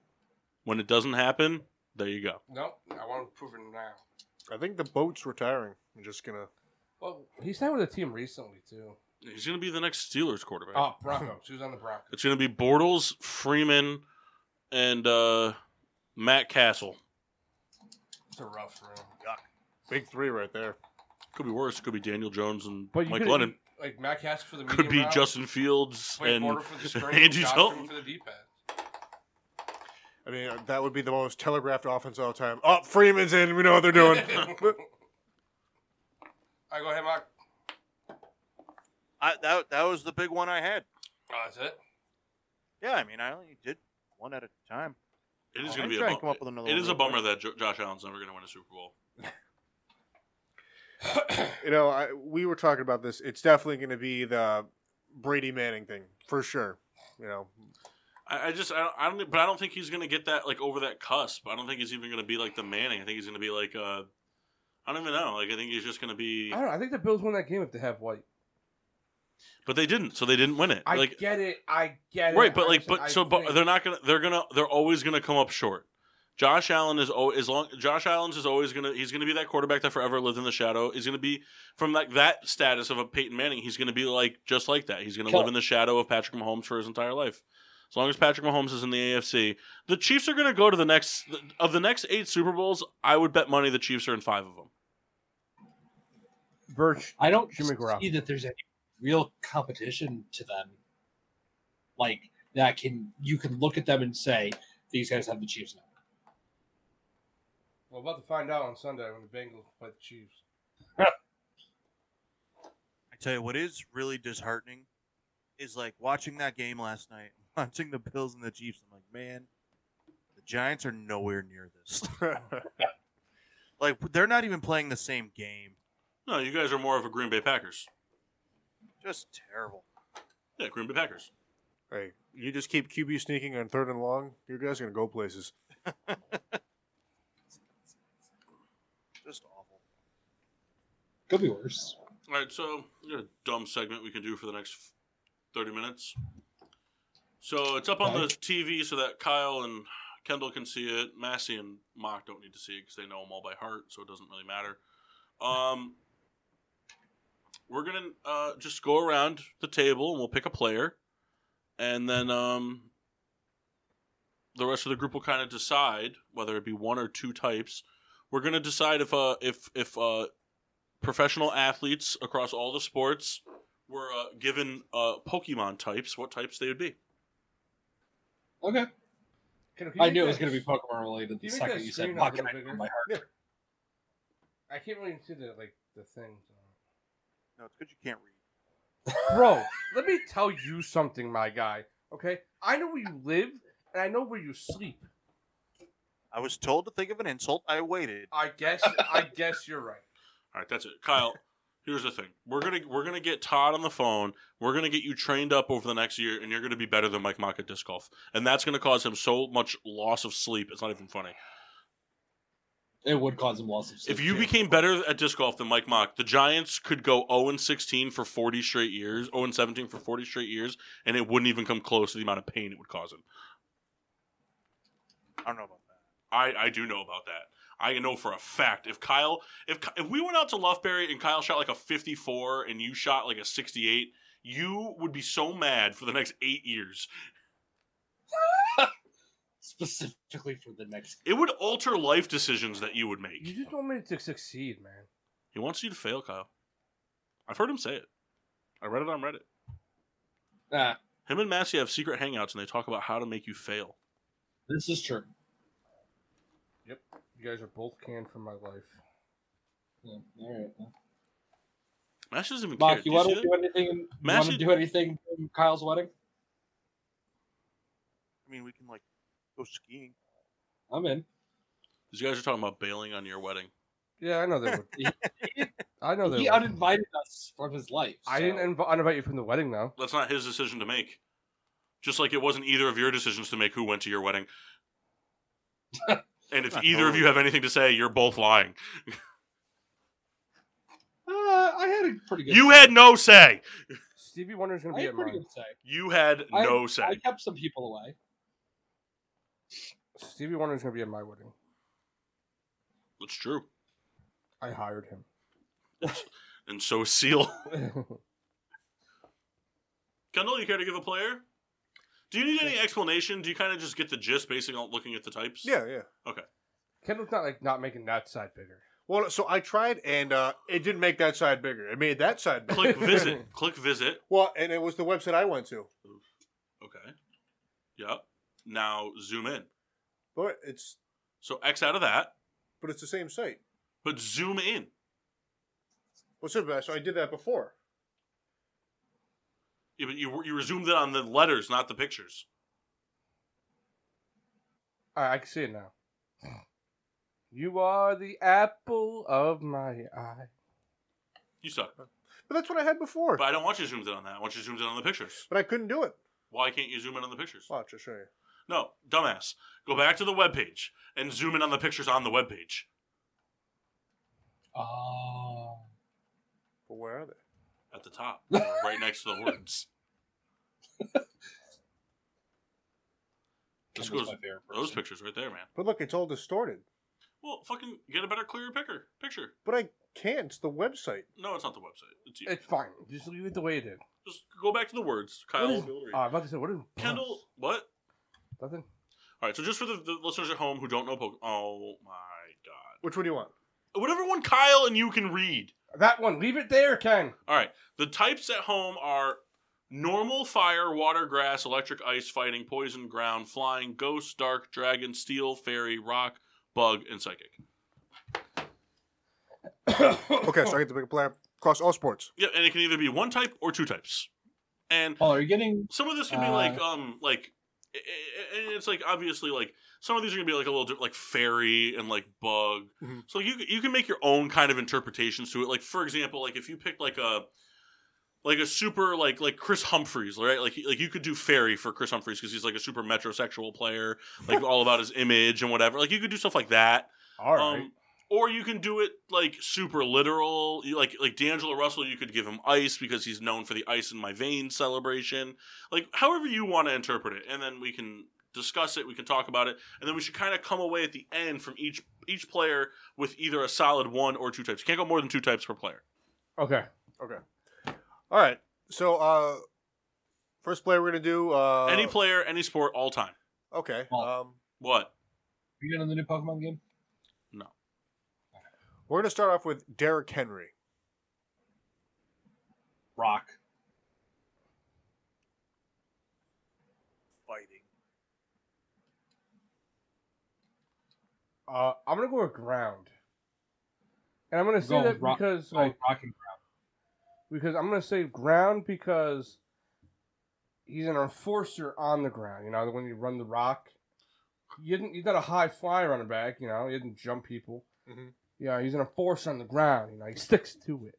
Speaker 1: When it doesn't happen, there you go.
Speaker 2: No, I want to prove it now.
Speaker 3: I think the boat's retiring. I'm just gonna.
Speaker 2: Well, he signed with a team recently too.
Speaker 1: He's gonna be the next Steelers quarterback.
Speaker 2: Oh, Broncos. Who's on the Broncos?
Speaker 1: It's gonna be Bortles, Freeman, and uh, Matt Castle.
Speaker 2: It's a rough room.
Speaker 3: Big three right there.
Speaker 1: Could be worse. Could be Daniel Jones and
Speaker 2: But you
Speaker 1: Mike
Speaker 2: could-
Speaker 1: Lennon.
Speaker 2: Like Matt Cass for the
Speaker 1: Could
Speaker 2: medium
Speaker 1: be
Speaker 2: route,
Speaker 1: Justin Fields
Speaker 2: Blake
Speaker 1: and
Speaker 2: Bortles for the screen,
Speaker 1: Andy
Speaker 2: Josh
Speaker 1: Dalton.
Speaker 2: Freeman for the deep end.
Speaker 3: I mean, uh, that would be the most telegraphed offense of all time. Oh, Freeman's in. We know what they're doing.
Speaker 2: I go ahead, Mark.
Speaker 5: I, that that was the big one I had.
Speaker 2: Oh, that's it.
Speaker 5: Yeah, I mean, I only did one at a time.
Speaker 1: It is
Speaker 5: Oh,
Speaker 1: going
Speaker 5: I'm
Speaker 1: to be a
Speaker 5: trying
Speaker 1: bummer.
Speaker 5: to come up with another
Speaker 1: it
Speaker 5: one
Speaker 1: is a
Speaker 5: real
Speaker 1: bummer that jo- Josh Allen's never going to win a Super Bowl.
Speaker 3: you know, I, we were talking about this. It's definitely going to be the Brady Manning thing for sure. You know,
Speaker 1: I, I just I don't, I don't but I don't think he's going to get that like over that cusp. I don't think he's even going to be like the Manning. I think he's going to be like uh I don't even know. Like I think he's just going to be
Speaker 2: I don't know. I think the Bills win that game if they have White.
Speaker 1: but they didn't. So they didn't win it.
Speaker 2: I
Speaker 1: like
Speaker 2: get it. I get it.
Speaker 1: right, but
Speaker 2: I'm
Speaker 1: like
Speaker 2: just-
Speaker 1: but
Speaker 2: I
Speaker 1: so but
Speaker 2: think-
Speaker 1: they're not going to they're going to they're always going to come up short. Josh Allen is al- is long. Josh Allen's is always gonna. He's gonna be that quarterback that forever lived in the shadow. He's gonna be from like that status of a Peyton Manning. He's gonna be like just like that. He's gonna
Speaker 6: Cal-
Speaker 1: live in the shadow of Patrick Mahomes for his entire life. As long as Patrick Mahomes is in the AFC, the Chiefs are gonna go to the next of the next eight Super Bowls. I would bet money the Chiefs are in five of them.
Speaker 2: Verge.
Speaker 6: I don't
Speaker 2: Jimmy Garoppolo.
Speaker 6: see that there's any real competition to them. Like that can you can look at them and say these guys have the Chiefs now.
Speaker 2: We're about to find out on Sunday when the Bengals play the Chiefs.
Speaker 17: I tell you what is really disheartening is like watching that game last night, watching the Bills and the Chiefs. I'm like, man, the Giants are nowhere near this. like they're not even playing the same game.
Speaker 1: No, you guys are more of a Green Bay Packers.
Speaker 5: Just terrible.
Speaker 1: Yeah, Green Bay Packers.
Speaker 3: hey, you just keep QB sneaking on third and long. Your guys are going to go places.
Speaker 5: Just awful.
Speaker 6: Could be worse.
Speaker 1: All right, so you got a dumb segment we can do for the next thirty minutes. So it's up on the TV so that Kyle and Kendall can see it. Massey and Mock don't need to see it because they know them all by heart, so it doesn't really matter. Um, we're gonna uh, just go around the table and we'll pick a player, and then um, the rest of the group will kind of decide whether it be one or two types. We're gonna decide if uh if if uh professional athletes across all the sports were uh, given uh, Pokemon types, what types they would be.
Speaker 6: Okay.
Speaker 2: Can- can
Speaker 6: I
Speaker 2: you
Speaker 6: knew it
Speaker 2: make
Speaker 6: was
Speaker 2: that-
Speaker 6: going to be Pokemon related the
Speaker 2: you make
Speaker 6: second
Speaker 2: that
Speaker 6: you said
Speaker 2: screen a
Speaker 6: Mock
Speaker 2: little
Speaker 6: and I
Speaker 2: bigger?
Speaker 6: know my heart.
Speaker 2: I can't really see the like the things.
Speaker 5: No, it's good you can't read.
Speaker 2: Bro, let me tell you something, my guy. Okay, I know where you live and I know where you sleep.
Speaker 5: I was told to think of an insult. I waited.
Speaker 8: I guess. I guess you're right.
Speaker 1: All right, that's it, Kyle. Here's the thing: we're gonna we're gonna get Todd on the phone. We're gonna get you trained up over the next year, and you're gonna be better than Mike Mock at disc golf, and that's gonna cause him so much loss of sleep. It's not even funny.
Speaker 6: It would cause him loss of sleep.
Speaker 1: If you
Speaker 6: too.
Speaker 1: became better at disc golf than Mike Mock, the Giants could go 0 and 16 for 40 straight years, 0 and 17 for 40 straight years, and it wouldn't even come close to the amount of pain it would cause him.
Speaker 5: I don't know about
Speaker 1: that. I, I do know about that. I know for a fact if Kyle if Ky- if we went out to Loughberry and Kyle shot like a 54 and you shot like a 68, you would be so mad for the next 8 years.
Speaker 6: specifically for the next
Speaker 1: It would alter life decisions that you would make.
Speaker 8: You just want me to succeed, man.
Speaker 1: He wants you to fail, Kyle. I've heard him say it. I read it on Reddit.
Speaker 6: Ah.
Speaker 1: Him and Massey have secret hangouts and they talk about how to make you fail.
Speaker 6: This is true.
Speaker 8: Yep. You guys are both canned from my life.
Speaker 6: Yeah, all right. well.
Speaker 1: Mash doesn't even care.
Speaker 6: Mark,
Speaker 1: Do
Speaker 6: you
Speaker 1: you
Speaker 6: want
Speaker 1: see
Speaker 6: to
Speaker 1: that?
Speaker 6: do anything? You want
Speaker 1: Massey-
Speaker 6: to do anything from Kyle's wedding?
Speaker 5: I mean, we can like go skiing.
Speaker 6: I'm in.
Speaker 1: These guys are talking about bailing on your wedding.
Speaker 8: Yeah, I know they would. I know they
Speaker 6: He
Speaker 8: would.
Speaker 6: uninvited us from his life.
Speaker 8: I didn't inv- uninvite you from the wedding, though.
Speaker 1: That's not his decision to make. Just like it wasn't either of your decisions to make who went to your wedding. and if either of you have anything to say, you're both lying.
Speaker 6: Uh, I had a pretty good.
Speaker 1: You had no say.
Speaker 8: Stevie Wonder's gonna
Speaker 6: I
Speaker 8: be
Speaker 6: had
Speaker 8: at
Speaker 6: pretty
Speaker 8: mine.
Speaker 6: good say.
Speaker 1: You had
Speaker 6: I-
Speaker 1: no say.
Speaker 6: I kept some people away.
Speaker 8: Stevie Wonder's gonna be at my wedding.
Speaker 1: That's true.
Speaker 8: I hired him.
Speaker 1: And so is Seal. Kendall, you care to give a player? Do you need any explanation? Do you kind of just get the gist based on looking at the types?
Speaker 3: Yeah, yeah.
Speaker 1: Okay.
Speaker 8: Kendall's not like not making that side bigger.
Speaker 3: Well, so I tried, and uh, it didn't make that side bigger. It made that side bigger.
Speaker 1: Click visit. Click visit.
Speaker 3: well, and it was the website I went to.
Speaker 1: Okay. Yep. Now zoom in.
Speaker 3: But it's
Speaker 1: So X out of that,
Speaker 3: but it's the same site.
Speaker 1: but zoom in.
Speaker 3: What's up, So I did that before.
Speaker 1: Yeah, but you you were zoomed in on the letters, not the pictures.
Speaker 8: All right, I can see it now. You are the apple of my eye.
Speaker 1: You suck.
Speaker 3: But that's what I had before.
Speaker 1: But I don't want you zoomed in on that. I want you zoomed in on the pictures.
Speaker 3: But I couldn't do it.
Speaker 1: Why can't you zoom in on the pictures?
Speaker 3: Watch, I'll show you.
Speaker 1: No, dumbass. Go back to the webpage and zoom in on the pictures on the webpage.
Speaker 6: Oh.
Speaker 3: But where are they?
Speaker 1: At the top. right next to the words. This
Speaker 6: Kendall's
Speaker 1: goes,
Speaker 6: my favorite
Speaker 1: those
Speaker 6: person.
Speaker 1: pictures right there, man.
Speaker 3: But look, it's all distorted.
Speaker 1: Well, fucking get a better, clearer picker, picture.
Speaker 3: But I can't. It's the website.
Speaker 1: No, it's not the website. It's you.
Speaker 8: It's fine. Just leave it the way it is.
Speaker 1: Just go back to the words. Kyle,
Speaker 8: What is-
Speaker 1: will be able to read.
Speaker 8: Uh, I'm about to say, what is
Speaker 1: Kendall, what?
Speaker 8: Nothing.
Speaker 1: All right, so just for the, the listeners at home who don't know Pokemon. Oh, my God.
Speaker 3: Which one do you want?
Speaker 1: Whatever one Kyle and you can read.
Speaker 8: That one. Leave it there, Ken.
Speaker 1: All right. The types at home are normal, fire, water, grass, electric, ice, fighting, poison, ground, flying, ghost, dark, dragon, steel, fairy, rock, bug, and psychic.
Speaker 3: Okay, so I get to pick a player across all sports.
Speaker 1: Yeah, and it can either be one type or two types. And
Speaker 6: Well, Oh, are you getting?
Speaker 1: some of this can be
Speaker 6: Uh,
Speaker 1: like, um, like, i- i- i- it's like obviously like some of these are gonna be like a little different, like fairy and like bug.
Speaker 3: Mhm.
Speaker 1: So you you can make your own kind of interpretations to it. Like for example, like if you picked like a like a super like like Chris Humphreys, right? Like like you could do fairy for Chris Humphreys because he's like a super metrosexual player, like all about his image and whatever. Like you could do stuff like that.
Speaker 8: All right.
Speaker 1: Um, or you can do it like super literal, You- like like D'Angelo Russell. You could give him ice because he's known for the ice in my veins celebration. Like however you want to interpret it, and then we can discuss it. We can talk about it, and then we should kind of come away at the end from each each player with either a solid one or two types. You can't go more than two types per player.
Speaker 8: okay.
Speaker 3: All right. So uh first player we're gonna do uh
Speaker 1: any player, any sport, all time.
Speaker 3: Okay.
Speaker 6: Well-
Speaker 3: Um
Speaker 1: What?
Speaker 6: You getting the new Pokemon game?
Speaker 3: we're gonna start off with Derrick Henry.
Speaker 6: Rock.
Speaker 5: Fighting.
Speaker 8: Uh, I'm gonna go with ground. And I'm gonna say
Speaker 6: Go
Speaker 8: that
Speaker 6: rock-
Speaker 8: because
Speaker 3: oh,
Speaker 6: So
Speaker 8: like
Speaker 6: rock and ground.
Speaker 8: because I'm gonna say ground because he's an enforcer on the ground. You know, when you run the rock,
Speaker 2: you didn't. He's not a high flyer on the back. You know, he didn't jump people.
Speaker 3: Mhm.
Speaker 2: Yeah, he's an enforcer on the ground. You know, he sticks to it.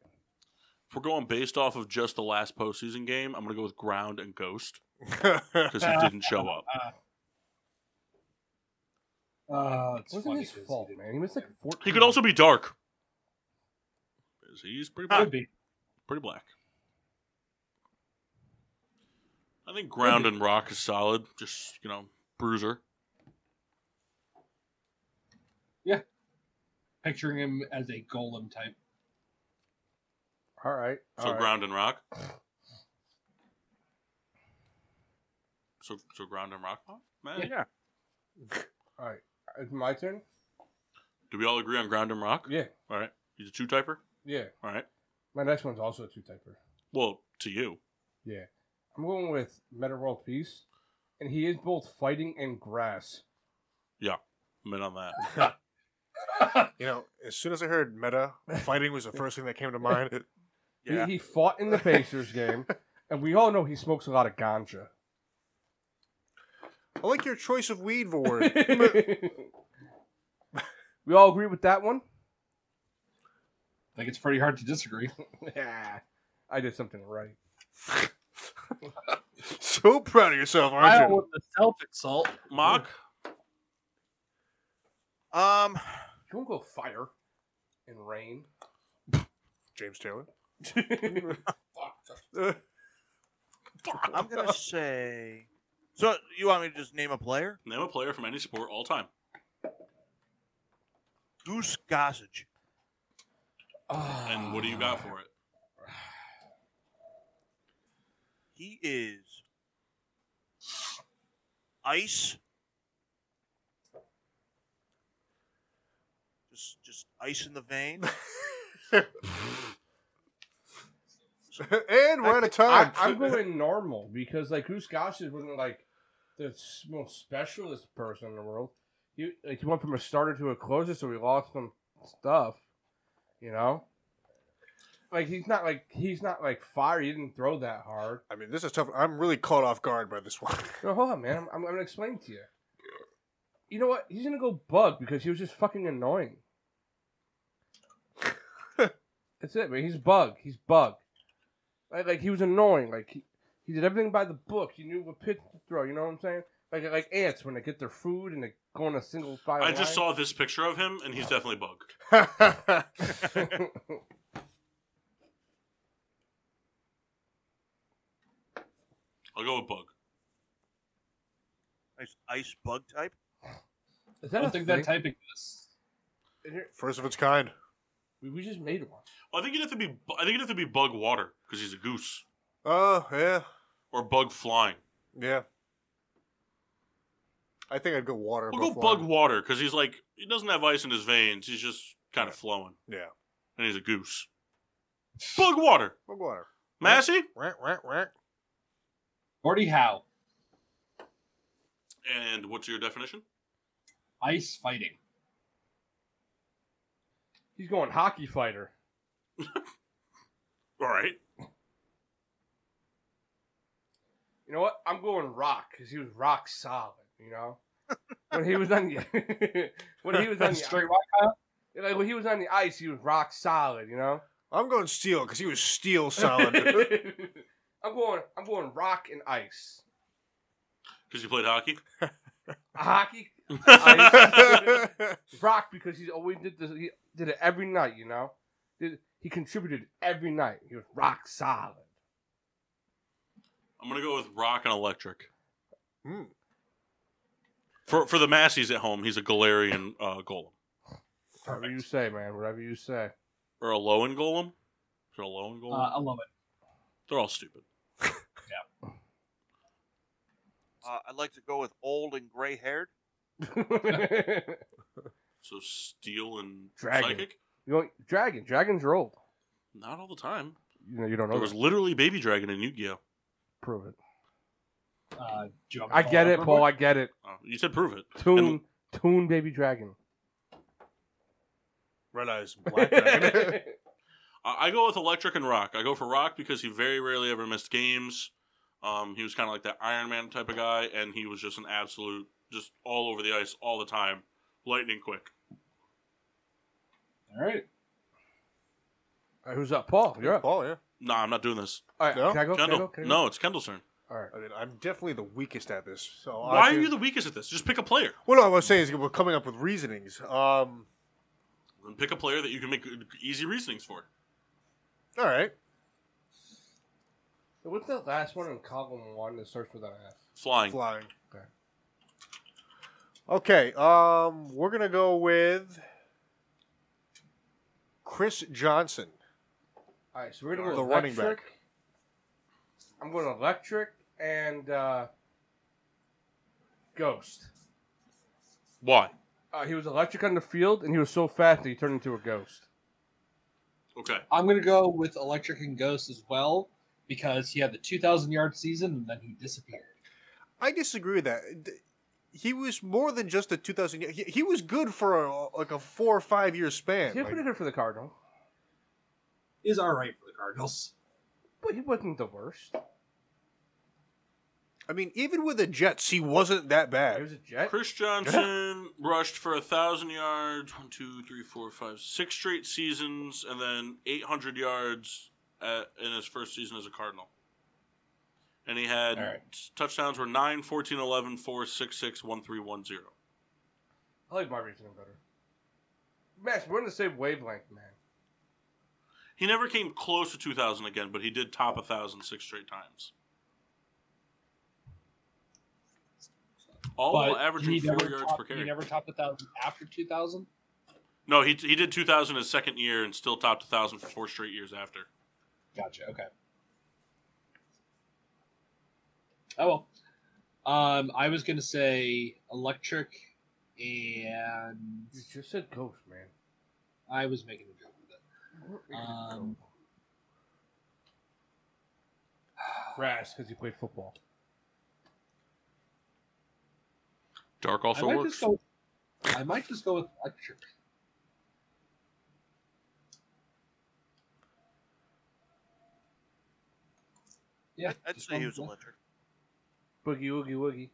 Speaker 1: If we're going based off of just the last postseason game, I'm going to go with Ground and Ghost because he didn't show up.
Speaker 6: Uh,
Speaker 2: it wasn't his fault, man. He was like fourteen.
Speaker 1: He could also be dark. 'Cause He's pretty black.
Speaker 6: Could be.
Speaker 1: Pretty black. I think Ground and Rock is solid. Just, you know, bruiser.
Speaker 6: Picturing him as a golem type.
Speaker 2: All right.
Speaker 1: So Ground and Rock. So, so Ground and Rock? Man.
Speaker 6: Yeah.
Speaker 2: All right. It's my turn.
Speaker 1: Do we all agree on Ground and Rock?
Speaker 2: Yeah.
Speaker 1: All right. He's a two typer?
Speaker 2: Yeah.
Speaker 1: All right.
Speaker 2: My next one's also a two typer.
Speaker 1: Well, to you.
Speaker 2: Yeah. I'm going with Meta World Peace, and he is both fighting and grass.
Speaker 1: Yeah. I'm in on that.
Speaker 3: You know, as soon as I heard meta, fighting was the first thing that came to mind.
Speaker 2: He- He, fought in the Pacers game, and we all know he smokes a lot of ganja.
Speaker 3: I like your choice of weed, Vord.
Speaker 2: we all agree with that one?
Speaker 6: I think it's pretty hard to disagree.
Speaker 2: yeah. I did something right.
Speaker 3: so proud of yourself,
Speaker 6: I
Speaker 3: aren't you?
Speaker 6: want the self insult.
Speaker 1: Mock?
Speaker 18: Um,
Speaker 2: You want to go fire and rain?
Speaker 3: James Taylor.
Speaker 5: I'm gonna say. So you want me to just name a player?
Speaker 1: Name a player from any sport all time.
Speaker 5: Goose Gossage.
Speaker 1: And what do you got for it?
Speaker 5: He is ice. Just just ice in the vein.
Speaker 3: and we're out of time.
Speaker 2: I, am going normal because like Goose Gosh is wasn't like the s- most specialist person in the world. He like he went from a starter to a closer, so we lost some stuff. You know, like he's not like he's not like fire. He didn't throw that hard.
Speaker 3: I mean, this is tough. I'm really caught off guard by this one.
Speaker 2: No, hold on, man. I'm, I'm gonna explain to you. You know what? He's gonna go bug because he was just fucking annoying. That's it, man. He's bug. He's bug. Like, like he was annoying. Like he, he did everything by the book. He knew what pitch to throw. You know what I'm saying? Like like ants when they get their food and they go in a single file.
Speaker 1: I just saw this picture of him, and he's definitely bug. I'll go with bug.
Speaker 5: Ice, ice bug type.
Speaker 2: Is that
Speaker 6: I
Speaker 2: a
Speaker 6: don't
Speaker 2: thing?
Speaker 6: think that type exists.
Speaker 3: First of its kind.
Speaker 2: we, we just made one.
Speaker 1: Well, I think you'd have to be. bu- I think you'd have to be bug water because he's a goose
Speaker 3: Oh, yeah.
Speaker 1: or bug flying.
Speaker 3: Yeah. I think I'd go water.
Speaker 1: We'll go
Speaker 3: above
Speaker 1: bug
Speaker 3: lime.
Speaker 1: water because he's like he doesn't have ice in his veins. He's just kind of flowing,
Speaker 3: Yeah.
Speaker 1: and he's a goose. Bug water,
Speaker 3: Bug water.
Speaker 1: Massey,
Speaker 3: Rank, rank, rank.
Speaker 6: Gordie Howe,
Speaker 1: and what's your definition?
Speaker 6: ice fighting.
Speaker 2: He's going hockey fighter.
Speaker 1: All right,
Speaker 2: You know what? I'm going rock because he was rock solid. You know, when he was on the when he was on the
Speaker 6: Straight white Kyle?
Speaker 2: Like when he was on the ice, he was rock solid, you know.
Speaker 3: I'm going steel because he was steel solid.
Speaker 2: I'm going. I'm going rock and ice.
Speaker 1: because you played hockey.
Speaker 2: Hockey,
Speaker 1: All
Speaker 2: rock because he's always did this. He did it every night, you know. Did, he contributed every night. He was rock solid.
Speaker 1: I'm gonna go with rock and electric.
Speaker 3: Hmm.
Speaker 1: For for the Masseys at home, he's a Galarian uh, golem
Speaker 2: Whatever you say, man. Whatever you say.
Speaker 1: or a Lowen golem. Is there a Lowen
Speaker 6: Uh,
Speaker 1: golem?
Speaker 6: I love it.
Speaker 1: They're all stupid.
Speaker 18: Uh, I'd like to go with old and gray haired.
Speaker 1: So steel and
Speaker 2: Dragon.
Speaker 1: psychic.
Speaker 2: you know, dragon. Dragons are old.
Speaker 1: Not all the time.
Speaker 2: You know, you don't know.
Speaker 1: There was literally baby dragon in Yu-Gi-Oh.
Speaker 2: that. Prove it.
Speaker 6: Uh, do you want me
Speaker 2: I
Speaker 6: to
Speaker 2: get
Speaker 6: follow
Speaker 2: it,
Speaker 6: up real
Speaker 2: Paul.
Speaker 6: quick?
Speaker 2: I get it.
Speaker 1: Oh, you said prove it.
Speaker 2: Tune,
Speaker 1: And-
Speaker 2: tune, baby dragon.
Speaker 3: Red eyes, black dragon.
Speaker 1: I I go with electric and rock. I go for rock because he very rarely ever missed games. Um, he was kind of like that Iron Man type of guy, and he was just an absolute, just all over the ice all the time, lightning quick.
Speaker 6: All right.
Speaker 2: All right, who's up? Paul, you're up.
Speaker 3: Paul, Oh, yeah.
Speaker 1: No, I'm not doing this.
Speaker 2: All right,
Speaker 3: No?
Speaker 2: can I go? Can I
Speaker 1: Kendall.
Speaker 2: go? Can I go?
Speaker 1: No, it's Kendall's turn.
Speaker 2: All right.
Speaker 3: I mean, I'm definitely the weakest at this. So
Speaker 1: Why are you the weakest at this? Just pick a player.
Speaker 3: Well, no, I was saying is we're coming up with reasonings. Um,
Speaker 1: Then pick a player that you can make easy reasonings for.
Speaker 3: all right,
Speaker 2: What's the last one in column one that starts with an F?
Speaker 1: Flying.
Speaker 3: flying.
Speaker 2: Okay.
Speaker 3: Okay, um, we're gonna go with Chris Johnson.
Speaker 2: All right, so we're gonna go
Speaker 3: The running
Speaker 2: electric. I'm going electric and uh, ghost.
Speaker 1: Why?
Speaker 2: Uh, he was electric on the field, and he was so fast that he turned into a ghost.
Speaker 1: Okay.
Speaker 6: I'm going to go with Electric and Ghost as well because he had the 2,000 yard season and then he disappeared.
Speaker 3: I disagree with that. D- He was more than just a 2000. He, he was good for a, like a four or five year span.
Speaker 2: He
Speaker 3: Like,
Speaker 2: put it in for the Cardinal,
Speaker 6: Is all right for the Cardinals.
Speaker 2: but he wasn't the worst.
Speaker 3: I mean, even with the Jets, he wasn't that
Speaker 2: He
Speaker 3: bad.
Speaker 2: was a Jet.
Speaker 1: Chris Johnson rushed for a thousand yards, one, two, three, four, five, six straight seasons, and then eight hundred yards at, in his first season as a Cardinal. And he had
Speaker 6: All right.
Speaker 1: s- touchdowns were 9, 14, 11, 4, 6, 6, 1, 3, 1, 0.
Speaker 2: I like my reasoning better. Max, we're on the same wavelength, man.
Speaker 1: He never came close to 2,000 again, but he did top 1,000 six straight times. All while Oh, averaging four yards
Speaker 6: topped,
Speaker 1: per carry.
Speaker 6: He never topped 1,000 after 2,000.
Speaker 1: No, he, he did 2,000 his second year and still topped 1,000 for four straight years after.
Speaker 6: Gotcha. Okay. Oh well. Um, I was gonna say electric, and
Speaker 2: You just said ghost, man.
Speaker 6: I was making a joke with it. Um,
Speaker 2: Crass because he played football.
Speaker 1: Dark
Speaker 6: I
Speaker 1: also
Speaker 6: might
Speaker 1: works.
Speaker 6: just go. I might just go with electric. Yeah,
Speaker 5: I'd- I'd
Speaker 6: just
Speaker 5: say
Speaker 6: go
Speaker 5: he
Speaker 6: with
Speaker 5: was
Speaker 6: that.
Speaker 5: electric.
Speaker 2: Boogie woogie woogie.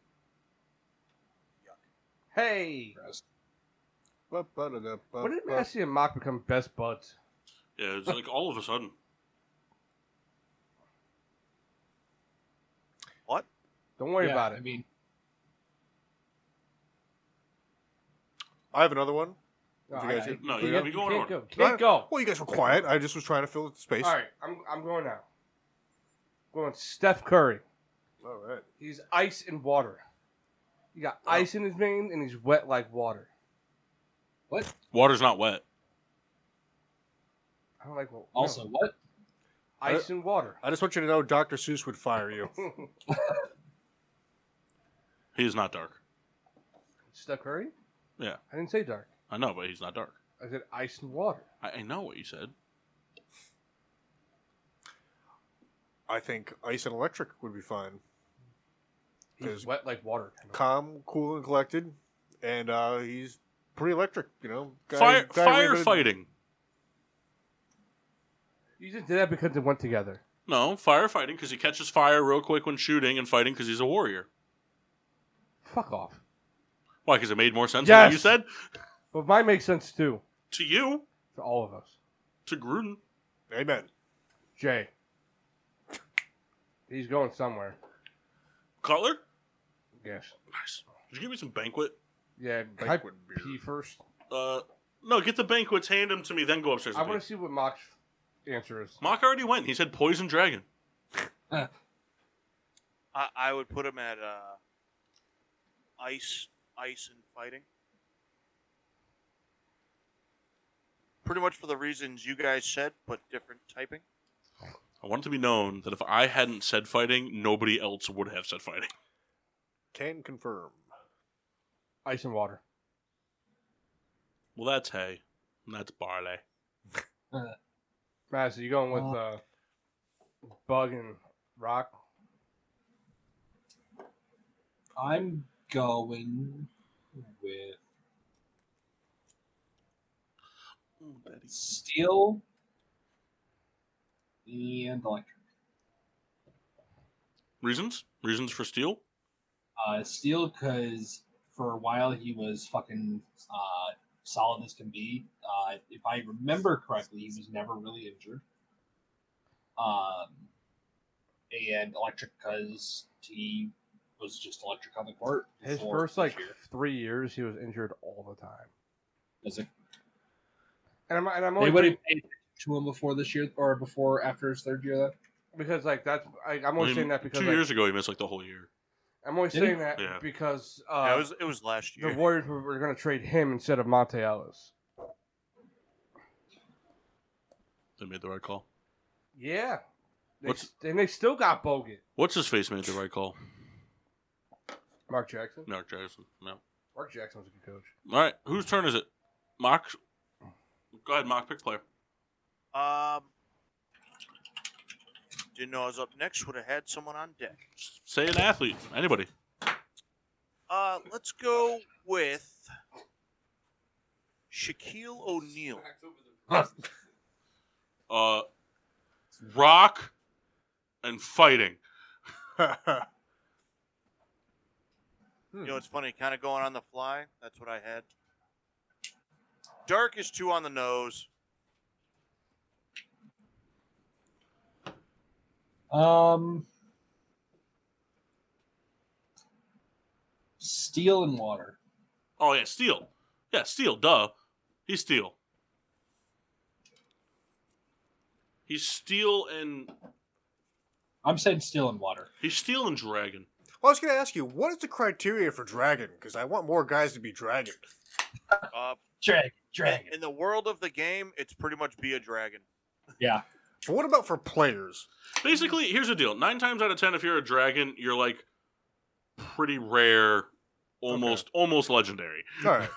Speaker 2: Hey,
Speaker 6: Gross.
Speaker 2: when did Massey and Mock become best buds?
Speaker 1: Yeah, it's like all of a sudden.
Speaker 2: Don't worry
Speaker 6: Yeah,
Speaker 2: about
Speaker 6: I
Speaker 2: it.
Speaker 6: mean,
Speaker 3: I have another one.
Speaker 2: No,
Speaker 3: you guys
Speaker 2: I-
Speaker 3: are-
Speaker 1: No,
Speaker 2: you
Speaker 1: you
Speaker 2: can't-
Speaker 1: be
Speaker 2: you
Speaker 1: going
Speaker 2: can't
Speaker 1: on.
Speaker 2: Go. Can't go.
Speaker 3: Well, you guys were quiet. I just was trying to fill the space.
Speaker 2: All right, I'm I'm going now. Going Steph Curry.
Speaker 3: All right.
Speaker 2: He's ice and water. He got ice in his veins and he's wet like water.
Speaker 1: Water's not wet.
Speaker 2: I don't like well, no.
Speaker 6: also what?
Speaker 2: ice and water.
Speaker 3: I just want you to know Dr. Seuss would fire you.
Speaker 1: He is not dark.
Speaker 2: Steph Curry.
Speaker 1: Yeah.
Speaker 2: I didn't say dark.
Speaker 1: I know, but he's not dark.
Speaker 2: I said ice and water.
Speaker 1: I, I know what you said.
Speaker 3: I think ice and electric would be fine.
Speaker 2: He's
Speaker 3: There's-
Speaker 2: wet like water.
Speaker 3: Calm, cool, and collected. And uh, he's pretty electric, you know? Guy-
Speaker 1: Fire,
Speaker 3: guy with a-
Speaker 1: firefighting.
Speaker 2: You just did that because they went together.
Speaker 1: No, firefighting because he catches fire real quick when shooting and fighting because he's a warrior.
Speaker 2: Fuck off.
Speaker 1: Why? Because it made more sense than what
Speaker 2: Yes.
Speaker 1: you said
Speaker 2: But mine makes sense too
Speaker 1: to you,
Speaker 2: to all of us.
Speaker 1: to Gruden.
Speaker 3: Amen.
Speaker 2: Jay. He's going somewhere.
Speaker 1: Cutler.
Speaker 2: Yes.
Speaker 1: Nice. Did you give me some banquet?
Speaker 2: Yeah. can I
Speaker 3: Banquet beer.
Speaker 2: pee first.
Speaker 1: Uh, no, get the banquets, hand them to me, then go upstairs.
Speaker 2: I
Speaker 1: and
Speaker 2: want
Speaker 1: pee.
Speaker 2: to see what Mock's answer is.
Speaker 1: Mock already went. He said poison dragon.
Speaker 5: I, I would put him at uh, ice, ice and fighting. Pretty much for the reasons you guys said, but different typing.
Speaker 1: I want it to be known that if I hadn't said fighting, nobody else would have said fighting.
Speaker 3: Can confirm.
Speaker 2: Ice and water.
Speaker 1: Well, that's hay. And that's barley.
Speaker 2: Matt, so you going with uh, Bug and Rock?
Speaker 6: I'm going with steel and electric.
Speaker 1: Reasons? Reasons for Steele?
Speaker 6: Uh, Steele, because for a while he was fucking uh, solid as can be. Uh, if I remember correctly, he was never really injured. Um, and electric because he was just electric on the court.
Speaker 2: His
Speaker 6: before
Speaker 2: first
Speaker 6: this
Speaker 2: like
Speaker 6: year.
Speaker 2: three years, he was injured all the time.
Speaker 6: Is it?
Speaker 2: And I'm and I'm
Speaker 6: they
Speaker 2: only
Speaker 6: would have paid attention to him before this year or before after his third year. Though.
Speaker 2: because like that's I, I'm only
Speaker 1: I mean,
Speaker 2: saying that because
Speaker 1: two
Speaker 2: like,
Speaker 1: years ago he missed like the whole year.
Speaker 2: I'm only
Speaker 6: Did he?
Speaker 2: saying that
Speaker 1: Yeah.
Speaker 2: because uh,
Speaker 5: Yeah, it was it was last year.
Speaker 2: the Warriors were, were going to trade him instead of Monte Ellis.
Speaker 1: They made the right call.
Speaker 2: Yeah, they,
Speaker 1: What's-
Speaker 2: s- and they still got Bogut,
Speaker 1: What's his face made the right call?
Speaker 2: Mark Jackson.
Speaker 1: Mark Jackson. No.
Speaker 2: Mark Jackson was a good coach.
Speaker 1: All right. Whose turn is it? Mock. Go ahead, Mock. Pick player.
Speaker 5: Um, didn't know I was up next. Would have had someone on deck.
Speaker 1: Say an athlete. Anybody.
Speaker 5: Uh, let's go with Shaquille O'Neal.
Speaker 1: Uh, rock and fighting.
Speaker 5: You
Speaker 2: Hmm.
Speaker 5: know, it's funny, kind of going on the fly. That's what I had. Dark is two on the nose.
Speaker 6: Um, steel and water.
Speaker 1: Oh yeah, Steel. Yeah, Steel. Duh, he's Steel. He's Steel and
Speaker 6: I'm saying steel and water.
Speaker 1: he's Steel and Dragon.
Speaker 3: Well, I was going to ask you, what is the criteria for dragon? Because I want more guys to be dragon.
Speaker 5: Uh,
Speaker 6: Dragon, dragon.
Speaker 5: In the world of the game, it's pretty much be a dragon.
Speaker 6: Yeah.
Speaker 3: But what about for players?
Speaker 1: Basically, here's the deal: nine times out of ten, if you're a dragon, you're like pretty rare, almost almost legendary.
Speaker 3: All right.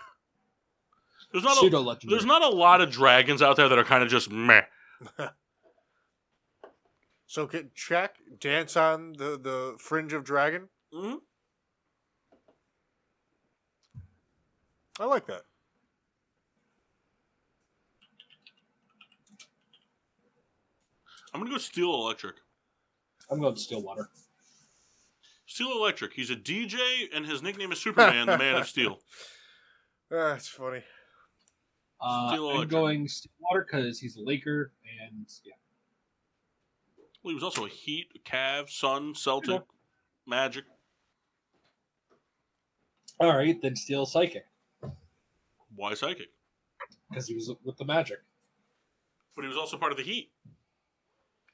Speaker 1: There's not a,
Speaker 6: Pseudo-legendary.
Speaker 1: there's not a lot of dragons out there that are kind of just meh.
Speaker 3: So can Shaq dance on the, the fringe of dragon?
Speaker 6: Mm-hmm.
Speaker 1: Mhm.
Speaker 3: I like that.
Speaker 1: I'm gonna go Steel Electric.
Speaker 6: I'm going steel water.
Speaker 1: Steel Electric. He's a DJ, and his nickname is Superman, the Man of Steel.
Speaker 3: Ah, That's funny.
Speaker 6: Uh,
Speaker 1: Steel
Speaker 6: I'm
Speaker 1: electric.
Speaker 6: going steel water because he's a Laker and yeah.
Speaker 1: Well, he was also a Heat, Cav, Sun, Celtic, Magic.
Speaker 6: All right, then steel psychic
Speaker 1: Why psychic?
Speaker 6: because he was with the Magic.
Speaker 1: But he was also part of the Heat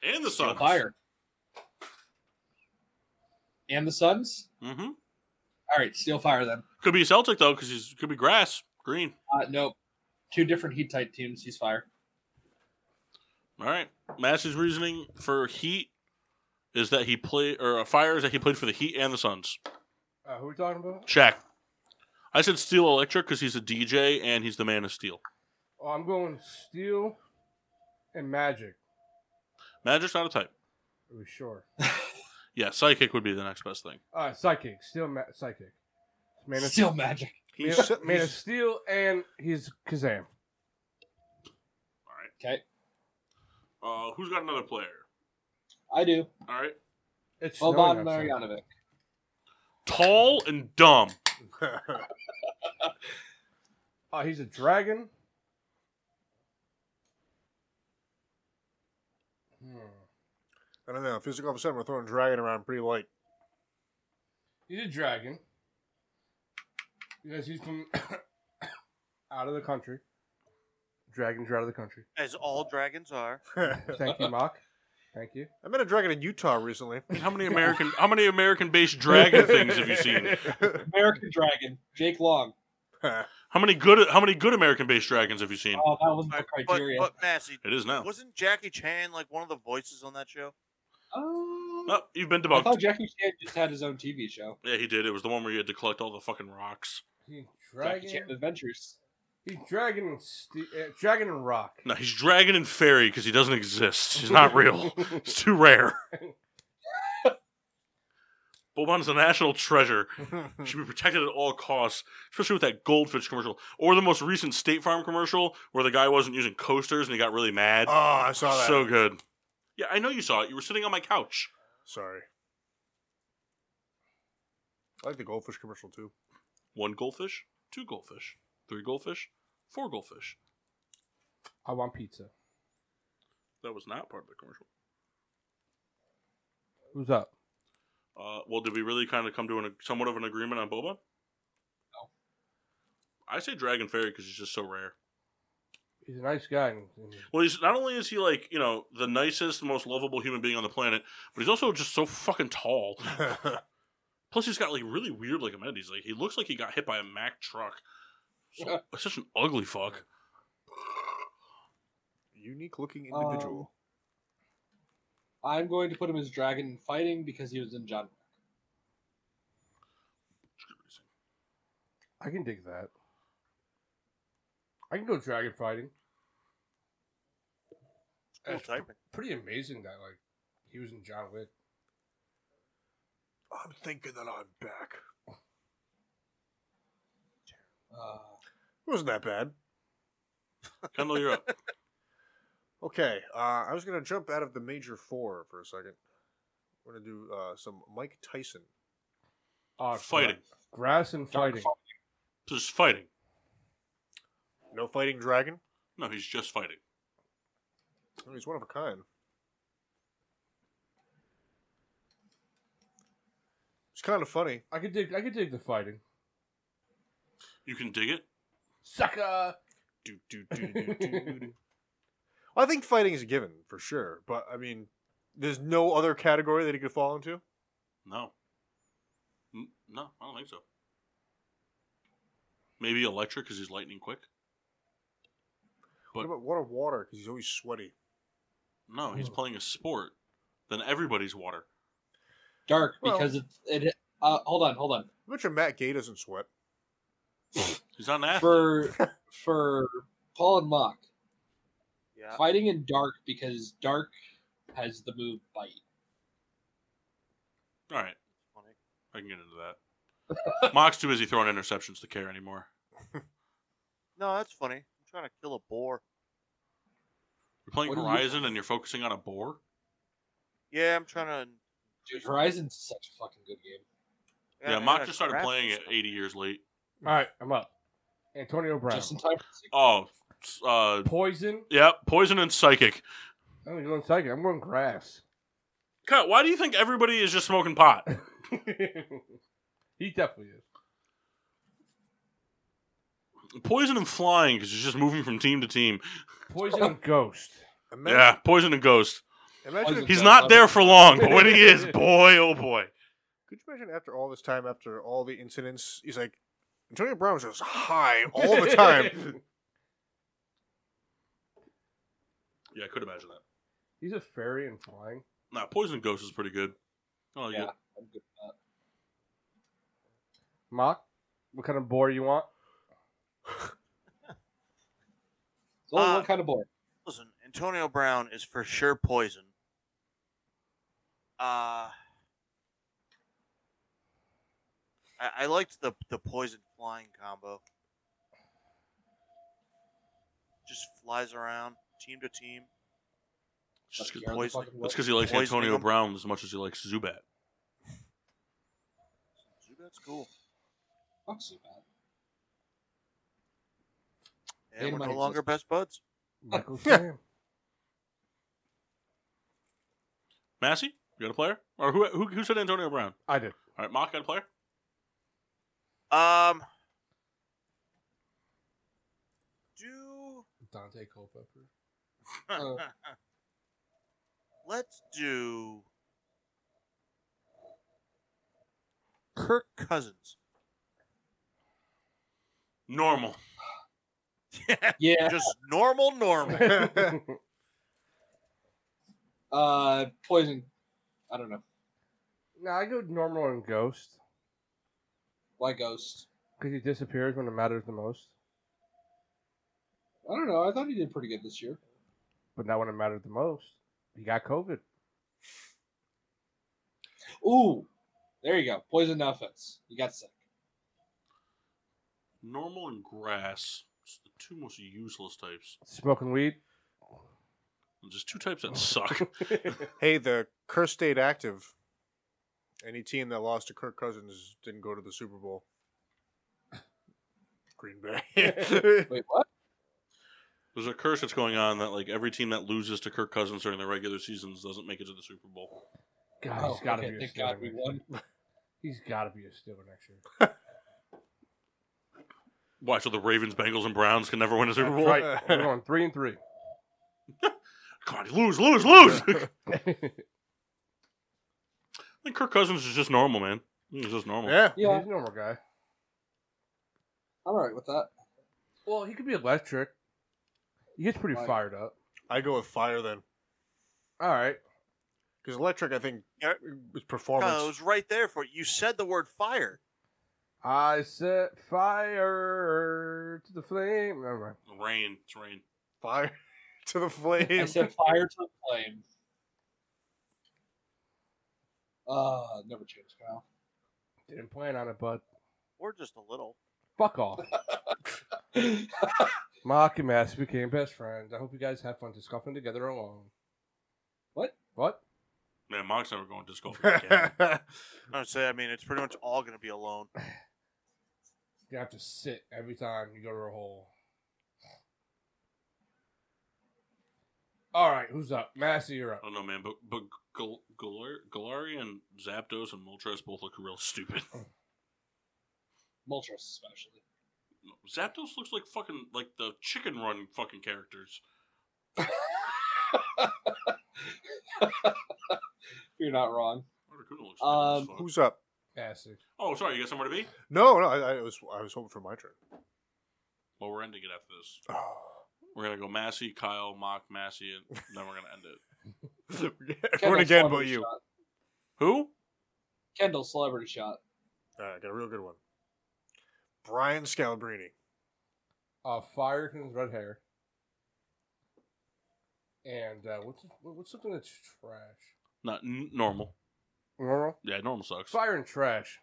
Speaker 1: and the
Speaker 6: Steel
Speaker 1: Suns.
Speaker 6: fire. And the Suns.
Speaker 1: Mm-hmm.
Speaker 6: All right, steel fire then.
Speaker 1: Could be Celtic though, because he's could be grass green.
Speaker 6: Uh, nope. Two different Heat type teams. He's fire.
Speaker 1: All right. Massey's reasoning for Heat is that he played or uh, fire is that he played for the Heat and the Suns.
Speaker 2: Uh, who are we talking about?
Speaker 1: Shaq. I said Steel Electric because he's a DJ and he's the Man of Steel.
Speaker 2: Oh, I'm going Steel and Magic.
Speaker 1: Magic's not a type.
Speaker 2: Are we sure?
Speaker 1: Yeah, Psychic would be the next best thing.
Speaker 2: Uh, psychic, Steel, ma- Psychic, Man of
Speaker 6: Steel magic.
Speaker 2: Man,
Speaker 3: He's,
Speaker 2: Man of
Speaker 3: he's-
Speaker 2: Steel, and he's Kazam.
Speaker 6: Okay,
Speaker 1: Uh, who's got another player?
Speaker 6: I do.
Speaker 1: All right.
Speaker 2: It's
Speaker 6: Boban
Speaker 2: snowing outside.
Speaker 6: Marjanovic.
Speaker 1: Tall and dumb.
Speaker 2: Uh, he's a dragon. Hmm.
Speaker 3: I don't know. Physical of a sudden, we're throwing dragon around pretty light.
Speaker 2: He's a dragon. Because he's from out of the country. Dragons are out of the country.
Speaker 5: As all dragons are.
Speaker 3: I
Speaker 2: Thank you, Mock. Thank you.
Speaker 3: met a dragon in Utah recently.
Speaker 1: How many American how many American based dragon things have you seen?
Speaker 6: American Dragon. Jake Long.
Speaker 1: How many good how many good American based dragons have you seen?
Speaker 6: Oh, that wasn't the
Speaker 5: But,
Speaker 6: criteria.
Speaker 5: but Massey,
Speaker 1: It is now.
Speaker 5: wasn't Jackie Chan like one of the voices on that show?
Speaker 6: Oh,
Speaker 1: Oh, you've been
Speaker 6: I thought
Speaker 1: debunked.
Speaker 6: Jackie Chan just had his own TV show,
Speaker 1: Yeah, he did. It was the one where you had to collect all the fucking rocks.
Speaker 2: He's
Speaker 6: Jackie Chan
Speaker 2: dragon.
Speaker 6: Adventures.
Speaker 2: He's dragon and ste- uh, dragon and rock.
Speaker 1: No, he's dragon and fairy because he doesn't exist. He's not real. it's too rare. Boban's a national treasure.
Speaker 3: Hmm.
Speaker 1: Should be protected at all costs, especially with that goldfish commercial or the most recent State Farm commercial where the guy wasn't using coasters and he got really mad.
Speaker 3: Oh, I saw that.
Speaker 1: so good. Yeah, I know you saw it. You were sitting on my couch.
Speaker 3: Sorry. I like the goldfish commercial too.
Speaker 1: One goldfish, two goldfish, three goldfish, four goldfish.
Speaker 2: I want pizza.
Speaker 1: That was not part of the commercial.
Speaker 2: Who's up?
Speaker 1: Uh, well, did we really kind of come to an, somewhat of an agreement on Boba? No. I say Dragon Fairy because he's just so rare.
Speaker 2: He's a nice guy. and- and
Speaker 1: Well, he's not only is he like you know the nicest, most lovable human being on the planet, but he's also just so fucking tall. Plus, he's got like really weird like amenities. Like he looks like he got hit by a Mack truck. So, such an ugly fuck.
Speaker 3: Unique looking individual.
Speaker 6: Um, I'm going to put him as dragon in fighting because he was in John.
Speaker 2: I can dig that. I can go dragon fighting. That's
Speaker 5: type.
Speaker 2: pr- pretty amazing that like he was in John Wick.
Speaker 3: I'm thinking that I'm back.
Speaker 6: Uh,
Speaker 3: It wasn't that bad.
Speaker 1: Kendall, you're up.
Speaker 3: Okay, uh, I was gonna jump out of the major four for a second. We're gonna do uh, some Mike Tyson.
Speaker 2: Uh,
Speaker 1: Fighting.
Speaker 2: grass and fighting.
Speaker 1: Just fighting.
Speaker 3: No fighting dragon.
Speaker 1: No, he's just fighting.
Speaker 3: Oh, He's one of a kind. It's kind of funny.
Speaker 2: I could dig. I could dig the fighting.
Speaker 1: You can dig it.
Speaker 2: Sucker.
Speaker 3: Do, do, do, do, do, do. I think fighting is a given for sure, but I mean, there's no other category that he could fall into.
Speaker 1: No. N- No, I don't think so. Maybe electric because he's lightning quick.
Speaker 3: What about water? Water, because he's always sweaty.
Speaker 1: No,
Speaker 6: Hmm.
Speaker 1: he's playing a sport. Then everybody's water.
Speaker 6: Dark
Speaker 3: Well-
Speaker 6: because it. it uh, hold on, hold on.
Speaker 3: I bet your Matt Gay doesn't sweat.
Speaker 1: He's not an athlete.
Speaker 6: For for Paul and Mock,
Speaker 5: Yeah.
Speaker 6: fighting in dark because dark has the move bite.
Speaker 1: All right. I can get into that. Mock's too busy throwing interceptions to care anymore.
Speaker 5: No, that's funny. I'm trying to kill a boar.
Speaker 1: You're playing
Speaker 6: What are you-
Speaker 1: Horizon and you're focusing on a boar?
Speaker 5: Yeah, I'm trying to.
Speaker 6: Dude, Horizon's such a fucking good game.
Speaker 1: Yeah,
Speaker 5: uh,
Speaker 1: Mock just started playing it 80 years late.
Speaker 2: All right, I'm up. Antonio Brown.
Speaker 6: Just in time.
Speaker 1: Oh, s- uh,
Speaker 2: Poison.
Speaker 1: yeah, poison and psychic.
Speaker 2: I'm gonna go in psychic. I'm going grass.
Speaker 1: Cut, why do you think everybody is just smoking pot?
Speaker 2: he definitely is.
Speaker 1: Poison and flying because you're just moving from team to team.
Speaker 2: Poison and ghost.
Speaker 3: Imagine,
Speaker 1: Yeah, poison and ghost.
Speaker 3: imagine
Speaker 1: He's not there for long, but when he is, boy, oh boy.
Speaker 3: Could you imagine after all this time, after all the incidents, he's like, Antonio Brown's just high all the time.
Speaker 1: Yeah, I could imagine that.
Speaker 2: He's a fairy and flying.
Speaker 1: Nah, poison and ghost is pretty good. Oh, yeah.
Speaker 6: Yeah, I'm good with
Speaker 2: Mock. What kind of boar you want?
Speaker 6: that. So,
Speaker 5: Uh,
Speaker 6: Oh, what kind of boy?
Speaker 5: Listen, Antonio Brown is for sure poison. Uh, I, I liked the the poison flying combo. Just flies around team to team.
Speaker 1: Just 'cause-
Speaker 6: You're the
Speaker 5: poison-
Speaker 6: fucking
Speaker 1: That's
Speaker 6: worst.
Speaker 1: because he likes
Speaker 5: Poisoning
Speaker 1: Antonio
Speaker 5: him.
Speaker 1: Brown as much as he likes Zubat.
Speaker 5: That's cool.
Speaker 6: Fuck so bad.
Speaker 5: And
Speaker 6: Dynamite
Speaker 5: we're no longer best buds.
Speaker 2: Michael Sam.
Speaker 1: Massey, you got a player? Or who, who, who said Antonio Brown?
Speaker 2: I did.
Speaker 1: All right, Mock got a player?
Speaker 5: Um. Do
Speaker 2: Dante Culpepper.
Speaker 5: Uh, let's do Kirk Cousins.
Speaker 1: Normal.
Speaker 6: Yeah.
Speaker 5: Just normal, normal.
Speaker 6: Uh, poison. I don't know.
Speaker 2: no, I go normal and ghost
Speaker 6: Why ghost?
Speaker 2: because he disappears when it matters the most,
Speaker 6: I don't know. I thought he did pretty good this year.
Speaker 2: but not when it mattered the most. He got COVID.
Speaker 6: Ooh, there you go. Poison offense. You got sick.
Speaker 1: Normal and grass. It's the two most useless types.
Speaker 2: Smoking weed.
Speaker 1: Just two types that suck.
Speaker 3: hey, the Curse stayed active. Any team that lost to Kirk Cousins didn't go to the Super Bowl. Green Bay.
Speaker 1: Wait, what? There's a curse that's going on that like every team that loses to Kirk Cousins during the regular seasons doesn't make it to the Super Bowl.
Speaker 2: God,
Speaker 8: Oh,
Speaker 2: Ah, he's got to
Speaker 8: okay,
Speaker 2: be a
Speaker 8: thank
Speaker 2: Steeler.
Speaker 8: God we
Speaker 2: next
Speaker 8: won.
Speaker 2: year. He's got to be a Steeler next year.
Speaker 1: Why? So the Ravens, Bengals, and Browns can never win a Super Bowl.
Speaker 8: Right. We're going three and three.
Speaker 1: Come on, lose, lose, lose. I think Kirk Cousins is just normal, man. He's just normal.
Speaker 8: Yeah.
Speaker 2: He's a normal guy.
Speaker 6: I'm alright with that.
Speaker 2: Well, he could be electric. He gets pretty
Speaker 3: Fire.
Speaker 2: fired up.
Speaker 3: I go with fire then.
Speaker 2: All right.
Speaker 3: Because electric, I think,
Speaker 5: Yeah.
Speaker 3: is
Speaker 5: Kyle,
Speaker 3: performance.
Speaker 5: it was right there for you. You said the word fire.
Speaker 2: I set fire to the flame. Never mind.
Speaker 1: Rain, it's rain.
Speaker 3: Fire to the
Speaker 6: I
Speaker 3: flame.
Speaker 6: said fire to the flame. Uh, never change, Kyle.
Speaker 2: Didn't plan on it, bud.
Speaker 5: Or just a little.
Speaker 2: Fuck off. Mock and Mass became best friends. I hope you guys have fun discussing together along.
Speaker 6: What?
Speaker 2: What?
Speaker 1: Man, Monk's never going to disco.
Speaker 5: Honestly, I mean, it's pretty much all going to be alone.
Speaker 2: You have to sit every time you go to a hole. All right, who's up? Massey, you're
Speaker 1: I
Speaker 2: up.
Speaker 1: don't know, man, but but Gal- Galar- Galari and Zapdos and Moltres both look real stupid.
Speaker 6: Moltres especially.
Speaker 1: Zapdos looks like fucking like the Chicken Run fucking characters.
Speaker 6: You're not wrong.
Speaker 1: Articuno looks
Speaker 6: Um,
Speaker 1: stupid as fuck.
Speaker 3: Who's up?
Speaker 2: Massey.
Speaker 1: Oh, sorry, you got somewhere to be?
Speaker 3: No, no, I, I was I was hoping for my turn.
Speaker 1: Well, we're ending it after this. We're gonna go Massey, Kyle, Mock, Massey, and then we're gonna end it.
Speaker 3: Everyone
Speaker 6: Kendall
Speaker 3: again but
Speaker 6: celebrity
Speaker 3: you.
Speaker 6: shot.
Speaker 1: Who?
Speaker 6: Kendall celebrity shot.
Speaker 3: All right, I got a real good one. Brian Scalabrini.
Speaker 2: Uh, fire from his red hair. And uh, what's what's something that's trash?
Speaker 1: Not n- normal.
Speaker 2: Normal.
Speaker 1: Yeah, normal sucks.
Speaker 2: Fire and trash.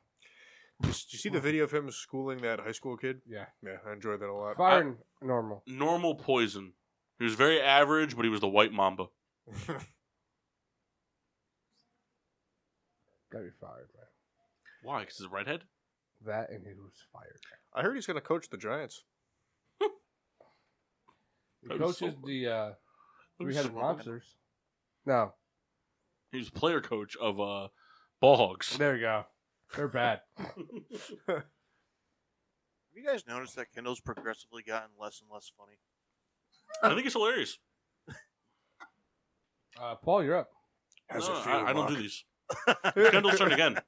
Speaker 3: Did you see the video of him schooling that high school kid?
Speaker 2: Yeah.
Speaker 3: Yeah, I enjoyed that a lot.
Speaker 2: Fire and normal.
Speaker 1: Normal poison. He was very average, but he was the white mamba.
Speaker 2: Gotta be fired, man.
Speaker 1: Why? Because he's a redhead.
Speaker 2: That and he was fired.
Speaker 3: I heard he's going to coach the Giants.
Speaker 2: He
Speaker 1: That was
Speaker 2: coaches
Speaker 1: so-
Speaker 2: the uh,
Speaker 1: that was
Speaker 2: three-headed
Speaker 1: so-
Speaker 2: monsters. No,
Speaker 1: He was player coach of uh, Ball Hogs.
Speaker 2: there you go. They're bad.
Speaker 5: Have you guys noticed that Kendall's progressively gotten less and less funny?
Speaker 1: I think it's hilarious.
Speaker 2: Uh, Paul, you're up.
Speaker 3: How's
Speaker 1: No,
Speaker 3: it feel,
Speaker 1: I, I don't do
Speaker 3: Mark?
Speaker 1: these. Kendall's turn again.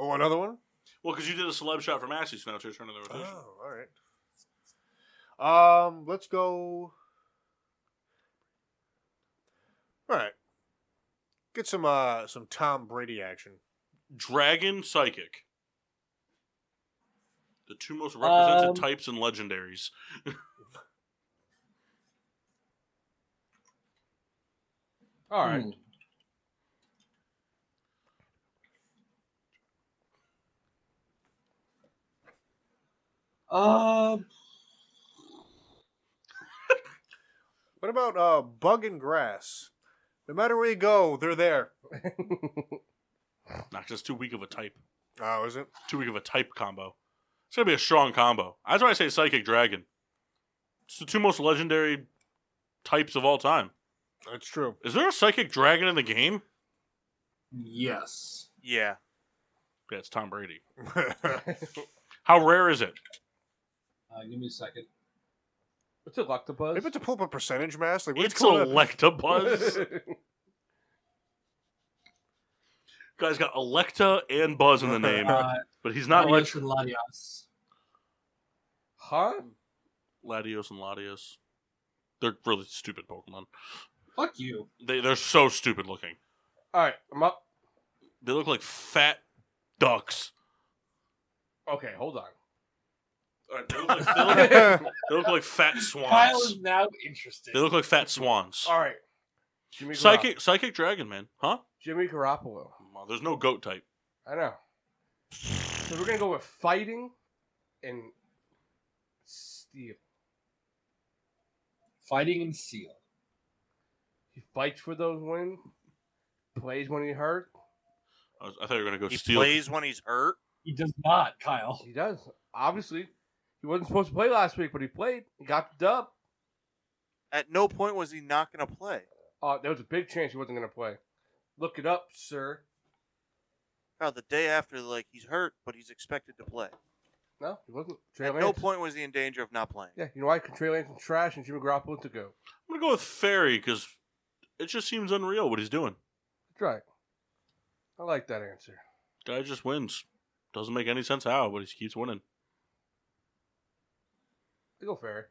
Speaker 3: Oh, another one?
Speaker 1: Well, because you did a celeb shot for Massey, so now it's your turn in the rotation.
Speaker 3: Oh, all right. Um, let's go. All right. Get some uh some Tom Brady action.
Speaker 1: Dragon Psychic. The two most represented
Speaker 6: Um,
Speaker 1: types in legendaries.
Speaker 2: All right.
Speaker 6: Hmm. Um,
Speaker 3: What about uh bug and grass? No matter where you go, they're there.
Speaker 1: Not just too weak of a type.
Speaker 3: Oh, is it?
Speaker 1: Too weak of a type combo. It's gonna be a strong combo. That's why I say Psychic Dragon. It's the two most legendary types of all time.
Speaker 3: That's true.
Speaker 1: Is there a Psychic Dragon in the game?
Speaker 6: yes.
Speaker 5: Yeah.
Speaker 1: Yeah, it's Tom Brady. How rare is it?
Speaker 6: Uh, give me a second.
Speaker 2: What's it, Luctobuzz?
Speaker 3: Maybe to pull up a percentage mask, like what's
Speaker 1: It's
Speaker 3: going on?
Speaker 1: Electabuzz. Guy's got Electa and Buzz in the name,
Speaker 6: Uh,
Speaker 1: but he's not Latios,
Speaker 6: Latios and Latias.
Speaker 2: huh?
Speaker 1: Latios and Latios. They're really stupid Pokemon.
Speaker 6: Fuck you.
Speaker 1: They they're so stupid looking.
Speaker 2: All right, I'm up.
Speaker 1: They look like fat ducks.
Speaker 2: Okay, hold on.
Speaker 1: they, look like, they, look, they look like fat
Speaker 6: Kyle is
Speaker 1: swans.
Speaker 6: now interested.
Speaker 1: They look like fat swans.
Speaker 2: All right. Jimmy
Speaker 1: Psychic psychic dragon man, huh?
Speaker 2: Garoppolo. Jimmy Garoppolo.
Speaker 1: Well, there's no goat type.
Speaker 2: I know. So we're gonna go with fighting and steel.
Speaker 6: Fighting and seal.
Speaker 2: He fights for those wins. Plays when he hurt.
Speaker 1: I, was- I thought you were gonna go
Speaker 5: He
Speaker 1: steal.
Speaker 5: plays when he's hurt.
Speaker 6: He does not, Kyle.
Speaker 2: He does. Obviously, he wasn't supposed to play last week, but he played. He got the dub.
Speaker 5: At no point was he not going to play.
Speaker 2: Uh, there was a big chance he wasn't going to play. Look it up, sir.
Speaker 5: Kyle, the day after, like he's hurt, but he's expected to play.
Speaker 2: No, he wasn't. Trey
Speaker 5: At
Speaker 2: Lance.
Speaker 5: no point was he in danger of not playing.
Speaker 2: Yeah, you know why? 'Cause Trey Lance is trash and Jimmy Garoppolo to go.
Speaker 1: I'm gonna go with Ferry because it just seems unreal what he's doing.
Speaker 2: That's right. I like that answer.
Speaker 1: Guy just wins. Doesn't make any sense how, but he keeps winning.
Speaker 2: I go Ferry.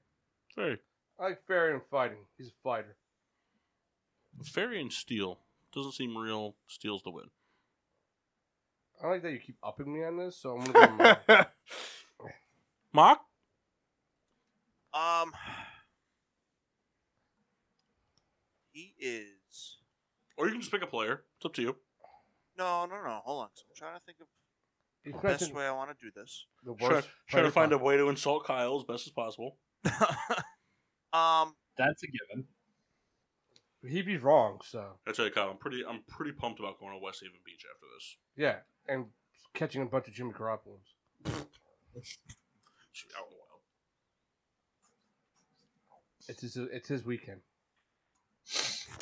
Speaker 1: Ferry,
Speaker 2: I like Ferry and fighting. He's a fighter.
Speaker 1: Ferry and Steele doesn't seem real. Steele's the win.
Speaker 2: I like that you keep upping me on this, so I'm going to go. Mike.
Speaker 1: Mock.
Speaker 5: Um, he is.
Speaker 1: Or you can just pick a player. It's up to you.
Speaker 5: No, no, no. Hold on. So I'm trying to think of
Speaker 2: He's
Speaker 5: the best
Speaker 2: mentioned
Speaker 5: way I want to do this.
Speaker 2: the
Speaker 1: Try,
Speaker 2: worst.
Speaker 1: try to
Speaker 2: player
Speaker 1: find a
Speaker 2: possible.
Speaker 1: way to insult Kyle as best as possible.
Speaker 5: Um,
Speaker 6: That's a given.
Speaker 2: He'd be wrong, so.
Speaker 1: I tell you, Kyle, I'm pretty, I'm pretty pumped about going to West Haven Beach after this.
Speaker 2: Yeah, and catching a bunch of Jimmy Garoppolo's.
Speaker 1: Should be out in the wild.
Speaker 2: It's his, it's his weekend.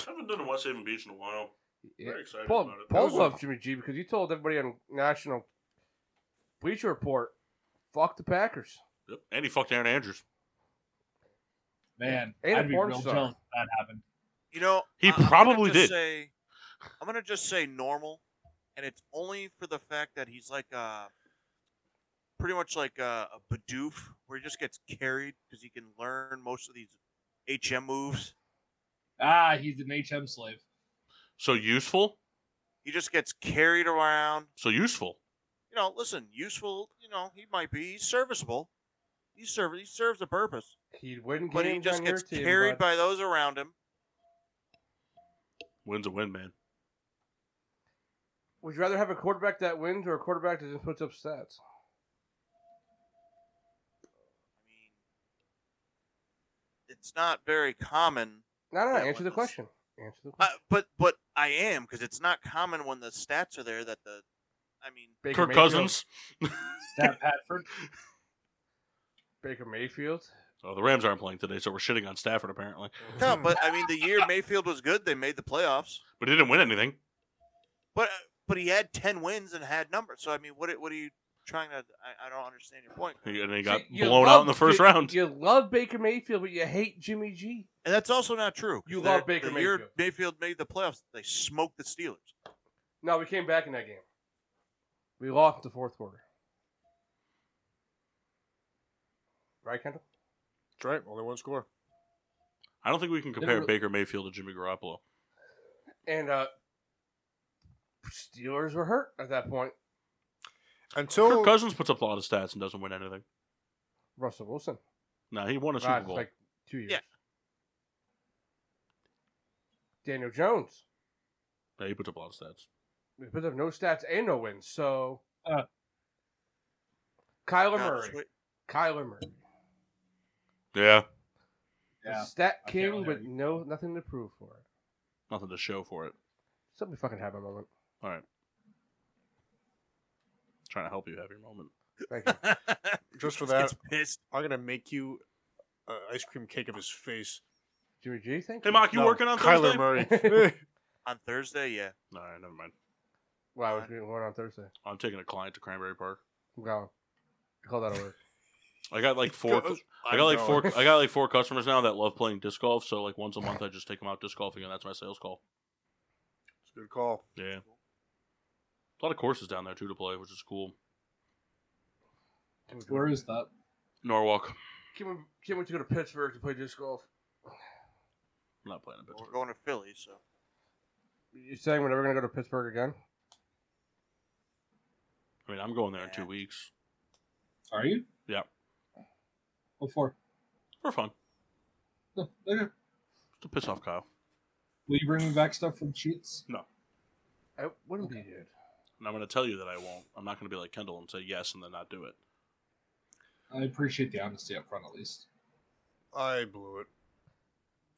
Speaker 1: I haven't done a West Haven Beach in a while. Very excited
Speaker 2: Paul,
Speaker 1: about it.
Speaker 2: Paul
Speaker 1: That was a-
Speaker 2: loves Jimmy G because you told everybody on National Bleacher Report, fuck the Packers.
Speaker 1: Yep. And he fucked Aaron Andrews.
Speaker 6: Man,
Speaker 2: Ain't a
Speaker 6: I'd be
Speaker 2: porn
Speaker 6: real
Speaker 2: star.
Speaker 6: jealous if that happened.
Speaker 5: you know,
Speaker 1: He
Speaker 5: I- I'm gonna
Speaker 1: probably did.
Speaker 5: just Say, I'm gonna just say normal, and it's only for the fact that he's like a, pretty much like uh, a, a Bidoof, where he just gets carried because he can learn most of these HM moves.
Speaker 6: Ah, he's an HM slave.
Speaker 1: So useful.
Speaker 5: He just gets carried around.
Speaker 1: So useful.
Speaker 5: You know, listen, useful. You know, he might be he's serviceable. He serve he serves a purpose,
Speaker 2: He'd win games
Speaker 5: but he just
Speaker 2: on your
Speaker 5: gets
Speaker 2: team,
Speaker 5: carried
Speaker 2: bud.
Speaker 5: by those around him.
Speaker 1: Win's a win, man.
Speaker 2: Would you rather have a quarterback that wins or a quarterback that just puts up stats?
Speaker 5: I mean, it's not very common,
Speaker 2: No, no, no.
Speaker 5: That
Speaker 2: Answer the
Speaker 5: wins.
Speaker 2: question. Answer the
Speaker 5: uh,
Speaker 2: question.
Speaker 5: but but I am because it's not common when the stats are there that the, I mean,
Speaker 2: Baker
Speaker 1: Kirk
Speaker 2: Mayfield-
Speaker 1: Cousins.
Speaker 6: Stat Patford.
Speaker 2: Baker Mayfield.
Speaker 1: Oh, the Rams aren't playing today, so we're shitting on Stafford apparently.
Speaker 5: no, but I mean the year Mayfield was good, they made the playoffs,
Speaker 1: But he didn't win anything.
Speaker 5: but uh, but he had ten wins and had numbers. So I mean, what are- what are you trying to? I, I don't understand your point.
Speaker 1: He, and he got
Speaker 2: See, you
Speaker 1: blown
Speaker 2: love
Speaker 1: out in the first
Speaker 2: Ji-
Speaker 1: round.
Speaker 2: You love Baker Mayfield, but you hate Jimmy G.
Speaker 5: And that's also not true.
Speaker 2: You
Speaker 5: They're-
Speaker 2: love Baker
Speaker 5: the year
Speaker 2: Mayfield.
Speaker 5: Mayfield made the playoffs. They smoked the Steelers.
Speaker 2: No, we came back in that game. We lost the fourth quarter. Right, Kendall?
Speaker 3: That's right. Only one score.
Speaker 1: I don't think we can compare
Speaker 2: Never-
Speaker 1: Baker Mayfield to Jimmy Garoppolo.
Speaker 2: And uh Steelers were hurt at that point.
Speaker 3: Until
Speaker 1: Kirk Cousins puts up a lot of stats and doesn't win anything.
Speaker 2: Russell Wilson.
Speaker 1: No, he won a Super
Speaker 2: Right,
Speaker 1: Bowl.
Speaker 2: like two years.
Speaker 5: Yeah.
Speaker 2: Daniel Jones.
Speaker 1: Yeah, he puts up a lot of stats.
Speaker 2: We put up no stats and no wins, so
Speaker 6: Uh.
Speaker 2: Kyler
Speaker 5: Now,
Speaker 2: Murray.
Speaker 5: just wait-
Speaker 2: Kyler Murray.
Speaker 1: Yeah,
Speaker 6: Yeah.
Speaker 2: Stat
Speaker 6: I can't
Speaker 2: king
Speaker 6: hear
Speaker 2: with
Speaker 6: you.
Speaker 2: no nothing to prove for it.
Speaker 1: nothing to show for it.
Speaker 2: So let me fucking have a moment.
Speaker 1: All right, trying to help you have your moment.
Speaker 2: Thank you.
Speaker 3: just for
Speaker 5: Gets
Speaker 3: that,
Speaker 5: pissed.
Speaker 3: I'm gonna make you uh, ice cream cake of his face.
Speaker 2: Jimmy G, thank
Speaker 1: Hey,
Speaker 2: you.
Speaker 1: Mock, you
Speaker 3: No,
Speaker 1: working on
Speaker 3: Kyler
Speaker 1: Thursday?
Speaker 3: Murray?
Speaker 5: on Thursday, yeah.
Speaker 1: All right, never mind.
Speaker 2: Wow, it's going on Thursday.
Speaker 1: I'm taking a client to Cranberry Park.
Speaker 2: I'm going. Call that a word.
Speaker 1: I got like four.
Speaker 3: Goes,
Speaker 1: I got
Speaker 3: I'm
Speaker 1: like four.
Speaker 3: going.
Speaker 1: I got like four customers now that love playing disc golf. So like once a month, I just take them out disc golfing, and that's my sales call.
Speaker 3: It's a good call.
Speaker 1: Yeah, a lot of courses down there too to play, which is cool.
Speaker 6: Where is that?
Speaker 1: Norwalk.
Speaker 2: Can't wait- can't wait to go to Pittsburgh to play disc golf.
Speaker 1: I'm not playing a bit.
Speaker 5: We're going to Philly, so
Speaker 2: You saying we're never gonna go to Pittsburgh again?
Speaker 1: I mean, I'm going there in two weeks
Speaker 6: Are you?
Speaker 1: Yeah.
Speaker 6: What for?
Speaker 1: for fun
Speaker 6: No, okay.
Speaker 1: to piss off Kyle.
Speaker 6: Will you bring me back stuff from Sheets?
Speaker 2: I wouldn't be dude.
Speaker 1: And I'm going to tell you that I won't. I'm not going to be like Kendall and say yes and then not do it.
Speaker 6: I appreciate the honesty up front, at least.
Speaker 3: I blew it.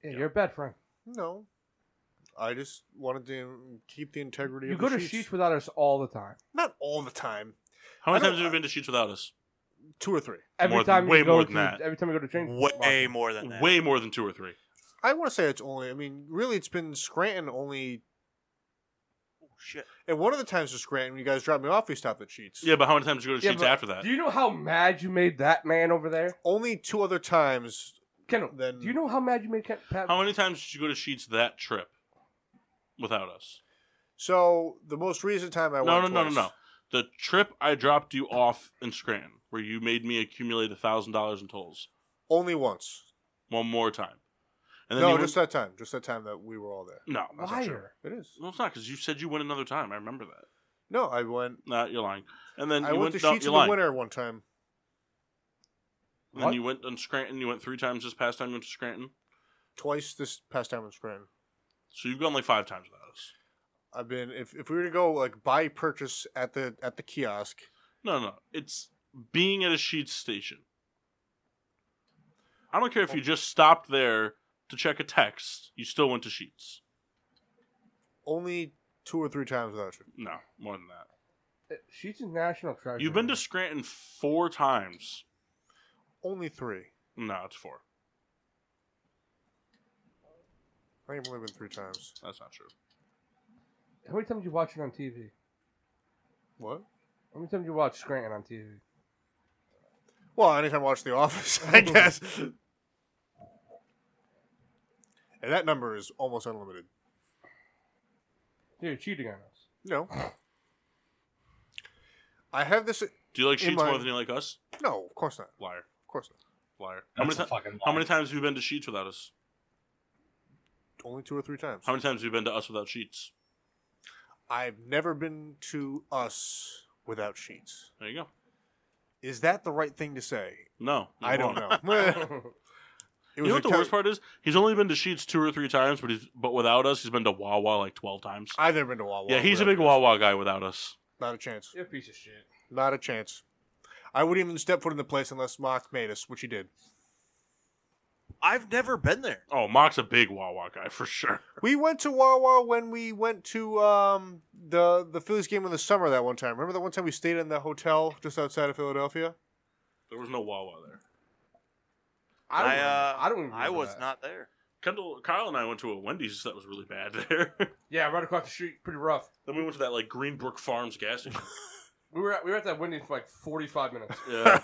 Speaker 2: Yeah, you're a bad friend.
Speaker 3: No, I just wanted to keep the integrity
Speaker 2: You
Speaker 3: of
Speaker 2: go
Speaker 3: the
Speaker 2: to
Speaker 3: sheets.
Speaker 2: sheets without us all the time.
Speaker 3: Not all the time.
Speaker 1: How many
Speaker 3: I don't-
Speaker 1: times have you been to Sheets without us?
Speaker 3: Two or three.
Speaker 2: Every
Speaker 1: More than-
Speaker 2: time
Speaker 1: way
Speaker 2: you go
Speaker 1: more
Speaker 2: to,
Speaker 1: than that.
Speaker 2: Every time you go to change.
Speaker 5: Way more than that.
Speaker 1: Way more than two or three.
Speaker 3: I want to say it's only. I mean, really, it's been Scranton only. Oh
Speaker 5: shit!
Speaker 3: And one of the times to Scranton, when you guys dropped me off, we stopped at Sheets.
Speaker 1: Yeah, but how many times did you go to Sheets after that?
Speaker 2: Do you know how mad you made that man over there?
Speaker 3: Only two other times.
Speaker 2: Kendall, do you know how mad you made Ken- Pat? uh,
Speaker 1: How many times did you go to Sheets that trip without us?
Speaker 3: So the most recent time I
Speaker 1: no, no,
Speaker 3: went.
Speaker 1: no, no,
Speaker 3: twice.
Speaker 1: no. The trip I dropped you off in Scranton, where you made me accumulate a thousand dollars in tolls.
Speaker 3: Only once.
Speaker 1: One more time.
Speaker 3: no,
Speaker 1: you
Speaker 3: just
Speaker 1: went-
Speaker 3: that time. Just that time that we were all there.
Speaker 1: No.
Speaker 3: I was not sure. It is.
Speaker 1: No, it's not because you said you went another time. I remember that.
Speaker 3: No, I went.
Speaker 1: Nah, you're lying. And then
Speaker 3: I
Speaker 1: you
Speaker 3: went,
Speaker 1: went,
Speaker 3: to
Speaker 1: no,
Speaker 3: Sheets
Speaker 1: you're
Speaker 3: in the
Speaker 1: lying.
Speaker 3: winter one time.
Speaker 1: And then
Speaker 3: What?
Speaker 1: you went on Scranton. You went three times this past time. You went to Scranton.
Speaker 3: Twice this past time in Scranton.
Speaker 1: So you've gone like five times without us.
Speaker 3: I've been. If, if we were to go like buy purchase at the at the kiosk,
Speaker 1: No, no. It's being at a Sheets station. I don't care if you just stopped there to check a text. You still went to Sheets.
Speaker 3: only two or three times without you.
Speaker 1: No, more than that.
Speaker 2: Sheets is national treasure.
Speaker 1: You've been to Scranton four times.
Speaker 3: Only three.
Speaker 1: No, it's four.
Speaker 3: I think I've only been three times.
Speaker 1: That's not true.
Speaker 2: How many times you watch it on TV?
Speaker 3: What?
Speaker 2: How many times you watch Scranton on TV?
Speaker 3: Well, anytime I watch The Office, I guess. and that number is almost unlimited.
Speaker 2: You're cheating on us.
Speaker 3: No. I have this.
Speaker 1: Do you like
Speaker 3: in
Speaker 1: Sheets
Speaker 3: my-
Speaker 1: more than you like us?
Speaker 3: No, of course not.
Speaker 1: Liar.
Speaker 3: Of course not.
Speaker 1: Liar. How many,
Speaker 3: That's a
Speaker 1: ti-
Speaker 3: fucking
Speaker 1: how
Speaker 3: lie.
Speaker 1: many times have you been to Sheets without us?
Speaker 3: Only two or three times.
Speaker 1: How many times have you been to us without Sheets?
Speaker 3: I've never been to us without sheets.
Speaker 1: There you go.
Speaker 3: Is that the right thing to say?
Speaker 1: No. you
Speaker 3: I don't
Speaker 1: won't.
Speaker 3: know.
Speaker 1: you
Speaker 3: It was
Speaker 1: know
Speaker 3: a
Speaker 1: what the
Speaker 3: co-
Speaker 1: worst part is? He's only been to Sheets two or three times, but he's but without us, he's been to Wawa like twelve times.
Speaker 3: I've never been to Wawa.
Speaker 1: yeah, he's a
Speaker 3: without
Speaker 1: big Wawa guy without us.
Speaker 3: Not a chance.
Speaker 2: You're a piece of shit.
Speaker 3: Not a chance. I wouldn't even step foot in the place unless Mock made us, which he did.
Speaker 5: I've never been there.
Speaker 1: Oh, Mock's a big Wawa guy for sure.
Speaker 3: We went to Wawa when we went to um, the the Phillies game in the summer that one time. Remember that one time we stayed in the hotel just outside of Philadelphia?
Speaker 1: There was no Wawa there.
Speaker 5: I,
Speaker 1: I don't
Speaker 5: uh,
Speaker 2: I don't.
Speaker 5: I was
Speaker 2: that.
Speaker 5: not there.
Speaker 1: Kendall, Kyle, and I went to a Wendy's that was really bad there.
Speaker 2: Yeah, right across the street, pretty rough.
Speaker 1: then we went to that like Greenbrook Farms gas station.
Speaker 2: We were at, we were at that Wendy's for like 45 minutes.
Speaker 1: yeah,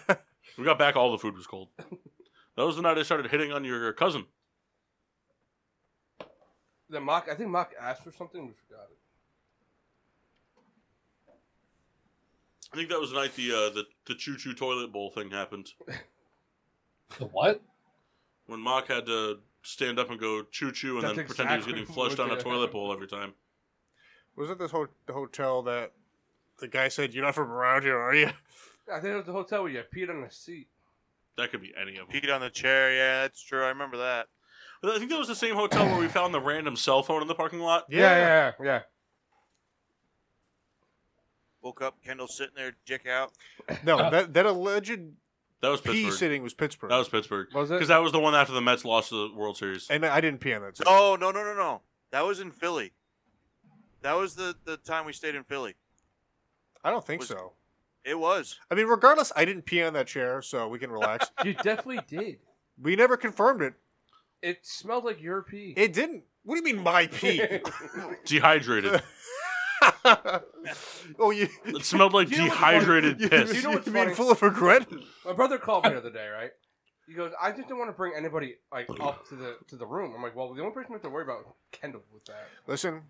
Speaker 1: we got back. All the food was cold. That was the night I started hitting on your cousin.
Speaker 2: Then Mock, I think Mock asked for something. We forgot it.
Speaker 1: I think that was the night the uh, the the choo choo toilet bowl thing happened.
Speaker 6: The what?
Speaker 1: When Mock had to stand up and go choo choo and
Speaker 3: That's
Speaker 1: then pretend he was
Speaker 3: exactly
Speaker 1: getting
Speaker 3: what
Speaker 1: flushed on a
Speaker 3: did.
Speaker 1: toilet bowl every time.
Speaker 3: Was it this ho- the hotel that the guy said, You're not from around here, are you?
Speaker 2: I think it was the hotel where you peed on the seat.
Speaker 1: That could be any of them.
Speaker 5: Pete on the chair. Yeah, that's true. I remember that.
Speaker 1: I think that was the same hotel where we found the random cell phone in the parking lot.
Speaker 2: yeah, yeah.
Speaker 5: Woke up, Kendall sitting there, dick out.
Speaker 3: No, that, that alleged
Speaker 1: That was
Speaker 3: pee
Speaker 1: Pittsburgh.
Speaker 3: sitting was Pittsburgh.
Speaker 1: That was Pittsburgh.
Speaker 2: Was it?
Speaker 1: Because that was the one after the Mets lost the World Series.
Speaker 3: and I didn't pee on that. seat.
Speaker 5: Oh no no no no! That was in Philly. That was the the time we stayed in Philly.
Speaker 3: I don't think
Speaker 5: Was-
Speaker 3: so.
Speaker 5: It was.
Speaker 3: I mean, regardless, I didn't pee on that chair, so we can relax.
Speaker 2: You definitely did.
Speaker 3: we never confirmed it.
Speaker 2: It smelled like your pee.
Speaker 3: It didn't. What do you mean, my pee?
Speaker 1: Dehydrated.
Speaker 3: oh, you.
Speaker 1: It smelled like
Speaker 3: You know what's funny?
Speaker 1: dehydrated
Speaker 3: You-
Speaker 1: piss.
Speaker 3: You know
Speaker 2: what's
Speaker 3: you mean
Speaker 2: funny?
Speaker 3: full of regret?
Speaker 2: My brother called me the other day, right? He goes, I just don't want to bring anybody like up to the to the room. I'm like, well, the only person we have to worry about is Kendall with that.
Speaker 3: Listen,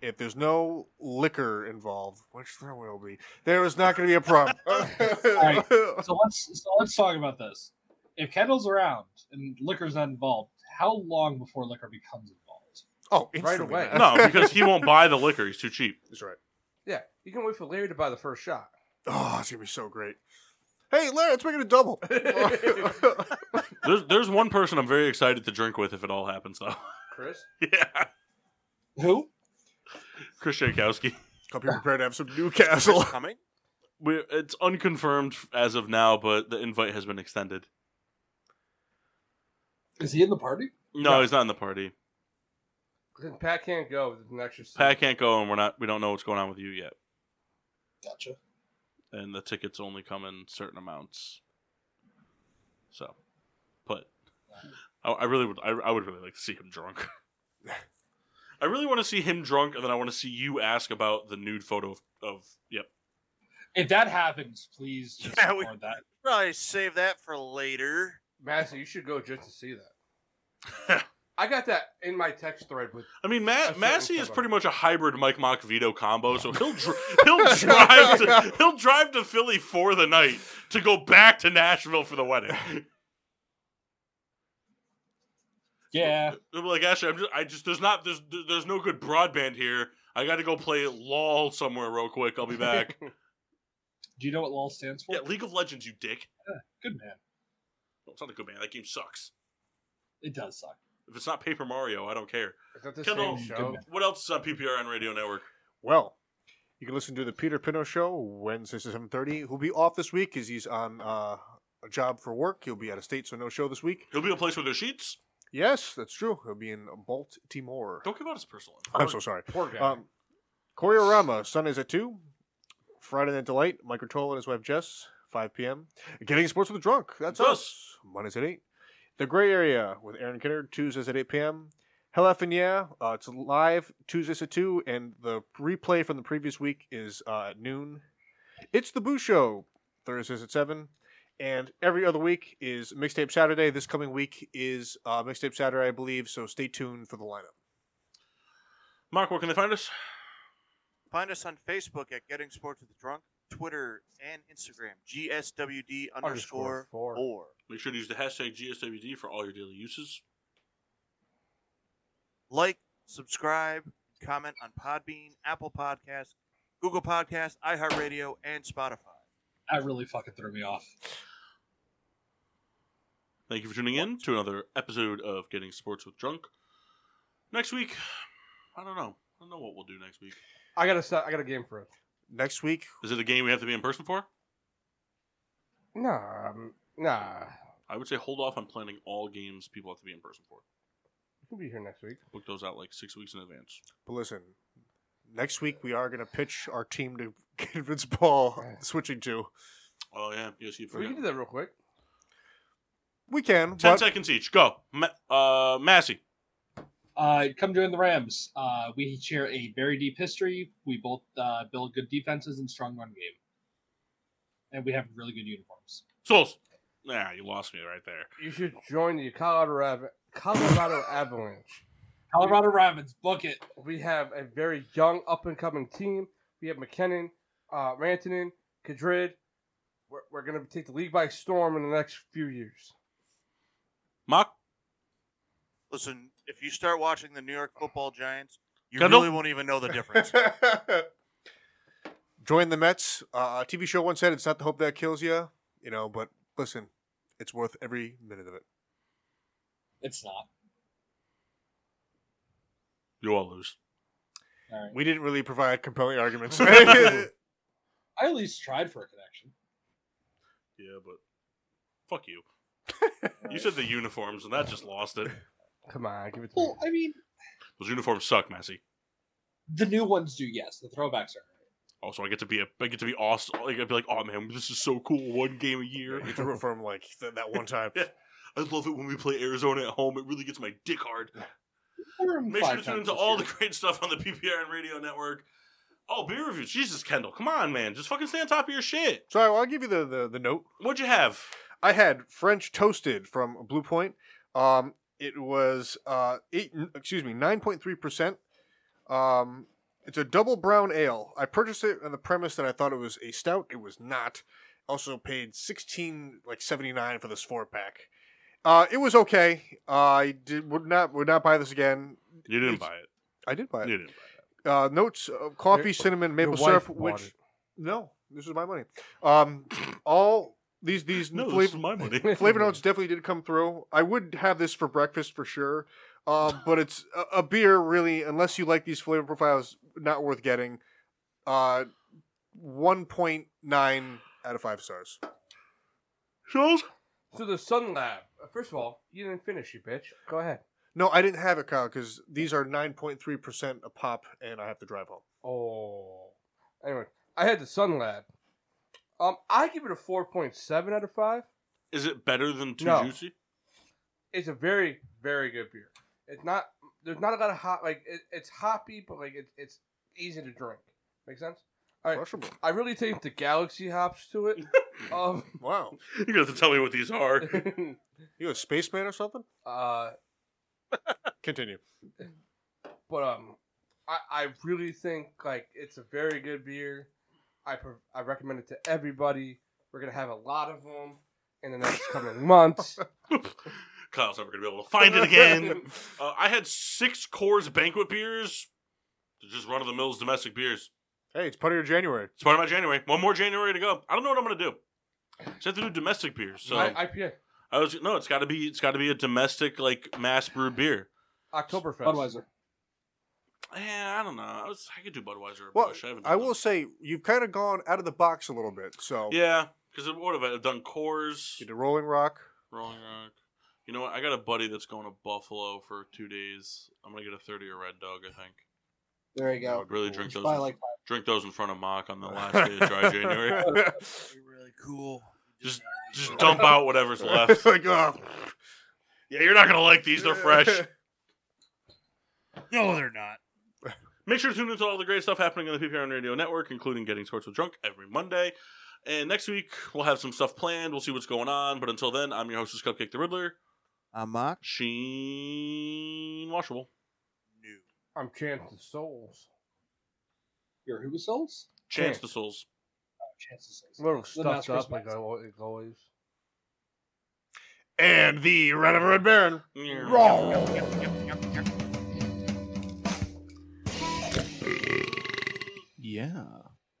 Speaker 3: if there's no liquor involved, which there will be, there is not going to be a problem.
Speaker 6: All right. So let's so let's talk about this. If Kendall's around and liquor's not involved, how long before liquor becomes involved?
Speaker 3: oh,
Speaker 2: Right away.
Speaker 1: no, because he won't buy the liquor. He's too cheap.
Speaker 3: That's right.
Speaker 2: Yeah, you can wait for Larry to buy the first shot.
Speaker 3: Oh, it's gonna be so great. Hey, Larry, let's make it a double.
Speaker 1: There's, there's one person I'm very excited to drink with if it all happens, though.
Speaker 2: Chris?
Speaker 1: yeah.
Speaker 6: Who?
Speaker 1: Chris Jankowski.
Speaker 3: Come here prepared to have some Newcastle.
Speaker 5: Coming?
Speaker 1: We, it's unconfirmed as of now, but the invite has been extended.
Speaker 6: Is he in the party?
Speaker 1: No, he's not in the party.
Speaker 2: Then Pat can't go. There's an extra seat.
Speaker 1: Pat can't go, and we're not. We don't know what's going on with you yet.
Speaker 6: Gotcha.
Speaker 1: And the tickets only come in certain amounts. So, but I, I really would. I, I would really like to see him drunk. I really want to see him drunk, and then I want to see you ask about the nude photo of. of yep.
Speaker 6: If that happens, please just
Speaker 5: Yeah, we-
Speaker 6: ignore that.
Speaker 5: Probably save that for later.
Speaker 2: Madison, you should go just to see that. I got that in my text thread with.
Speaker 1: I mean, Matt,
Speaker 2: certain
Speaker 1: Massey is
Speaker 2: combo.
Speaker 1: pretty much a hybrid Mike Mock Vito combo, so he'll dr- he'll drive to, he'll drive to Philly for the night to go back to Nashville for the wedding.
Speaker 6: Yeah.
Speaker 1: They'll be like, actually, I'm just, I just there's not there's there's no good broadband here. I got to go play LOL somewhere real quick. I'll be back.
Speaker 6: Do you know what LOL stands for?
Speaker 1: yeah, League of Legends, you dick.
Speaker 6: Good man.
Speaker 1: No, it's not a good man. That game sucks.
Speaker 6: It does suck.
Speaker 1: If it's not Paper Mario, I don't care.
Speaker 2: Is that the
Speaker 1: Kendall,
Speaker 2: same show?
Speaker 1: what else is on PPRN Radio Network?
Speaker 3: Well, you can listen to the Peter Pino Show Wednesday at seven thirty. He'll be off this week because he's on uh, a job for work. He'll be out of state, so no show this week.
Speaker 1: He'll be in a place where there's sheets.
Speaker 3: Yes, that's true. He'll be in Baltimore.
Speaker 1: Don't give out his personal. info.
Speaker 3: I'm so sorry.
Speaker 2: Poor guy.
Speaker 3: Um, Choreorama Sundays at two. Friday Night Delight. Mike Rotolo and his wife Jess. Five p.m. Getting Sports with the Drunk. That's
Speaker 1: That's
Speaker 3: us. Mondays at eight. The Gray Area with Aaron Kennard, Tuesdays at 8 p.m. Hell F and Yeah, uh, it's live Tuesdays at 2, and the replay from the previous week is uh, at noon. It's The Boo Show, Thursdays at 7. And every other week is Mixtape Saturday. This coming week is uh, Mixtape Saturday, I believe, so stay tuned for the lineup.
Speaker 1: Mark, where can they find us?
Speaker 5: Find us on Facebook at Getting Sports with the Drunk, Twitter and Instagram, GSWD
Speaker 2: Underscore
Speaker 5: underscore
Speaker 2: four.
Speaker 5: four.
Speaker 1: Make sure to use the hashtag GSWD for all your daily uses.
Speaker 5: Like, subscribe, comment on Podbean, Apple Podcasts, Google Podcasts, iHeartRadio, and Spotify.
Speaker 6: That really fucking threw me off.
Speaker 1: Thank you for tuning in to another episode of Getting Sports with Drunk. Next week, I don't know. I don't know what we'll do next week.
Speaker 2: I got a se- I got a game for it.
Speaker 3: Next week,
Speaker 1: Is it a game we have to be in person for?
Speaker 2: Nah, um, nah.
Speaker 1: I would say hold off on planning all games people have to be in person for.
Speaker 2: We'll be here next week.
Speaker 1: Book those out like six weeks in advance.
Speaker 3: but listen, next week we are going to pitch our team to convince Paul switching to.
Speaker 1: Oh yeah, yes, you
Speaker 2: We can
Speaker 1: forget.
Speaker 2: do that real quick.
Speaker 3: We can.
Speaker 1: Ten
Speaker 3: but-
Speaker 1: seconds each. Go, Ma- uh, Massey.
Speaker 6: Uh, come join the Rams. Uh, we share a very deep history. We both uh, build good defenses and strong run game, and we have really good uniforms.
Speaker 1: Souls. Nah, you lost me right there.
Speaker 2: You should join the Colorado Av- Colorado Avalanche.
Speaker 6: Colorado Ravens, book it.
Speaker 2: We have a very young, up and coming team. We have McKinnon, uh, Rantanen, Kadrid. We're, we're going to take the league by storm in the next few years.
Speaker 1: Mock.
Speaker 5: Listen, if you start watching the New York Football Giants, you
Speaker 1: Kendall?
Speaker 5: really won't even know the difference.
Speaker 3: join the Mets. Uh, a TV show once said it's not the hope that kills you, you know, but listen, it's worth every minute of it.
Speaker 6: It's not.
Speaker 1: You all lose.
Speaker 6: All right.
Speaker 3: We didn't really provide compelling arguments.
Speaker 6: I at least tried for a connection.
Speaker 1: Yeah, but fuck you. you said the uniforms, and that just lost it.
Speaker 2: Come on, give it to me.
Speaker 6: Well, I mean,
Speaker 1: Those uniforms suck, Massey.
Speaker 6: the new ones do. Yes, the throwbacks are.
Speaker 1: Also, I get to be a, I get to be awesome. Like, I'd be like, oh man, this is so cool. One game a year.
Speaker 3: you threw it from like th- that one time.
Speaker 1: Yeah. I love it when we play Arizona at home. It really gets my dick hard.
Speaker 6: We're
Speaker 1: Make sure to tune
Speaker 6: five times
Speaker 1: into
Speaker 6: this
Speaker 1: all
Speaker 6: year.
Speaker 1: the great stuff on the PPR and Radio Network. Oh, beer reviews. Jesus, Kendall, come on, man. Just fucking stay on top of your shit.
Speaker 3: So I'll give you the, the, the note.
Speaker 1: What'd you have?
Speaker 3: I had French toasted from Blue Point. Um, it was uh, eight, n- excuse me, nine point three percent. Um, it's a double brown ale. I purchased it on the premise that I thought it was a stout. It was not. Also paid sixteen like seventy nine for this four pack. Uh, it was okay. I did would not would not buy this again.
Speaker 1: You didn't
Speaker 3: It's-
Speaker 1: buy it.
Speaker 3: I did buy it.
Speaker 1: You didn't buy
Speaker 3: Uh, notes of coffee,
Speaker 2: Your-
Speaker 3: cinnamon,
Speaker 2: Your
Speaker 3: maple
Speaker 2: wife
Speaker 3: syrup,
Speaker 2: bought
Speaker 3: which
Speaker 2: it.
Speaker 3: no, this is my money. Um, all these these
Speaker 1: it. No, this
Speaker 3: flavor-
Speaker 1: is my money.
Speaker 3: flavor notes definitely did come through. I would have this for breakfast for sure, um, but it's a, a beer really, unless you like these flavor profiles, not worth getting. Uh, one point nine out of five stars.
Speaker 1: Souls?
Speaker 2: uh, So the Sun Lab. First of all, you didn't finish, you bitch. Go ahead.
Speaker 3: No, I didn't have it, Kyle, because these are 9.3% a pop, and I have to drive home.
Speaker 19: Oh.
Speaker 2: Anyway, I had the Sun Lab. Um, I give it a four point seven out of five.
Speaker 1: Is it better than Too
Speaker 2: No.
Speaker 1: Juicy?
Speaker 2: It's a very very good beer. It's not there's not a lot of hop like it, it's hoppy, but like it's it's easy to drink. Make sense? All right. I really take the Galaxy hops to it. um,
Speaker 3: wow.
Speaker 1: You're gonna have to tell me what these are.
Speaker 3: You a spaceman or something?
Speaker 2: Uh,
Speaker 3: Continue.
Speaker 2: but um, I, I really think like it's a very good beer. I pre- I recommend it to everybody. We're gonna have a lot of them in the next coming months.
Speaker 1: Kyle's never gonna be able to find it again. uh, I had six Coors Banquet beers. They're Just run of the mills domestic beers.
Speaker 3: Hey, it's part of your January.
Speaker 1: It's part of my January. One more January to go. I don't know what I'm gonna do. Just have to do domestic beers. So
Speaker 2: I, IPA
Speaker 1: I was no. It's got to be. It's got to be a domestic like mass brewed beer.
Speaker 2: Oktoberfest
Speaker 6: Budweiser.
Speaker 1: Yeah, I don't know. I was. I could do Budweiser or
Speaker 3: Well,
Speaker 1: Bush. I haven't.
Speaker 3: I will say, you've kind of gone out of the box a little bit, so.
Speaker 1: Yeah, because what have I I've done? Coors,
Speaker 3: You did Rolling Rock.
Speaker 1: Rolling Rock. You know what? I got a buddy that's going to Buffalo for two days. I'm gonna get a thirty or Red Dog. I think.
Speaker 6: There you go.
Speaker 1: I'd really drink those.
Speaker 6: Probably
Speaker 1: in-
Speaker 6: like
Speaker 1: drink those in front of Mock on the last day of dry January.
Speaker 20: really cool.
Speaker 1: Just just dump out whatever's left.
Speaker 3: like, oh.
Speaker 1: Yeah, you're not gonna like these. They're fresh.
Speaker 20: No, they're not.
Speaker 1: Make sure to tune into all the great stuff happening on the PPRN Radio Network, including Getting Sports with Drunk every Monday. And next week we'll have some stuff planned. We'll see what's going on. But until then, I'm your hostess Cupcake the Riddler,
Speaker 21: I'm Mock.
Speaker 1: Sheen Washable.
Speaker 2: I'm Chance of Souls.
Speaker 6: Your Who Souls?
Speaker 1: Chance
Speaker 2: Chance.
Speaker 1: the Souls.
Speaker 6: Chances.
Speaker 2: Little
Speaker 6: The
Speaker 2: stuffed
Speaker 6: Master
Speaker 2: up like
Speaker 6: Sponsor.
Speaker 2: al- like always.
Speaker 3: And the Red of Red Baron.
Speaker 21: Yeah.